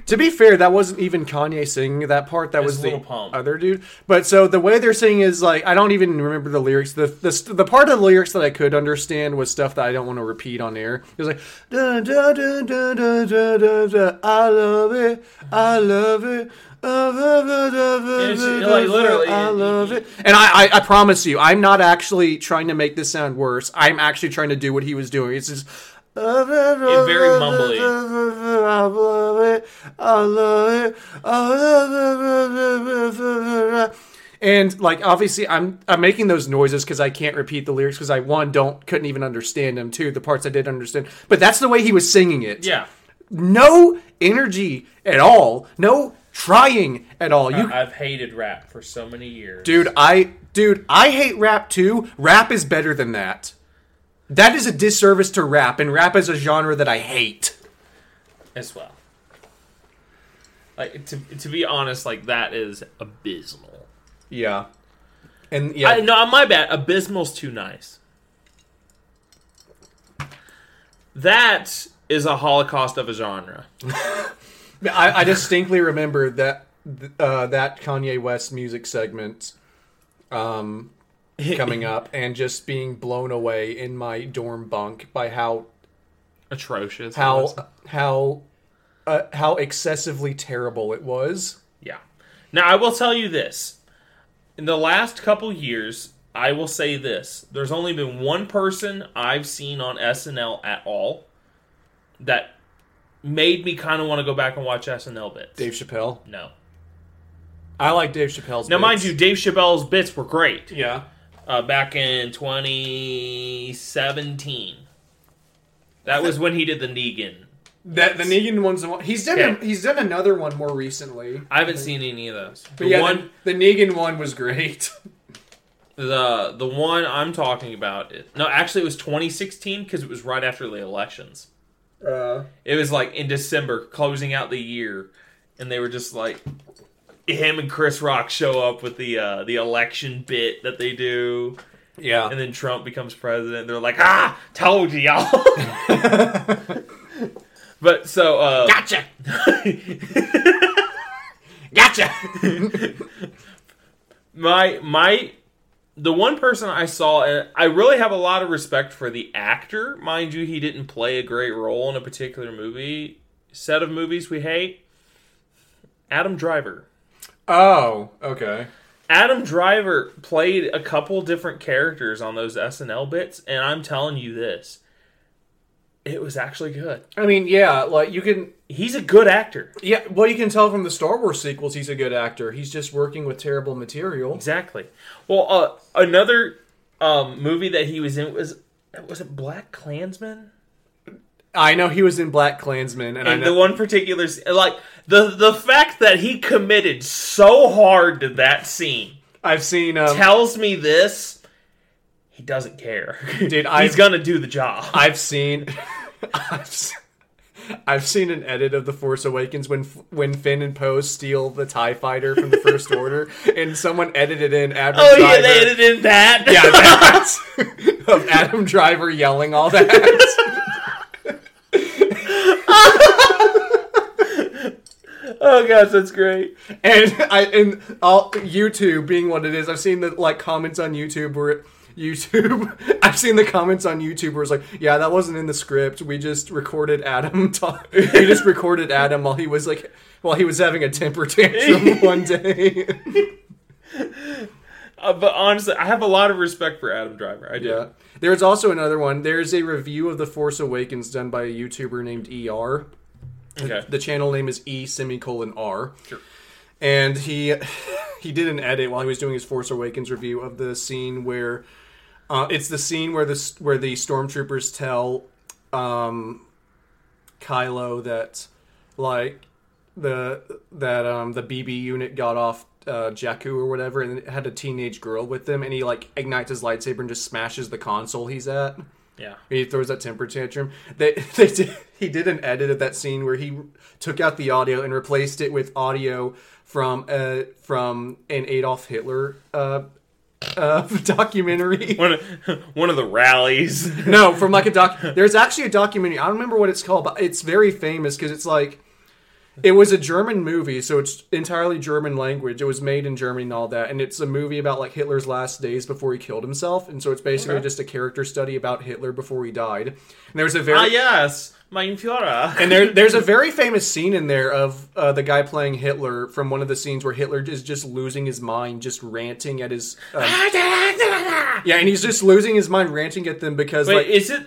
Speaker 3: To be fair, that wasn't even Kanye singing that part. That
Speaker 2: It's
Speaker 3: was the
Speaker 2: Lil Pump.
Speaker 3: other dude. But so the way they're singing is like I don't even remember the lyrics. The the, st- the part of the lyrics that I could understand was stuff that I don't want to repeat on air. It was like da da da da da da da. da. I love it. I love it. Uh, da, da, da, da,
Speaker 2: It's,
Speaker 3: da,
Speaker 2: like,
Speaker 3: da,
Speaker 2: literally,
Speaker 3: I
Speaker 2: it-
Speaker 3: love it. And I, I, I promise you, I'm not actually trying to make this sound worse. I'm actually trying to do what he was doing. It's just
Speaker 2: It's very mumbly.
Speaker 3: I love it. I love it. I love it. And like obviously, I'm I'm making those noises because I can't repeat the lyrics because I one don't couldn't even understand them. Two, the parts I did understand, but that's the way he was singing it.
Speaker 2: Yeah,
Speaker 3: no energy at all, no trying at all. You
Speaker 2: I've hated rap for so many years.
Speaker 3: Dude, I dude, I hate rap too. Rap is better than that. That is a disservice to rap, and rap is a genre that I hate.
Speaker 2: as well. Like to to be honest, like that is abysmal.
Speaker 3: Yeah. And yeah,
Speaker 2: I, no, my bad. Abysmal's too nice. That is a holocaust of a genre.
Speaker 3: I, I distinctly remember that uh, that Kanye West music segment <laughs> um, coming up, and just being blown away in my dorm bunk by how
Speaker 2: Atrocious.
Speaker 3: how how uh, how excessively terrible it was.
Speaker 2: Yeah. Now I will tell you this. In the last couple years, I will say this. There's only been one person I've seen on SNL at all that made me kind of want to go back and watch SNL bits.
Speaker 3: Dave Chappelle.
Speaker 2: No.
Speaker 3: I like Dave Chappelle's.
Speaker 2: Now, mind
Speaker 3: bits.
Speaker 2: you, Dave Chappelle's bits were great
Speaker 3: yeah,
Speaker 2: uh, back in 2017. That was when he did the Negan.
Speaker 3: That the Negan one's the one he's done.
Speaker 2: Yeah.
Speaker 3: He's done another one more recently.
Speaker 2: I haven't seen any of those.
Speaker 3: But
Speaker 2: The
Speaker 3: yeah,
Speaker 2: one,
Speaker 3: the, the Negan one was great. <laughs>
Speaker 2: the the one I'm talking about. No, actually, it was 2016 because it was right after the elections.
Speaker 3: Uh,
Speaker 2: It was like in December, closing out the year, and they were just like him and Chris Rock show up with the uh, the election bit that they do,
Speaker 3: yeah,
Speaker 2: and then Trump becomes president. They're like, ah, told you, y'all. <laughs> but so uh,
Speaker 3: gotcha, gotcha.
Speaker 2: my my the one person I saw, and I really have a lot of respect for the actor. Mind you, he didn't play a great role in a particular movie set of movies we hate. Adam Driver.
Speaker 3: oh, okay.
Speaker 2: Adam Driver played a couple different characters on those SNL bits, and I'm telling you this, it was actually good.
Speaker 3: I mean, yeah, like you can,
Speaker 2: He's a good actor.
Speaker 3: yeah. Well, you can tell from the Star Wars sequels, he's a good actor. He's just working with terrible material.
Speaker 2: Exactly. Well, uh, another um, movie that he was in was was it Black Klansman?
Speaker 3: I know he was in Black Klansman, and, I
Speaker 2: And the
Speaker 3: know
Speaker 2: one particular, s- like the the fact that he committed so hard to that scene
Speaker 3: I've seen. Um,
Speaker 2: tells me this. He doesn't care.
Speaker 3: Dude,
Speaker 2: <laughs> he's
Speaker 3: I've-
Speaker 2: gonna do the job.
Speaker 3: I've seen. <laughs> I've, s- I've seen an edit of The Force Awakens when F- when Finn and Poe steal the Tie Fighter from the
Speaker 2: <laughs>
Speaker 3: First Order, and someone edited in Adam.
Speaker 2: <laughs> oh yeah,
Speaker 3: Driver.
Speaker 2: they edited that.
Speaker 3: Yeah, <laughs> that of Adam Driver yelling all that.
Speaker 2: <laughs> Oh gosh, that's great.
Speaker 3: <laughs> and I and all YouTube being what it is, I've seen the like comments on YouTube where YouTube <laughs> I've seen the comments on YouTube where it's like, yeah, that wasn't in the script. We just recorded Adam <laughs> talk we just recorded Adam while he was like while he was having a temper <laughs> tantrum one day.
Speaker 2: Uh, but honestly, I have a lot of respect for Adam Driver. I do.
Speaker 3: yeah. There's also another one. There's a review of The Force Awakens done by a YouTuber named ER.
Speaker 2: Okay.
Speaker 3: the channel name is E semicolon R. And he <laughs> he did an edit while he was doing his Force Awakens review of the scene where uh, it's the scene where the where the stormtroopers tell um, Kylo that like the that um the BB unit got off uh, Jakku or whatever and it had a teenage girl with them and he like ignites his lightsaber and just smashes the console he's at.
Speaker 2: Yeah. <laughs>
Speaker 3: He throws that temper tantrum. They, <laughs> they did, he did an edit of that scene where he took out the audio and replaced it with audio from uh, from an Adolf Hitler uh, uh, <laughs> documentary.
Speaker 2: One of, <laughs> one of the rallies.
Speaker 3: <laughs> no, from like a doc. There's actually a documentary. I don't remember what it's called, but it's very famous because it's like it was a German movie, so it's entirely German language. It was made in Germany and all that, and it's a movie about like Hitler's last days before he killed himself, and so it's basically just a character study about Hitler before he died. And there's a very
Speaker 2: ah yes, mein Führer.
Speaker 3: and there, there's a very famous scene in there of uh, the guy playing Hitler from one of the scenes where Hitler is just losing his mind, just ranting at his. Um, yeah, and he's just losing his mind, ranting at them
Speaker 2: <laughs>
Speaker 3: because,
Speaker 2: Wait,
Speaker 3: like,
Speaker 2: is it?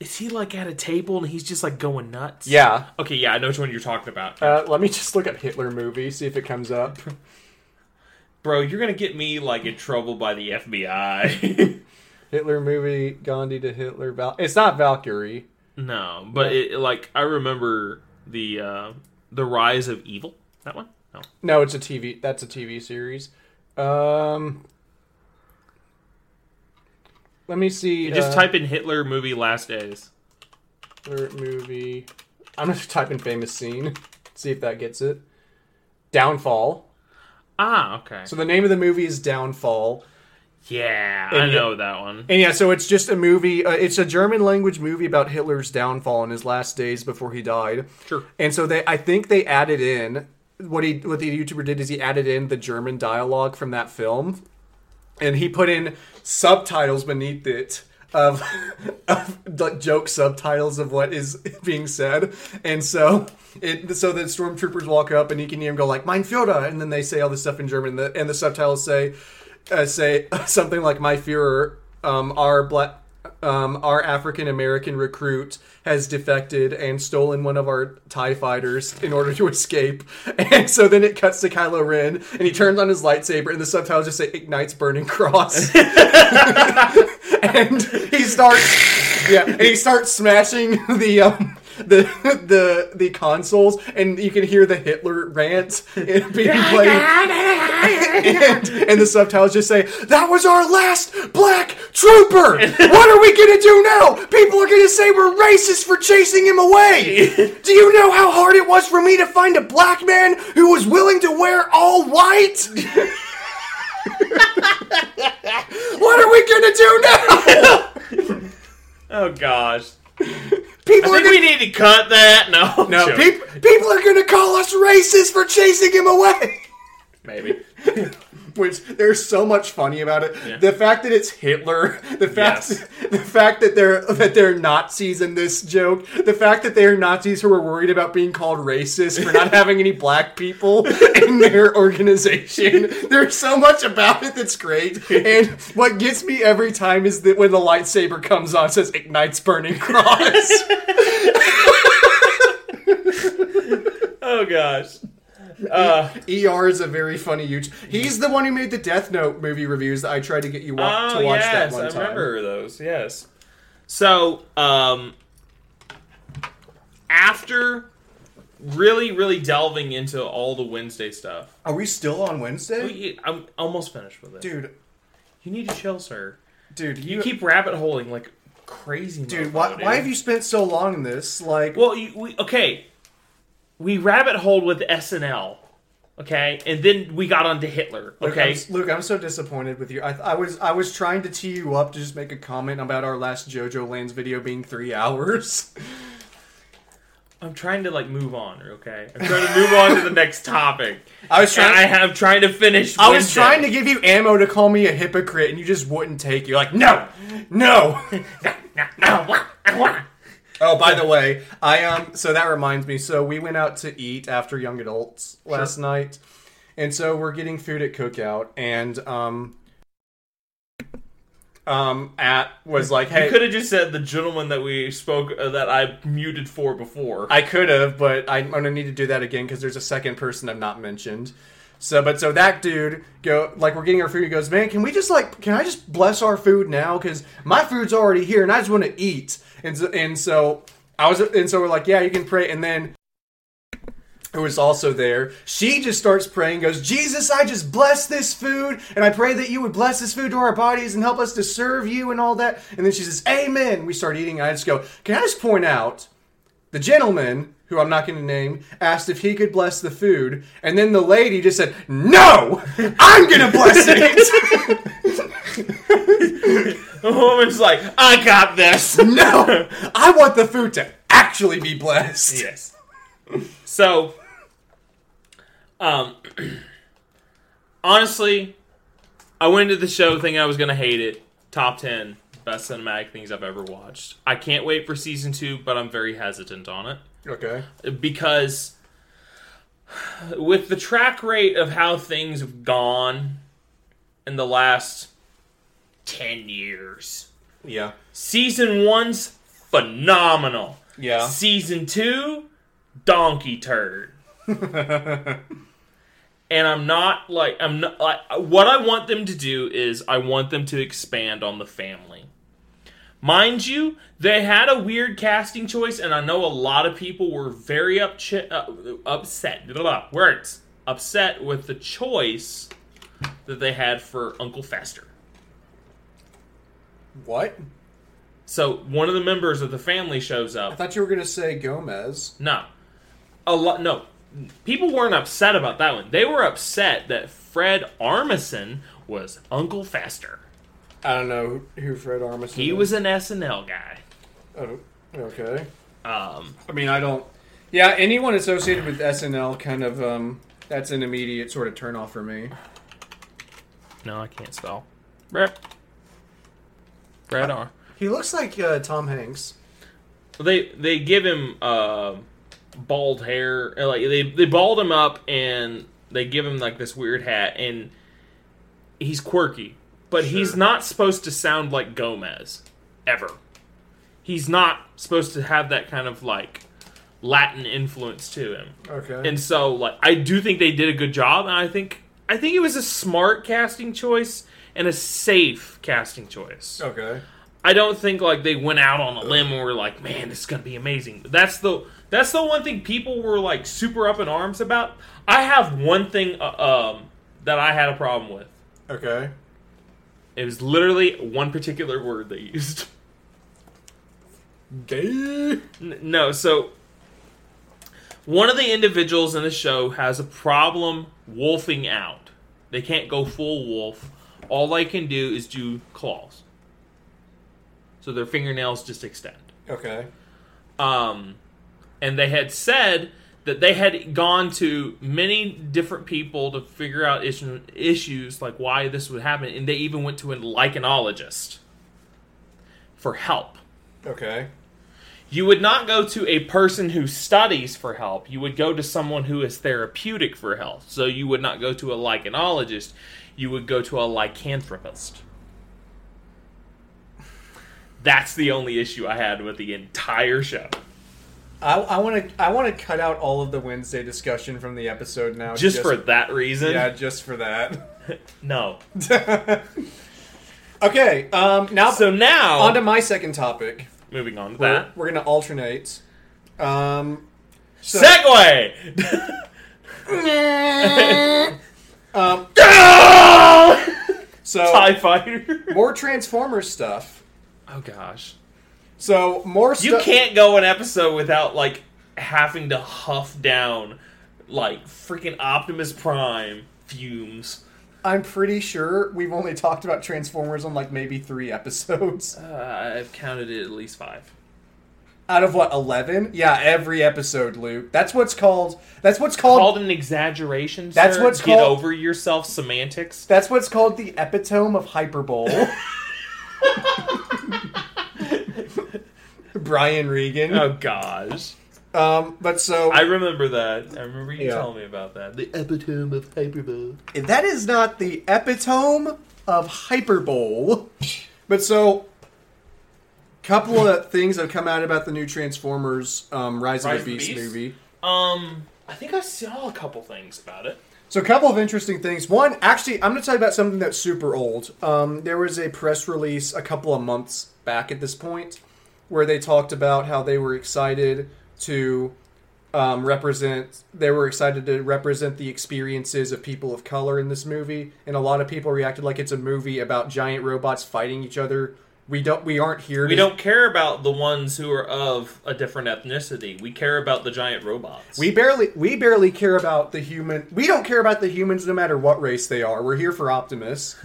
Speaker 2: Is he like at a table and he's just like going nuts?
Speaker 3: yeah.
Speaker 2: Okay, yeah, I know which one you're talking about,
Speaker 3: Uh, let me just look up Hitler movie, see if it comes up.
Speaker 2: bro. You're gonna get me like in trouble by the FBI. <laughs>
Speaker 3: Hitler movie, Gandhi to Hitler. Val- it's not Valkyrie.
Speaker 2: No, but it, like I remember the uh, the rise of evil. That one. No.
Speaker 3: No, it's a TV. That's a TV series. Um, let me see.
Speaker 2: You just
Speaker 3: uh,
Speaker 2: type in Hitler movie last days.
Speaker 3: Hitler movie. I'm gonna <laughs> type in famous scene. See if that gets it. Downfall.
Speaker 2: Ah, okay.
Speaker 3: So the name of the movie is Downfall.
Speaker 2: yeah, I
Speaker 3: And you-
Speaker 2: know that one.
Speaker 3: And yeah, so it's just a movie. Uh, it's a German language movie about Hitler's downfall in his last days before he died.
Speaker 2: Sure.
Speaker 3: And so they, I think they added in what he, what the YouTuber did is he added in the German dialogue from that film, and he put in subtitles beneath it of, <laughs> of like joke subtitles of what is being said. And so it, so the stormtroopers walk up and he can hear him go like "Mein Führer," and then they say all this stuff in German, and the, and the subtitles say uh, say <laughs> something like "My Führer, um, our black." um, our African American recruit has defected and stolen one of our TIE fighters in order to <laughs> escape. And so then it cuts to Kylo Ren and he turns on his lightsaber and the subtitles just say ignites burning cross. and he starts Yeah, and he starts smashing <laughs> the um the <laughs> the the consoles and you can hear the Hitler rant <laughs> being played and, and the subtitles just say, "That was our last black trooper.
Speaker 2: <laughs>
Speaker 3: What are we gonna do now? People are gonna say we're racist for chasing him away. Do you know how hard it was for me to find a black man who was willing to wear all white?"
Speaker 2: <laughs>
Speaker 3: What are we gonna do now?
Speaker 2: Oh gosh.
Speaker 3: People
Speaker 2: I
Speaker 3: are
Speaker 2: think we
Speaker 3: gonna
Speaker 2: need to cut that. No. I'm
Speaker 3: no,
Speaker 2: joking.
Speaker 3: peop- people are gonna call us racist for chasing him away.
Speaker 2: Maybe.
Speaker 3: which there's so much funny about it. The fact that it's Hitler, <laughs> the fact
Speaker 2: Yes.
Speaker 3: the fact that they're that they're Nazis in this joke, the fact that they're Nazis who are worried about being called racist for
Speaker 2: <laughs>
Speaker 3: not having any black people in their
Speaker 2: <laughs>
Speaker 3: organization. There's so much about it that's great. And what gets me every time is that when the lightsaber comes on it says ignites burning cross.
Speaker 2: <laughs> Oh gosh.
Speaker 3: ER is a very funny YouTube. He's the one who made the Death Note movie reviews that I tried to get you wa-
Speaker 2: Oh
Speaker 3: to watch that
Speaker 2: yes,
Speaker 3: one time.
Speaker 2: I remember those. Yes. So, um, after really, really delving into all the Wednesday stuff,
Speaker 3: Are we still on Wednesday?
Speaker 2: we, I'm almost finished with it.
Speaker 3: dude
Speaker 2: you need to chill, sir.
Speaker 3: dude you,
Speaker 2: You keep rabbit holing like crazy.
Speaker 3: dude
Speaker 2: mofo,
Speaker 3: why, why have you spent so long in this like
Speaker 2: Well, you, we okay. We rabbit holed with SNL, okay, and then we got onto Hitler,
Speaker 3: Luke,
Speaker 2: okay.
Speaker 3: I'm, s- Luke, I'm so disappointed with you. I, I was I was trying to tee you up to just make a comment about our last JoJo Lands video being three
Speaker 2: <laughs>
Speaker 3: hours.
Speaker 2: I'm trying to like move on, okay. I'm trying to move on to the next topic.
Speaker 3: I was
Speaker 2: And I
Speaker 3: trying. I,
Speaker 2: have trying to finish.
Speaker 3: was trying to give you ammo to call me a hypocrite, and you just wouldn't take. it. You're like, no, no. <laughs> oh, by the way, I um. So that reminds me. So we went out to eat after Young Adults last night, and so we're getting food at Cookout, and um. Um, at was like, hey,
Speaker 2: Could have just said the gentleman that we spoke uh, that I muted for before.
Speaker 3: I could have, but I, I'm gonna need to do that again because there's a second person I've not mentioned. So, but so that dude go like we're getting our food. He goes, man, can we just like can I just bless our food now because my food's already here and I just want to eat. And so, and so I was and so we're like, yeah, you can pray. And then who is also there, she just starts praying, goes, Jesus, I just bless this food, and I pray that you would bless this food to our bodies and help us to serve you and all that. And then she says, Amen. We start eating. I just go, Can I just point out the gentleman, who I'm not going to name, asked if he could bless the food, and then the lady just said, No, <laughs> I'm going to bless
Speaker 2: <laughs>
Speaker 3: it.
Speaker 2: The woman's like, I
Speaker 3: <laughs>
Speaker 2: got this.
Speaker 3: no, I want the food to actually be blessed.
Speaker 2: Yes. So, um, <clears throat> honestly, I went into the show thinking I was gonna hate it. Top ten best cinematic things I've ever watched. I can't wait for season two, but I'm very hesitant on it.
Speaker 3: Okay.
Speaker 2: because with the track rate of how things have gone in the last 10 years
Speaker 3: Yeah.
Speaker 2: season one's phenomenal
Speaker 3: Yeah.
Speaker 2: season two donkey turd and i'm not like i'm not like what i want them to do is i want them to expand on the family Mind you, they had a weird casting choice, and I know a lot of people were very upch- uh, upset. Blah, blah, blah, words upset with the choice that they had for Uncle Fester.
Speaker 3: What?
Speaker 2: So one of the members of the family shows
Speaker 3: I
Speaker 2: up.
Speaker 3: thought you were gonna say Gomez.
Speaker 2: No, a lot. No, people weren't upset about that one. They were upset that Fred Armisen was Uncle Fester.
Speaker 3: I don't know who Fred Armisen.
Speaker 2: He
Speaker 3: is.
Speaker 2: was an SNL guy.
Speaker 3: Oh, okay.
Speaker 2: Um,
Speaker 3: I mean, I don't. Yeah, anyone associated with SNL kind of um, that's an immediate sort of turnoff for me.
Speaker 2: no, I can't spell. Rep. Fred Ar.
Speaker 3: He looks like uh, Tom Hanks.
Speaker 2: They they give him uh, bald hair. uh, Like they they bald him up and they give him like this weird hat and he's quirky, but he's not supposed to sound like Gomez ever. He's not supposed to have that kind of like Latin influence to him.
Speaker 3: Okay.
Speaker 2: And so like I do think they did a good job and I think I think it was a smart casting choice and a safe casting choice.
Speaker 3: okay.
Speaker 2: I don't think like they went out on a limb and were like, "Man, this is gonna be amazing." That's the that's the one thing people were like super up in arms about. I have one thing uh, um, that I had a problem with.
Speaker 3: Okay.
Speaker 2: It was literally one particular word they used. <laughs>
Speaker 3: Gay.
Speaker 2: N- no, so one of the individuals in the show has a problem wolfing out. They can't go full wolf. All they can do is do claws. So their fingernails just extend.
Speaker 3: Okay.
Speaker 2: um, and they had said that they had gone to many different people to figure out issue, issues like why this would happen, and they even went to a lichenologist for help.
Speaker 3: Okay.
Speaker 2: You would not go to a person who studies for help. You would go to someone who is therapeutic for help. So you would not go to a lichenologist. You would go to a lycanthropist. That's the only issue I had with the entire show.
Speaker 3: I want to I want to cut out all of the Wednesday discussion from the episode now.
Speaker 2: just, for that reason.
Speaker 3: yeah,
Speaker 2: <laughs>
Speaker 3: just for that.
Speaker 2: No.
Speaker 3: okay. Um. Now
Speaker 2: So now,
Speaker 3: on to my second topic.
Speaker 2: moving on to
Speaker 3: We're,
Speaker 2: that
Speaker 3: we're gonna alternate. Um. so-
Speaker 2: <laughs> segue.
Speaker 3: Um.
Speaker 2: <laughs>
Speaker 3: So
Speaker 2: Tie fighter.
Speaker 3: <laughs> more Transformers stuff.
Speaker 2: Oh gosh,
Speaker 3: So more. Stu-
Speaker 2: you can't go an episode without like having to huff down like freaking Optimus Prime fumes.
Speaker 3: I'm pretty sure we've only talked about Transformers on like maybe three episodes
Speaker 2: Uh, I've counted it at least five.
Speaker 3: out of what eleven? Yeah, every episode, Luke. That's what's called. That's what's called.
Speaker 2: Called an exaggeration.
Speaker 3: That's
Speaker 2: sir.
Speaker 3: what's
Speaker 2: get
Speaker 3: called-
Speaker 2: over yourself
Speaker 3: <laughs>
Speaker 2: semantics.
Speaker 3: that's what's called the epitome of <laughs> hyperbole. Brian Regan.
Speaker 2: Oh gosh,
Speaker 3: Um, but so
Speaker 2: I remember that. I remember you
Speaker 3: Yeah.
Speaker 2: telling me about that. The
Speaker 5: epitome of hyperbole.
Speaker 3: that is not the epitome of hyperbole. But so, couple of things have come out about the new Transformers um, Rise,
Speaker 2: Rise
Speaker 3: of the Beast, movie.
Speaker 2: Um, I think I saw a couple things about it.
Speaker 3: So a couple of interesting things. One, actually, I'm going to tell you about something that's super old. Um, there was a press release a couple of months back at this point where they talked about how they were excited to um, represent. They were excited to represent the experiences of people of color in this movie, and a lot of people reacted like it's a movie about giant robots fighting each other. We don't. We aren't here. to
Speaker 2: We don't care about the ones who are of a different ethnicity. We care about the giant robots.
Speaker 3: We barely we barely care about the human. We don't care about the humans no matter what race they are. We're here for Optimus.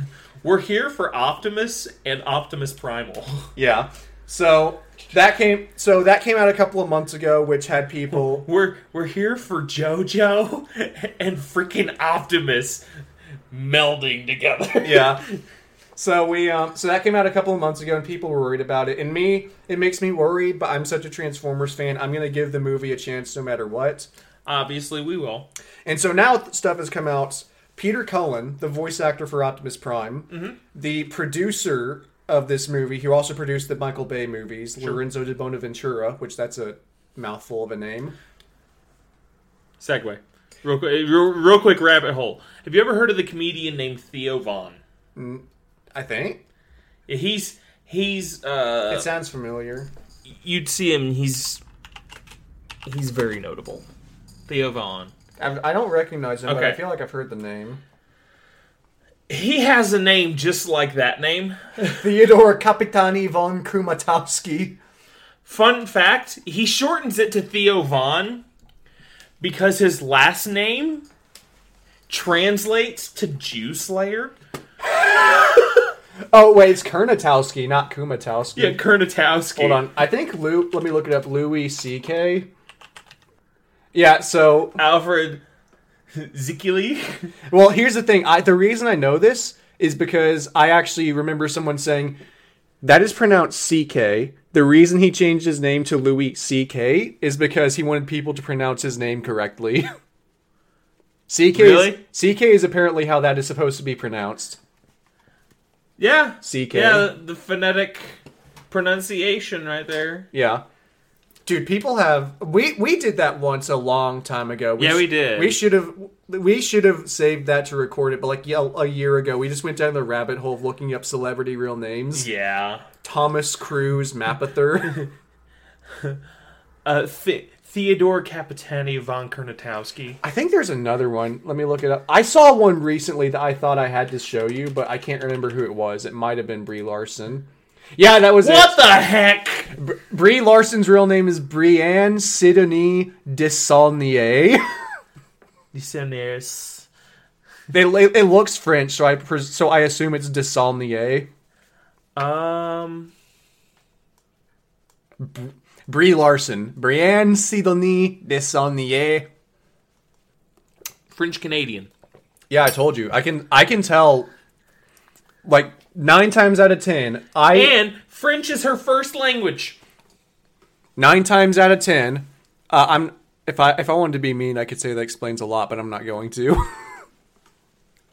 Speaker 2: We're here for Optimus and Optimus Primal. <laughs>
Speaker 3: Yeah. So that came so that came out a couple of months ago, which had
Speaker 2: <laughs>
Speaker 3: people
Speaker 2: We're we're here for JoJo <laughs> and freaking Optimus melding together. <laughs>
Speaker 3: Yeah. So we um so that came out a couple of months ago and people were worried about it. And me, it makes me worried, but I'm such a Transformers fan. I'm gonna give the movie a chance no matter what.
Speaker 2: Obviously, we will.
Speaker 3: And so now th- stuff has come out. Peter Cullen, the voice actor for Optimus Prime, the producer of this movie, who also produced the Michael Bay movies, Lorenzo de Bonaventura, which that's a mouthful of a name.
Speaker 2: Segway. Real quick, real, real quick rabbit hole. Have you ever heard of the comedian named Theo Vaughn?
Speaker 3: I think.
Speaker 2: He's He's uh,
Speaker 3: It sounds familiar.
Speaker 2: you'd see him. He's he's very notable. Theo Vaughn.
Speaker 3: I, I don't recognize him, but I
Speaker 2: Okay.
Speaker 3: feel like I've heard the name.
Speaker 2: He has a name just like that name.
Speaker 3: Theodore Kapitani von Krumatowski.
Speaker 2: Fun fact: he shortens it to Theo Vaughn because his last name translates to Jew Slayer.
Speaker 3: Oh wait, it's Kernatowski, not Kumatowski.
Speaker 2: Yeah, Kernatowski.
Speaker 3: Hold on. I think Lou. Let me look it up. Louis C.K. Yeah. So,
Speaker 2: Alfred Zikili.
Speaker 3: well, here's the thing. I the reason I know this is because I actually remember someone saying that is pronounced C.K. The reason he changed his name to Louis C.K. is because he wanted people to pronounce his name correctly. <laughs> C.K. Is,
Speaker 2: Really?
Speaker 3: C.K. is apparently how that is supposed to be pronounced.
Speaker 2: <laughs> Yeah,
Speaker 3: CK.
Speaker 2: Yeah, the phonetic pronunciation right there.
Speaker 3: Yeah. Dude, people have we we did that once a long time ago. We
Speaker 2: Yeah, we
Speaker 3: sh-
Speaker 2: did.
Speaker 3: We should have we should have saved that to record it, but like yeah, a year ago, we just went down the rabbit hole of looking up celebrity real names.
Speaker 2: Yeah.
Speaker 3: Thomas Cruise
Speaker 2: <laughs>
Speaker 3: Mapother.
Speaker 2: Uh, Th- Theodore Capitani von Kernatowski.
Speaker 3: I think there's another one. Let me look it up. I saw one recently that I thought I had to show you, but I can't remember who it was. It might have been Brie Larson. Yeah, that was
Speaker 2: What the heck?
Speaker 3: it. Brie Larson's real name is Brianne Sidonie <laughs> Desaulnier.
Speaker 2: Dissonance.
Speaker 3: They it it looks French, so I pres- so I assume it's Desaulnier.
Speaker 2: Um.
Speaker 3: Brie Larson, Brienne Sidonie Desaulnier.
Speaker 2: French Canadian.
Speaker 3: Yeah, I told you. I can I can tell. Like nine times out of ten, I
Speaker 2: And French is her first language.
Speaker 3: nine times out of ten, uh, I'm if I if I wanted to be mean, I could say that explains a lot, but I'm not going to. <laughs>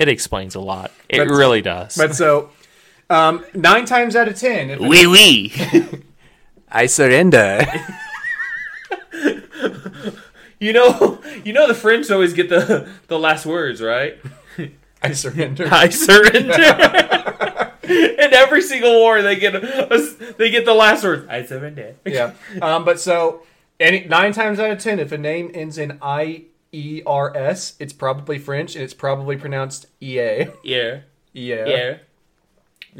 Speaker 2: It explains a lot. It
Speaker 3: But-
Speaker 2: really does. <laughs>
Speaker 3: but so, um, nine times out of ten, if
Speaker 2: Wee wee.
Speaker 3: I surrender.
Speaker 2: You know, <laughs> you know the French always get the the last words, right?
Speaker 3: <laughs> I surrender.
Speaker 2: <laughs> I <laughs> surrender. In every single war, they get a, a- they get the last words. I surrender.
Speaker 3: yeah. Um, but so any nine times out of ten, if a name ends in I E R S, it's probably French and it's probably pronounced EA.
Speaker 2: <laughs> Yeah.
Speaker 3: Yeah.
Speaker 2: Yeah.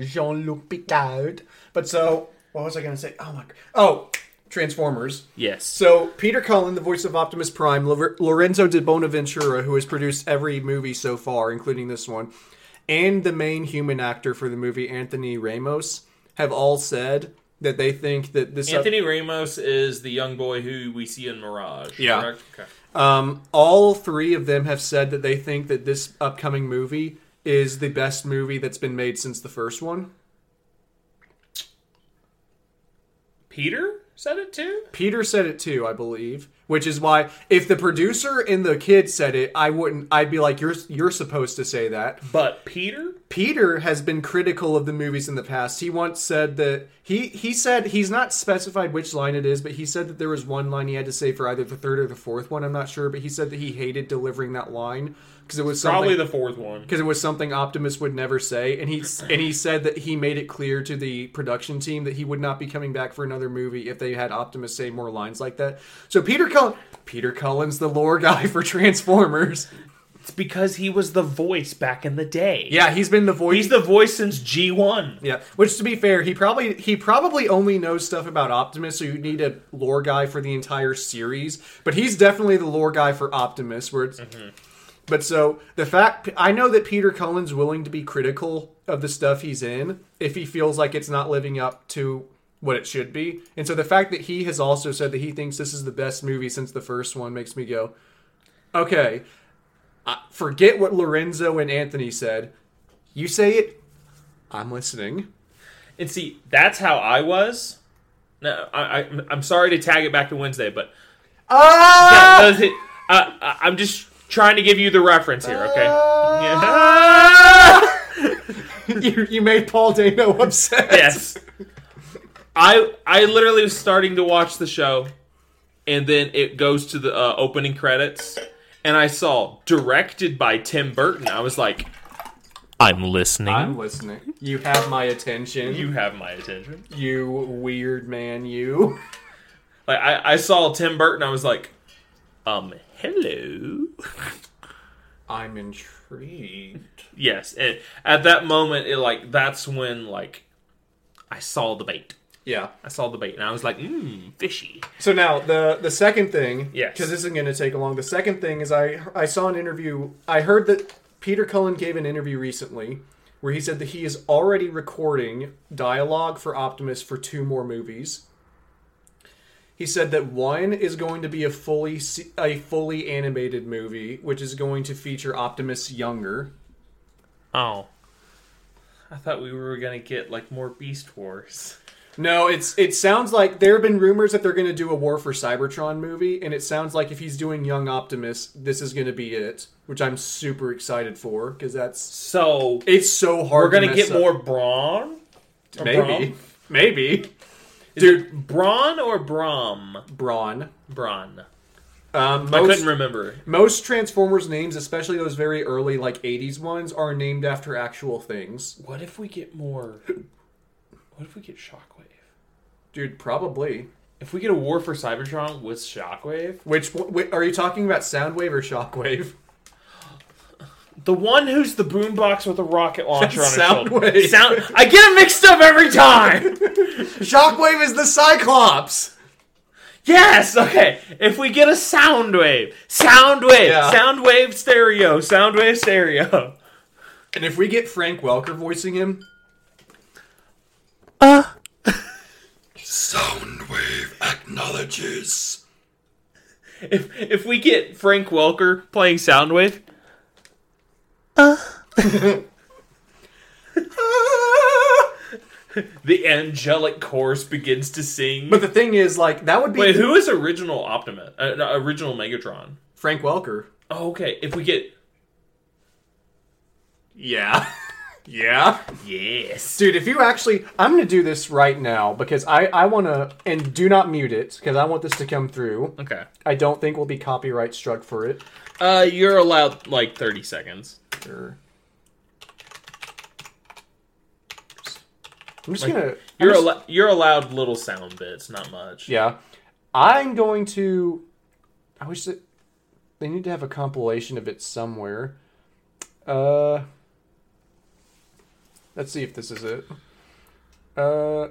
Speaker 3: Jean Luc Picard. But so what was I gonna say? Oh my Oh Transformers.
Speaker 2: Yes.
Speaker 3: So Peter Cullen, the voice of Optimus Prime, Lor- Lorenzo de Bonaventura, who has produced every movie so far, including this one, and the main human actor for the movie, Anthony Ramos, have all said that they think that this
Speaker 2: Anthony Ramos is the young boy who we see in Mirage.
Speaker 3: Yeah.
Speaker 2: correct? Okay.
Speaker 3: Um, all three of them have said that they think that this upcoming movie is the best movie that's been made since the first one.
Speaker 2: Peter said it too.
Speaker 3: Peter said it too, I believe, which is why if the producer and the kid said it, I wouldn't. I'd be like, "You're you're supposed to say that."
Speaker 2: But Peter,
Speaker 3: Peter has been critical of the movies in the past. He once said that he he said he's not specified which line it is, but he said that there was one line he had to say for either the third or the fourth one. I'm not sure, but he said that he hated delivering that line because it was something-
Speaker 2: probably the fourth one.
Speaker 3: because it was something Optimus would never say, and he and he said that he made it clear to the production team that he would not be coming back for another movie if they had Optimus say more lines like that. So Peter Cullen, Peter Cullen's the lore guy <laughs> for Transformers.
Speaker 2: It's because he was the voice back in the day.
Speaker 3: Yeah, he's been the voice.
Speaker 2: He's the voice since G one.
Speaker 3: yeah, which to be fair, he probably he probably only knows stuff about Optimus, so you need a lore guy for the entire series. But he's definitely the lore guy for Optimus, where it's But so the fact I know that Peter Cullen's willing to be critical of the stuff he's in if he feels like it's not living up to what it should be. And so the fact that he has also said that he thinks this is the best movie since the first one makes me go, okay, I, forget what Lorenzo and Anthony said. You say it, I'm listening.
Speaker 2: And see, that's how I was. No, I, I, I'm sorry to tag it back to Wednesday, but
Speaker 3: Ah! <laughs>
Speaker 2: Does it- I- I- I'm just trying to give you the reference here, okay?
Speaker 3: <laughs>
Speaker 2: Yeah.
Speaker 3: you, you made Paul Dano upset.
Speaker 2: yes. I I literally was starting to watch the show, and then it goes to the uh, opening credits, and I saw directed by Tim Burton. I was like,
Speaker 6: I'm listening.
Speaker 5: I'm listening.
Speaker 3: You have my attention. You,
Speaker 2: You have my attention.
Speaker 3: you weird man, you.
Speaker 2: Like I, I saw Tim Burton, I was like, um, hello.
Speaker 3: I'm intrigued.
Speaker 2: Yes, and at that moment, it like that's when like I saw the bait.
Speaker 3: Yeah.
Speaker 2: I saw the bait, and I was like, mmm, fishy.
Speaker 3: So now the the second thing,
Speaker 2: Yes.
Speaker 3: because this isn't going to take long. The second thing is I I saw an interview. I heard that Peter Cullen gave an interview recently where he said that he is already recording dialogue for Optimus for two more movies. He said that one is going to be a fully se- a fully animated movie, which is going to feature Optimus younger.
Speaker 2: Oh, I thought we were gonna get like more Beast Wars.
Speaker 3: No, it's it sounds like there have been rumors that they're going to do a War for Cybertron movie, and it sounds like if he's doing Young Optimus, this is going to be it, which I'm super excited for because that's
Speaker 2: So
Speaker 3: it's so hard.
Speaker 2: we're gonna
Speaker 3: to
Speaker 2: get
Speaker 3: mess up.
Speaker 2: more Brawn. Or
Speaker 3: maybe,
Speaker 2: Brom?
Speaker 3: maybe
Speaker 2: Is it Braun or Brom?
Speaker 3: Brawn.
Speaker 2: Braun.
Speaker 3: Um,
Speaker 2: I
Speaker 3: most,
Speaker 2: couldn't remember.
Speaker 3: most Transformers names, especially those very early like '80s ones, are named after actual things.
Speaker 2: What if we get more? What if we get Shockwave?
Speaker 3: Dude, probably.
Speaker 2: If we get a War for Cybertron with Shockwave,
Speaker 3: Which one- wait, are you talking about? Soundwave or Shockwave?
Speaker 2: the one who's the boombox with a rocket <laughs> launcher on his shoulder.
Speaker 3: Soundwave.
Speaker 2: Sound. I get him mixed up every time. <laughs>
Speaker 3: Shockwave is the Cyclops.
Speaker 2: Yes, okay. If we get a sound wave, sound wave,
Speaker 3: Yeah.
Speaker 2: sound wave stereo, sound wave stereo. <laughs>
Speaker 3: And if we get Frank Welker voicing him,
Speaker 2: Uh. If if we get Frank Welker playing sound wave, Uh. <laughs> the angelic chorus begins to sing.
Speaker 3: But the thing is, like, that would be
Speaker 2: Wait, who is original Optimus? Uh, no, original Megatron.
Speaker 3: Frank Welker.
Speaker 2: Oh, okay. If we get <laughs>
Speaker 3: Yeah. yeah.
Speaker 2: yes,
Speaker 3: Dude, if you actually, I'm going to do this right now because I, I want to, and do not mute it because I want this to come through.
Speaker 2: okay.
Speaker 3: I don't think we'll be copyright struck for it.
Speaker 2: Uh, you're allowed like thirty seconds.
Speaker 3: Sure. I'm just going to.
Speaker 2: You're al- you're allowed little sound bits, not much.
Speaker 3: Yeah. I'm going to. I wish that they need to have a compilation of it somewhere. Uh. Let's see if this is it. Uh.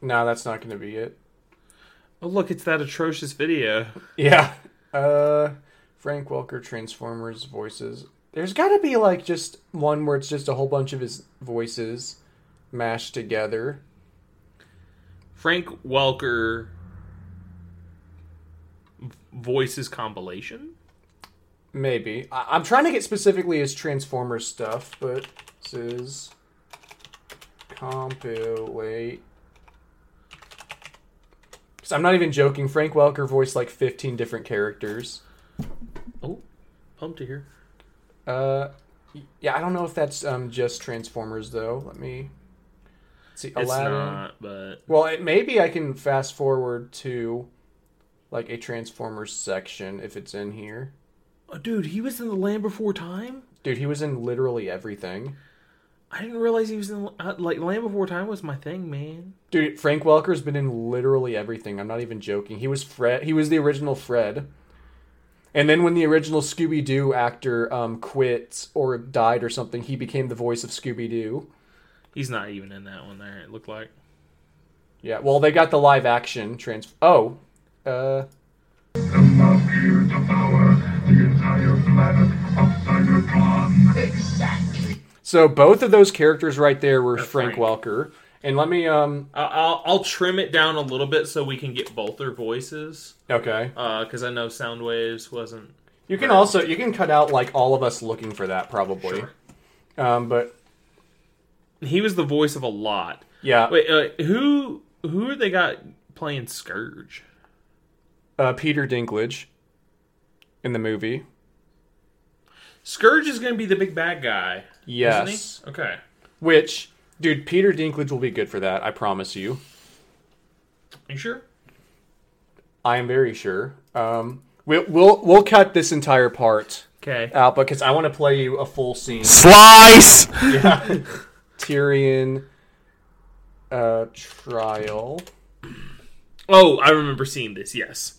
Speaker 3: No, that's not going to be it.
Speaker 2: Oh, look, it's that atrocious video.
Speaker 3: Yeah. Uh. Frank Welker Transformers voices. There's got to be like just one where it's just a whole bunch of his voices mashed together.
Speaker 2: Frank Welker v- voices compilation.
Speaker 3: Maybe. I- I'm trying to get specifically his Transformers stuff, but this is compilate. Because I'm not even joking. Frank Welker voiced like 15 different characters.
Speaker 2: Oh, pumped to hear.
Speaker 3: Uh, y- yeah, I don't know if that's um just Transformers though. Let me see.
Speaker 2: It's
Speaker 3: Aladdin.
Speaker 2: not, but
Speaker 3: Well, it, maybe I can fast forward to like a Transformers section if it's in here.
Speaker 2: oh, dude, he was in the Land Before Time.
Speaker 3: Dude, he was in literally everything.
Speaker 2: I didn't realize he was in uh, like Land Before Time was my thing, man.
Speaker 3: Dude, Frank Welker's been in literally everything. I'm not even joking. He was Fred. He was the original Fred. And then when the original Scooby Doo actor um, quit or died or something, he became the voice of Scooby Doo.
Speaker 2: He's not even in that one. There, it looked like.
Speaker 3: Yeah. Well, they got the live action trans. Oh. Uh.
Speaker 7: The must here devour the entire planet of Cybertron. Exactly.
Speaker 3: So both of those characters right there were Frank,
Speaker 2: Frank.
Speaker 3: Welker. And let me um.
Speaker 2: I- I'll I'll trim it down a little bit so we can get both their voices.
Speaker 3: Okay.
Speaker 2: Because Uh, I know Soundwaves wasn't.
Speaker 3: You can also you can cut out like all of us looking for that probably. Um. But
Speaker 2: He was the voice of a lot.
Speaker 3: yeah.
Speaker 2: Wait, uh, who who are they got playing Scourge?
Speaker 3: Uh, Peter Dinklage. In the movie.
Speaker 2: Scourge is going to be the big bad guy,
Speaker 3: Yes.
Speaker 2: isn't he? Okay.
Speaker 3: Which, dude, Peter Dinklage will be good for that. I promise you.
Speaker 2: You sure?
Speaker 3: I am very sure. Um, we'll we'll, we'll cut this entire part
Speaker 2: Okay.
Speaker 3: out because I want to play you a full scene.
Speaker 6: Slice!
Speaker 3: Tyrion uh, trial.
Speaker 2: Oh, I remember seeing this. Yes.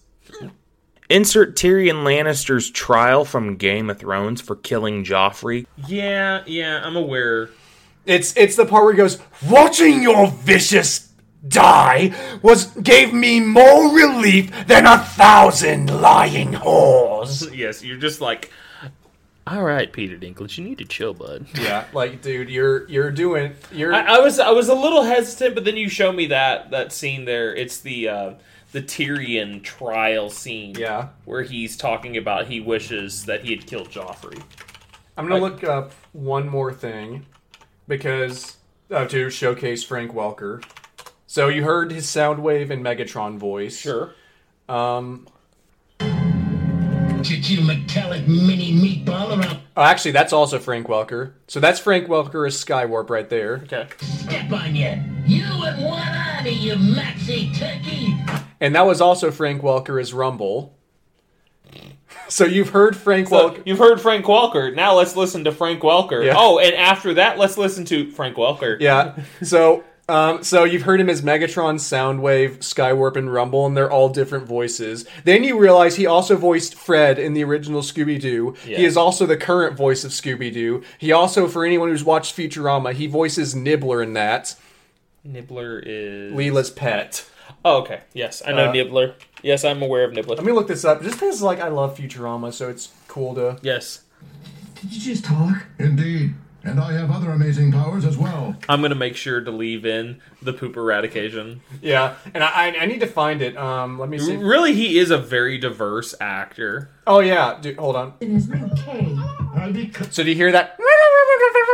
Speaker 8: <clears throat> Insert Tyrion Lannister's trial from Game of Thrones for killing Joffrey.
Speaker 2: Yeah, yeah, I'm aware.
Speaker 3: It's it's the part where he goes,
Speaker 1: Watching your vicious die was gave me more relief than a thousand lying whores.
Speaker 2: <laughs> Yes, you're just like, all right, Peter Dinklage, you need to chill, bud.
Speaker 3: yeah, like dude, you're you're doing you're
Speaker 2: I, I was I was a little hesitant, but then you show me that that scene there. It's the uh, the Tyrion trial scene.
Speaker 3: yeah.
Speaker 2: Where he's talking about he wishes that he had killed Joffrey.
Speaker 3: I'm gonna look up one more thing because uh, to showcase Frank Welker. So you heard his Soundwave and Megatron voice.
Speaker 2: Sure.
Speaker 3: Um,
Speaker 7: Did you metallic mini meatball around?
Speaker 3: oh, actually, that's also Frank Welker. So that's Frank Welker as Skywarp right there.
Speaker 2: Okay.
Speaker 7: Step on you. You and one eye, you maxi turkey.
Speaker 3: And that was also Frank Welker as Rumble. So you've heard Frank
Speaker 2: So
Speaker 3: Welker.
Speaker 2: you've heard Frank Welker. Now let's listen to Frank Welker.
Speaker 3: Yeah.
Speaker 2: Oh, and after that, let's listen to Frank Welker.
Speaker 3: Yeah. So um, so you've heard him as Megatron, Soundwave, Skywarp, and Rumble, and they're all different voices. Then you realize he also voiced Fred in the original Scooby Doo. He is also the current voice of Scooby Doo. He also, for anyone who's watched Futurama, he voices Nibbler in that
Speaker 2: Nibbler is.
Speaker 3: Leela's pet.
Speaker 2: Oh, okay. Yes, I know Nibbler. Yes, I'm aware of Nibbler.
Speaker 3: Let me look this up just because, like, I love Futurama, so it's cool to.
Speaker 2: yes,
Speaker 7: Did you just talk? Indeed. And I have other amazing powers as well.
Speaker 2: I'm gonna make sure to leave in the poop eradication.
Speaker 3: Yeah, and I, I, I need to find it. Um, let me see.
Speaker 2: Really, he is a very diverse actor.
Speaker 3: Oh yeah, dude, hold on.
Speaker 7: I'll be c-
Speaker 3: So do you hear that?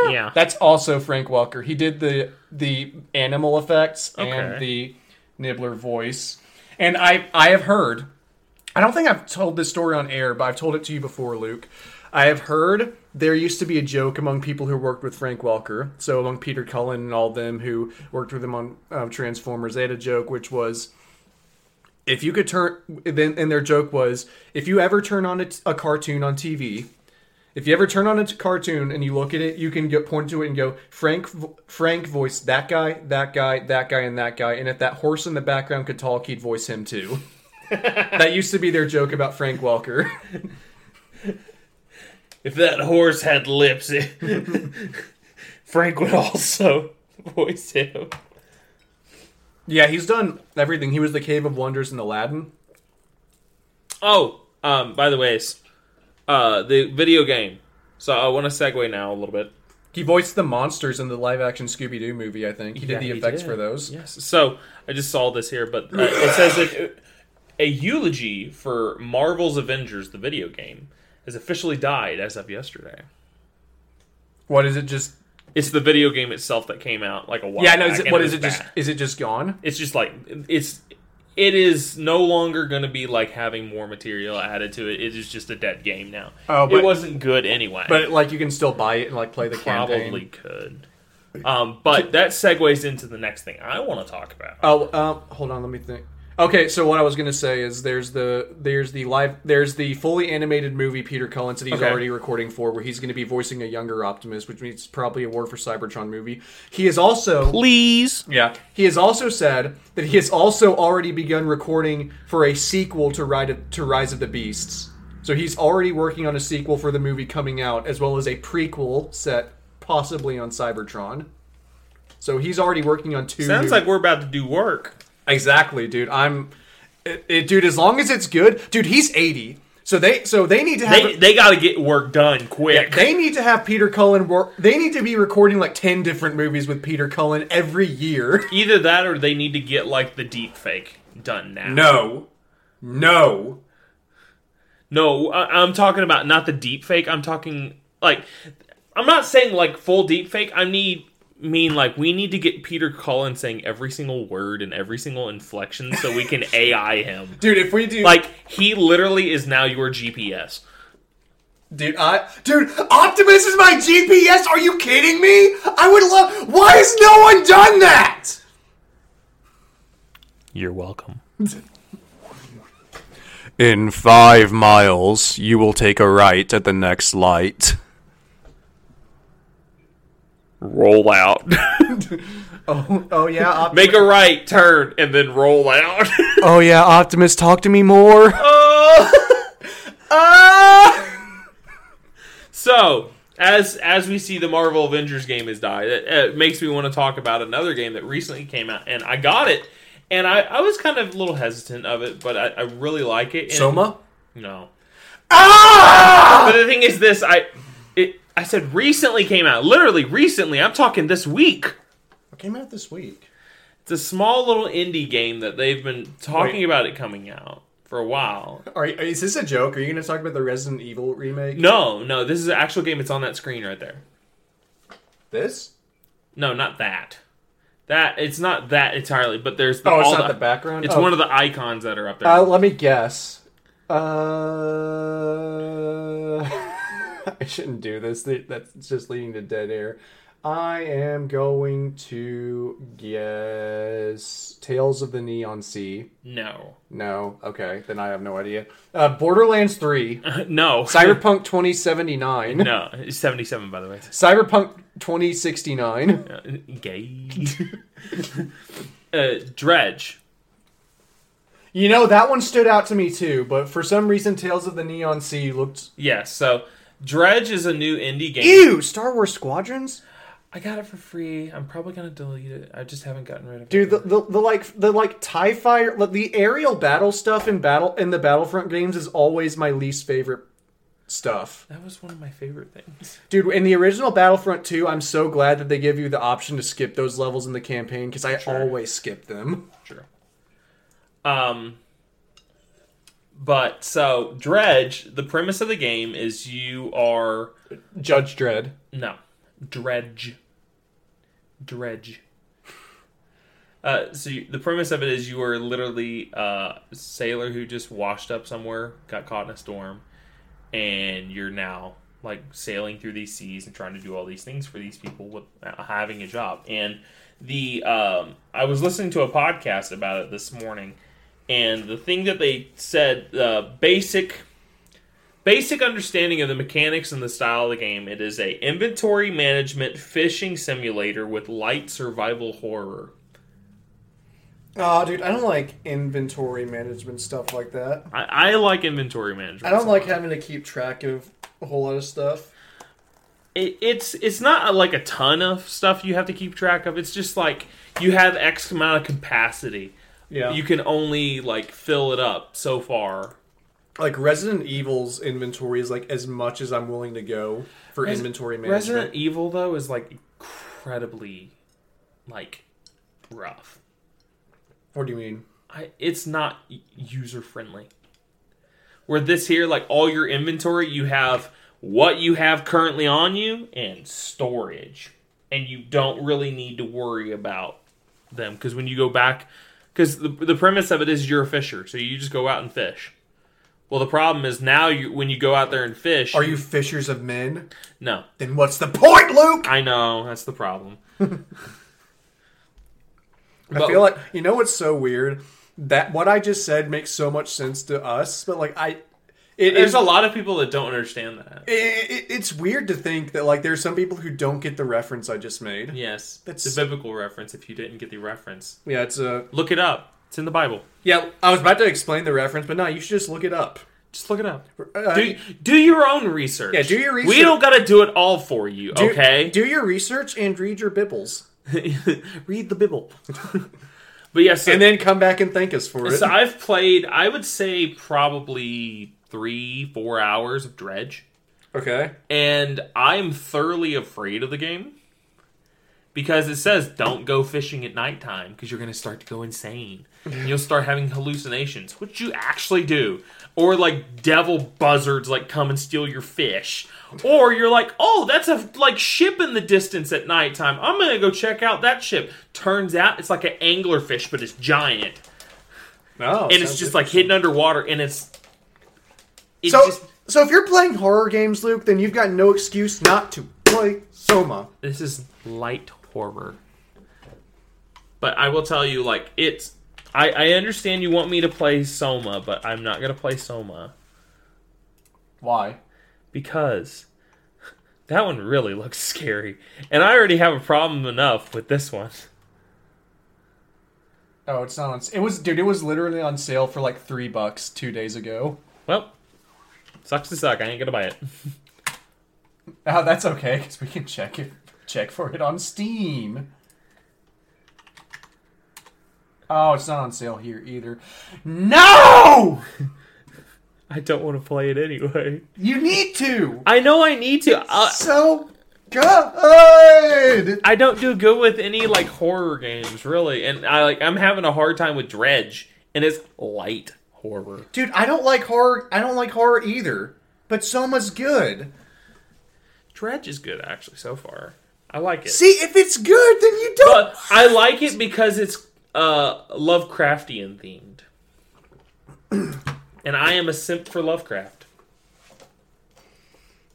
Speaker 2: Yeah.
Speaker 3: That's also Frank Welker. He did the the animal effects
Speaker 2: Okay.
Speaker 3: and the nibbler voice. And I I have heard I don't think I've told this story on air, but I've told it to you before, Luke. I have heard there used to be a joke among people who worked with Frank Welker, so among Peter Cullen and all them who worked with him on um, Transformers. They had a joke which was if you could turn then and their joke was if you ever turn on a, t- a cartoon on TV if you ever turn on a t- cartoon and you look at it you can go point to it and go Frank vo- Frank voiced that guy that guy that guy and that guy and if that horse in the background could talk he'd voice him <laughs> too that used to be their joke about Frank Welker <laughs>
Speaker 2: If that horse had lips, it, <laughs> Frank would also voice him.
Speaker 3: yeah he's done everything he was the Cave of Wonders in Aladdin
Speaker 2: Oh, um, by the ways, uh, the video game. So I want to segue now a little bit.
Speaker 3: he voiced the monsters in the live action Scooby Doo movie I think he did the effects for those
Speaker 2: Yes. So I just saw this here, but uh, it says that a eulogy for Marvel's Avengers, the video game, has officially died as of yesterday.
Speaker 3: what is it just
Speaker 2: It's the video game itself that came out like a while.
Speaker 3: yeah no is
Speaker 2: back,
Speaker 3: it,
Speaker 2: and
Speaker 3: what
Speaker 2: it
Speaker 3: is it
Speaker 2: was
Speaker 3: just
Speaker 2: bad.
Speaker 3: is it just gone
Speaker 2: It's just like it's. It is no longer going to be like having more material added to it. It is just a dead game now.
Speaker 3: Oh, but-
Speaker 2: it wasn't good anyway.
Speaker 3: But like you can still buy it and like play the
Speaker 2: probably
Speaker 3: campaign.
Speaker 2: could. Um, but that segues into the next thing I want to talk about.
Speaker 3: Oh, um, hold on, let me think. Okay, so what I was gonna say is there's the there's the live there's the fully animated movie Peter Cullen said he's
Speaker 2: Okay.
Speaker 3: already recording for where he's gonna be voicing a younger Optimus, which means it's probably a War for Cybertron movie. He is also
Speaker 6: Please.
Speaker 3: yeah he has also said that he has also already begun recording for a sequel to Ride of, to Rise of the Beasts. So he's already working on a sequel for the movie coming out, as well as a prequel set possibly on Cybertron. So he's already working on two.
Speaker 2: Sounds
Speaker 3: movies.
Speaker 2: like we're about to do work.
Speaker 3: Exactly, dude. I'm, it, it, dude. As long as it's good, dude. He's eighty, so they so they need to have
Speaker 2: They they got to get work done quick.
Speaker 3: they need to have Peter Cullen work. They need to be recording like ten different movies with Peter Cullen every
Speaker 2: <laughs>
Speaker 3: year.
Speaker 2: Either that or they need to get like the deep fake done now.
Speaker 3: No, no.
Speaker 2: No, I, I'm talking about not the deep fake. I'm talking like I'm not saying like full deep fake. I need mean like we need to get Peter Cullen saying every single word and every single inflection so we can AI him.
Speaker 3: Dude, if we do,
Speaker 2: Like he literally is now your GPS.
Speaker 3: dude, I, dude, Optimus is my GPS. Are you kidding me? I would love. Why has no one done that?
Speaker 6: You're welcome.
Speaker 9: In five miles, you will take a right at the next light.
Speaker 2: Roll out.
Speaker 3: Oh, oh yeah, Optimus.
Speaker 2: Make a right turn and then roll out. <laughs>
Speaker 9: Oh yeah, Optimus, talk to me more.
Speaker 2: Oh! <laughs> Ah! So, as as we see the Marvel Avengers game has died, it, it uh, makes me want to talk about another game that recently came out, and I got it, and I, I was kind of a little hesitant of it, but I, I really like it. And,
Speaker 5: Soma?
Speaker 2: No. Ah! But the thing is, this I it I said recently came out, literally recently. I'm talking this week.
Speaker 3: What came out this week?
Speaker 2: It's a small little indie game that they've been talking about it coming out for a while.
Speaker 3: Are, you- is this a joke? Are you going to talk about the Resident Evil remake?
Speaker 2: No, no, this is an actual game. It's on that screen right there.
Speaker 3: This?
Speaker 2: No, not that. That it's not that entirely, but there's the,
Speaker 3: Oh, it's
Speaker 2: all
Speaker 3: not
Speaker 2: the,
Speaker 3: the background?
Speaker 2: It's
Speaker 3: Oh.
Speaker 2: one of the icons that are up there.
Speaker 3: Uh, let me guess. Uh, <laughs> I shouldn't do this. Th- That's just leading to dead air. I am going to guess Tales of the Neon Sea.
Speaker 2: no, <laughs>
Speaker 3: No, okay, then I have no idea. Uh, Borderlands 3,
Speaker 2: no,
Speaker 3: Cyberpunk 2079,
Speaker 2: no, it's seventy-seven by the way.
Speaker 3: Cyberpunk 2069,
Speaker 2: Uh, gay. <laughs> uh, Dredge.
Speaker 3: You know, that one stood out to me too, but for some reason, Tales of the Neon Sea looked.
Speaker 2: Yes, so Dredge is a new indie game.
Speaker 3: Ew! Star Wars Squadrons?
Speaker 2: I got it for free. I'm probably gonna delete it. I just haven't gotten rid of
Speaker 3: Dude, the,
Speaker 2: it.
Speaker 3: the, the like the like tie fire like, the aerial battle stuff in battle in the Battlefront games is always my least favorite stuff.
Speaker 2: that was one of my favorite things.
Speaker 3: Dude, in the original Battlefront 2, I'm so glad that they give you the option to skip those levels in the campaign cuz I always skip them.
Speaker 2: Sure. Um, but so Dredge. The premise of the game is you are.
Speaker 3: Judge Dredd.
Speaker 2: No. Dredge. Dredge. Uh, so you, the premise of it is you are literally uh, a sailor who just washed up somewhere, got caught in a storm, and you're now like sailing through these seas and trying to do all these things for these people without having a job. And the um, I was listening to a podcast about it this morning, and the thing that they said, uh, basic basic understanding of the mechanics and the style of the game it is a inventory management fishing simulator with light survival horror
Speaker 3: Oh, dude, I don't like inventory management stuff like that.
Speaker 2: i, I like inventory management
Speaker 3: I don't like having to keep track of a whole lot of stuff.
Speaker 2: it, it's it's not uh, like a ton of stuff you have to keep track of it's just like you have x amount of capacity
Speaker 3: Yeah.
Speaker 2: you can only like fill it up so far
Speaker 3: like Resident Evil's inventory is like as much as I'm willing to go for inventory management.
Speaker 2: resident evil though is like incredibly like rough
Speaker 3: what do you mean?
Speaker 2: I, it's not user friendly. Where this here, like all your inventory, you have what you have currently on you and storage, and you don't really need to worry about them because when you go back, because the the premise of it is you're a fisher, so you just go out and fish. Well, the problem is now you when you go out there and fish,
Speaker 3: Are you fishers of men?
Speaker 2: no?
Speaker 3: Then what's the point, Luke?
Speaker 2: I know that's
Speaker 3: <laughs>
Speaker 2: the problem.
Speaker 3: I feel like you know what's so weird that what I just said makes so much sense to us, but like I, it
Speaker 2: There's
Speaker 3: is.
Speaker 2: a lot of people that don't understand that.
Speaker 3: It, it, it's weird to think that like there's some people who don't get the reference I just made. Yeah,
Speaker 2: Yes,
Speaker 3: That's-
Speaker 2: it's a biblical reference. If you didn't get the reference,
Speaker 3: it's a
Speaker 2: look it up. It's in the Bible.
Speaker 3: yeah. I was about to explain the reference, but no, you should just look it up.
Speaker 2: Just look it up.
Speaker 3: Uh,
Speaker 2: Do do your own research.
Speaker 3: Yeah, do your
Speaker 2: We
Speaker 3: research.
Speaker 2: don't got to do it all for you,
Speaker 3: do-
Speaker 2: okay?
Speaker 3: Do your research and read your bibbles,
Speaker 2: Read the Bible. <laughs> but yes, so,
Speaker 3: and then come back and thank us for it.
Speaker 2: so I've played. I would say probably three, four hours of Dredge,
Speaker 3: okay.
Speaker 2: and I'm thoroughly afraid of the game because it says don't go fishing at nighttime because you're going to start to go insane. And you'll start having hallucinations, which you actually do, or like devil buzzards like come and steal your fish, or you're like, oh, that's a like ship in the distance at nighttime. I'm going to go check out that ship. Turns out it's like an anglerfish, but it's giant,
Speaker 3: Oh,
Speaker 2: and it's just like hidden underwater, and it's it's
Speaker 3: so.
Speaker 2: just
Speaker 3: So if you're playing horror games, Luke, then you've got no excuse not to play Soma.
Speaker 2: this is light horror. But I will tell you, like it's I, I understand you want me to play Soma, but I'm not gonna play Soma
Speaker 5: Why?
Speaker 2: because that one really looks scary, and I already have a problem enough with this one.
Speaker 5: Oh, it's not on. It was, dude. It was literally on sale for like three bucks two days ago.
Speaker 2: Well, sucks to suck. I ain't gonna buy it.
Speaker 5: Oh, that's okay because we can check it, check for it on Steam. Oh, it's not on sale here either. No,
Speaker 2: I don't want to play it anyway.
Speaker 5: you need to.
Speaker 2: I know I need to. I,
Speaker 5: So good.
Speaker 2: I don't do good with any like horror games really, and I like I'm having a hard time with Dredge, and it's light horror.
Speaker 3: Dude, I don't like horror. I don't like horror either. But Soma's good.
Speaker 2: Dredge is good actually so far. I like it.
Speaker 3: See, if it's good, then you don't.
Speaker 2: but I like it because it's uh Lovecraftian themed. and I am a simp for Lovecraft.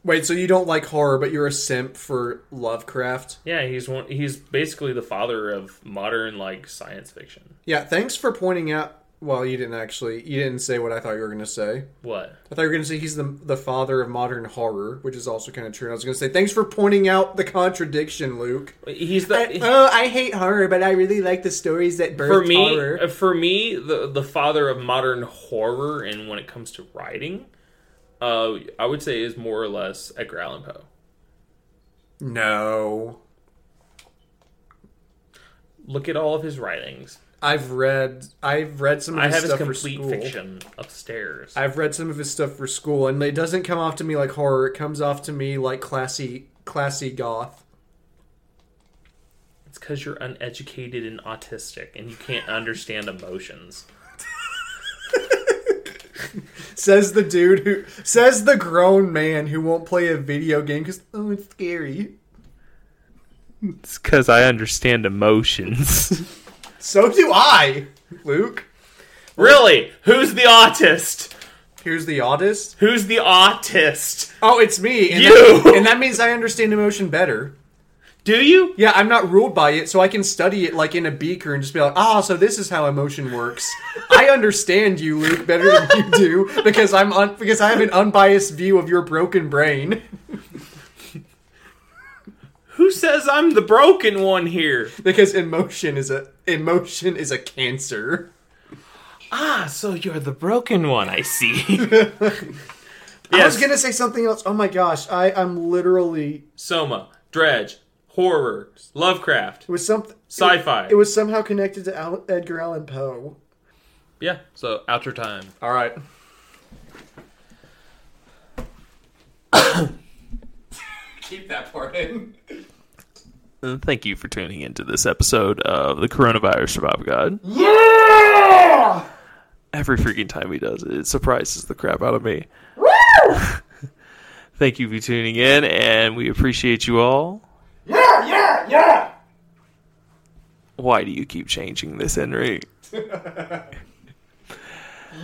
Speaker 3: Wait, so you don't like horror, but you're a simp for Lovecraft?
Speaker 2: Yeah, he's one he's basically the father of modern like science fiction.
Speaker 3: Yeah, thanks for pointing out. Well, you didn't actually. You didn't say what I thought you were going to say.
Speaker 2: What?
Speaker 3: I thought you were going to say he's the the father of modern horror, which is also kind of true. And I was going to say thanks for pointing out the contradiction, Luke.
Speaker 2: He's
Speaker 3: I,
Speaker 2: the
Speaker 3: oh, I hate horror, but I really like the stories that birth
Speaker 2: for me uh,
Speaker 3: horror.
Speaker 2: for me the the father of modern horror and when it comes to writing uh I would say is more or less Edgar Allan Poe.
Speaker 3: No,
Speaker 2: Look at all of his writings.
Speaker 3: I've read. I've read some. Of
Speaker 2: I
Speaker 3: his
Speaker 2: have his
Speaker 3: stuff
Speaker 2: complete
Speaker 3: for school.
Speaker 2: fiction upstairs.
Speaker 3: I've read some of his stuff for school, and it doesn't come off to me like horror. It comes off to me like classy, classy goth.
Speaker 2: It's because you're uneducated and autistic and you can't understand emotions.
Speaker 3: Says the dude who says the grown man who won't play a video game because oh, it's scary.
Speaker 6: It's because I understand emotions.
Speaker 3: So do I, Luke.
Speaker 2: <laughs> Really? Who's the autist?
Speaker 3: Here's the oddest.
Speaker 2: Who's the autist?
Speaker 3: Oh, it's me. And
Speaker 2: You!
Speaker 3: That, and that means I understand emotion better.
Speaker 2: Do you?
Speaker 3: Yeah, I'm not ruled by it, so I can study it like in a beaker and just be like, ah, so this is how emotion works. I understand you, Luke, better than you do because I'm un- because I have an unbiased view of your broken brain.
Speaker 2: Who says I'm the broken one here?
Speaker 3: Because emotion is a emotion is a cancer.
Speaker 2: Ah, so you're the broken one,
Speaker 3: <laughs>
Speaker 2: I see.
Speaker 3: I was
Speaker 2: yes,
Speaker 3: gonna say something else. Oh my gosh, I I'm literally
Speaker 2: Soma, Dredge, horror, Lovecraft,
Speaker 3: it was something
Speaker 2: sci-fi.
Speaker 3: It was somehow connected to Al- Edgar Allan Poe.
Speaker 2: yeah, so out your time.
Speaker 3: All right.
Speaker 5: Keep that part in.
Speaker 6: Thank you for tuning into this episode of the Coronavirus Survival Guide. Yeah! Every freaking time he does it, it surprises the crap out of me. <laughs> Thank you for tuning in, and we appreciate you all. Yeah, yeah, yeah! Why do you keep changing this, Henry?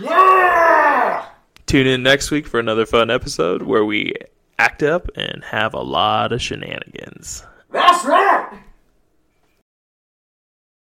Speaker 6: yeah! Tune in next week for another fun episode where we act up and have a lot of shenanigans.
Speaker 1: That's right!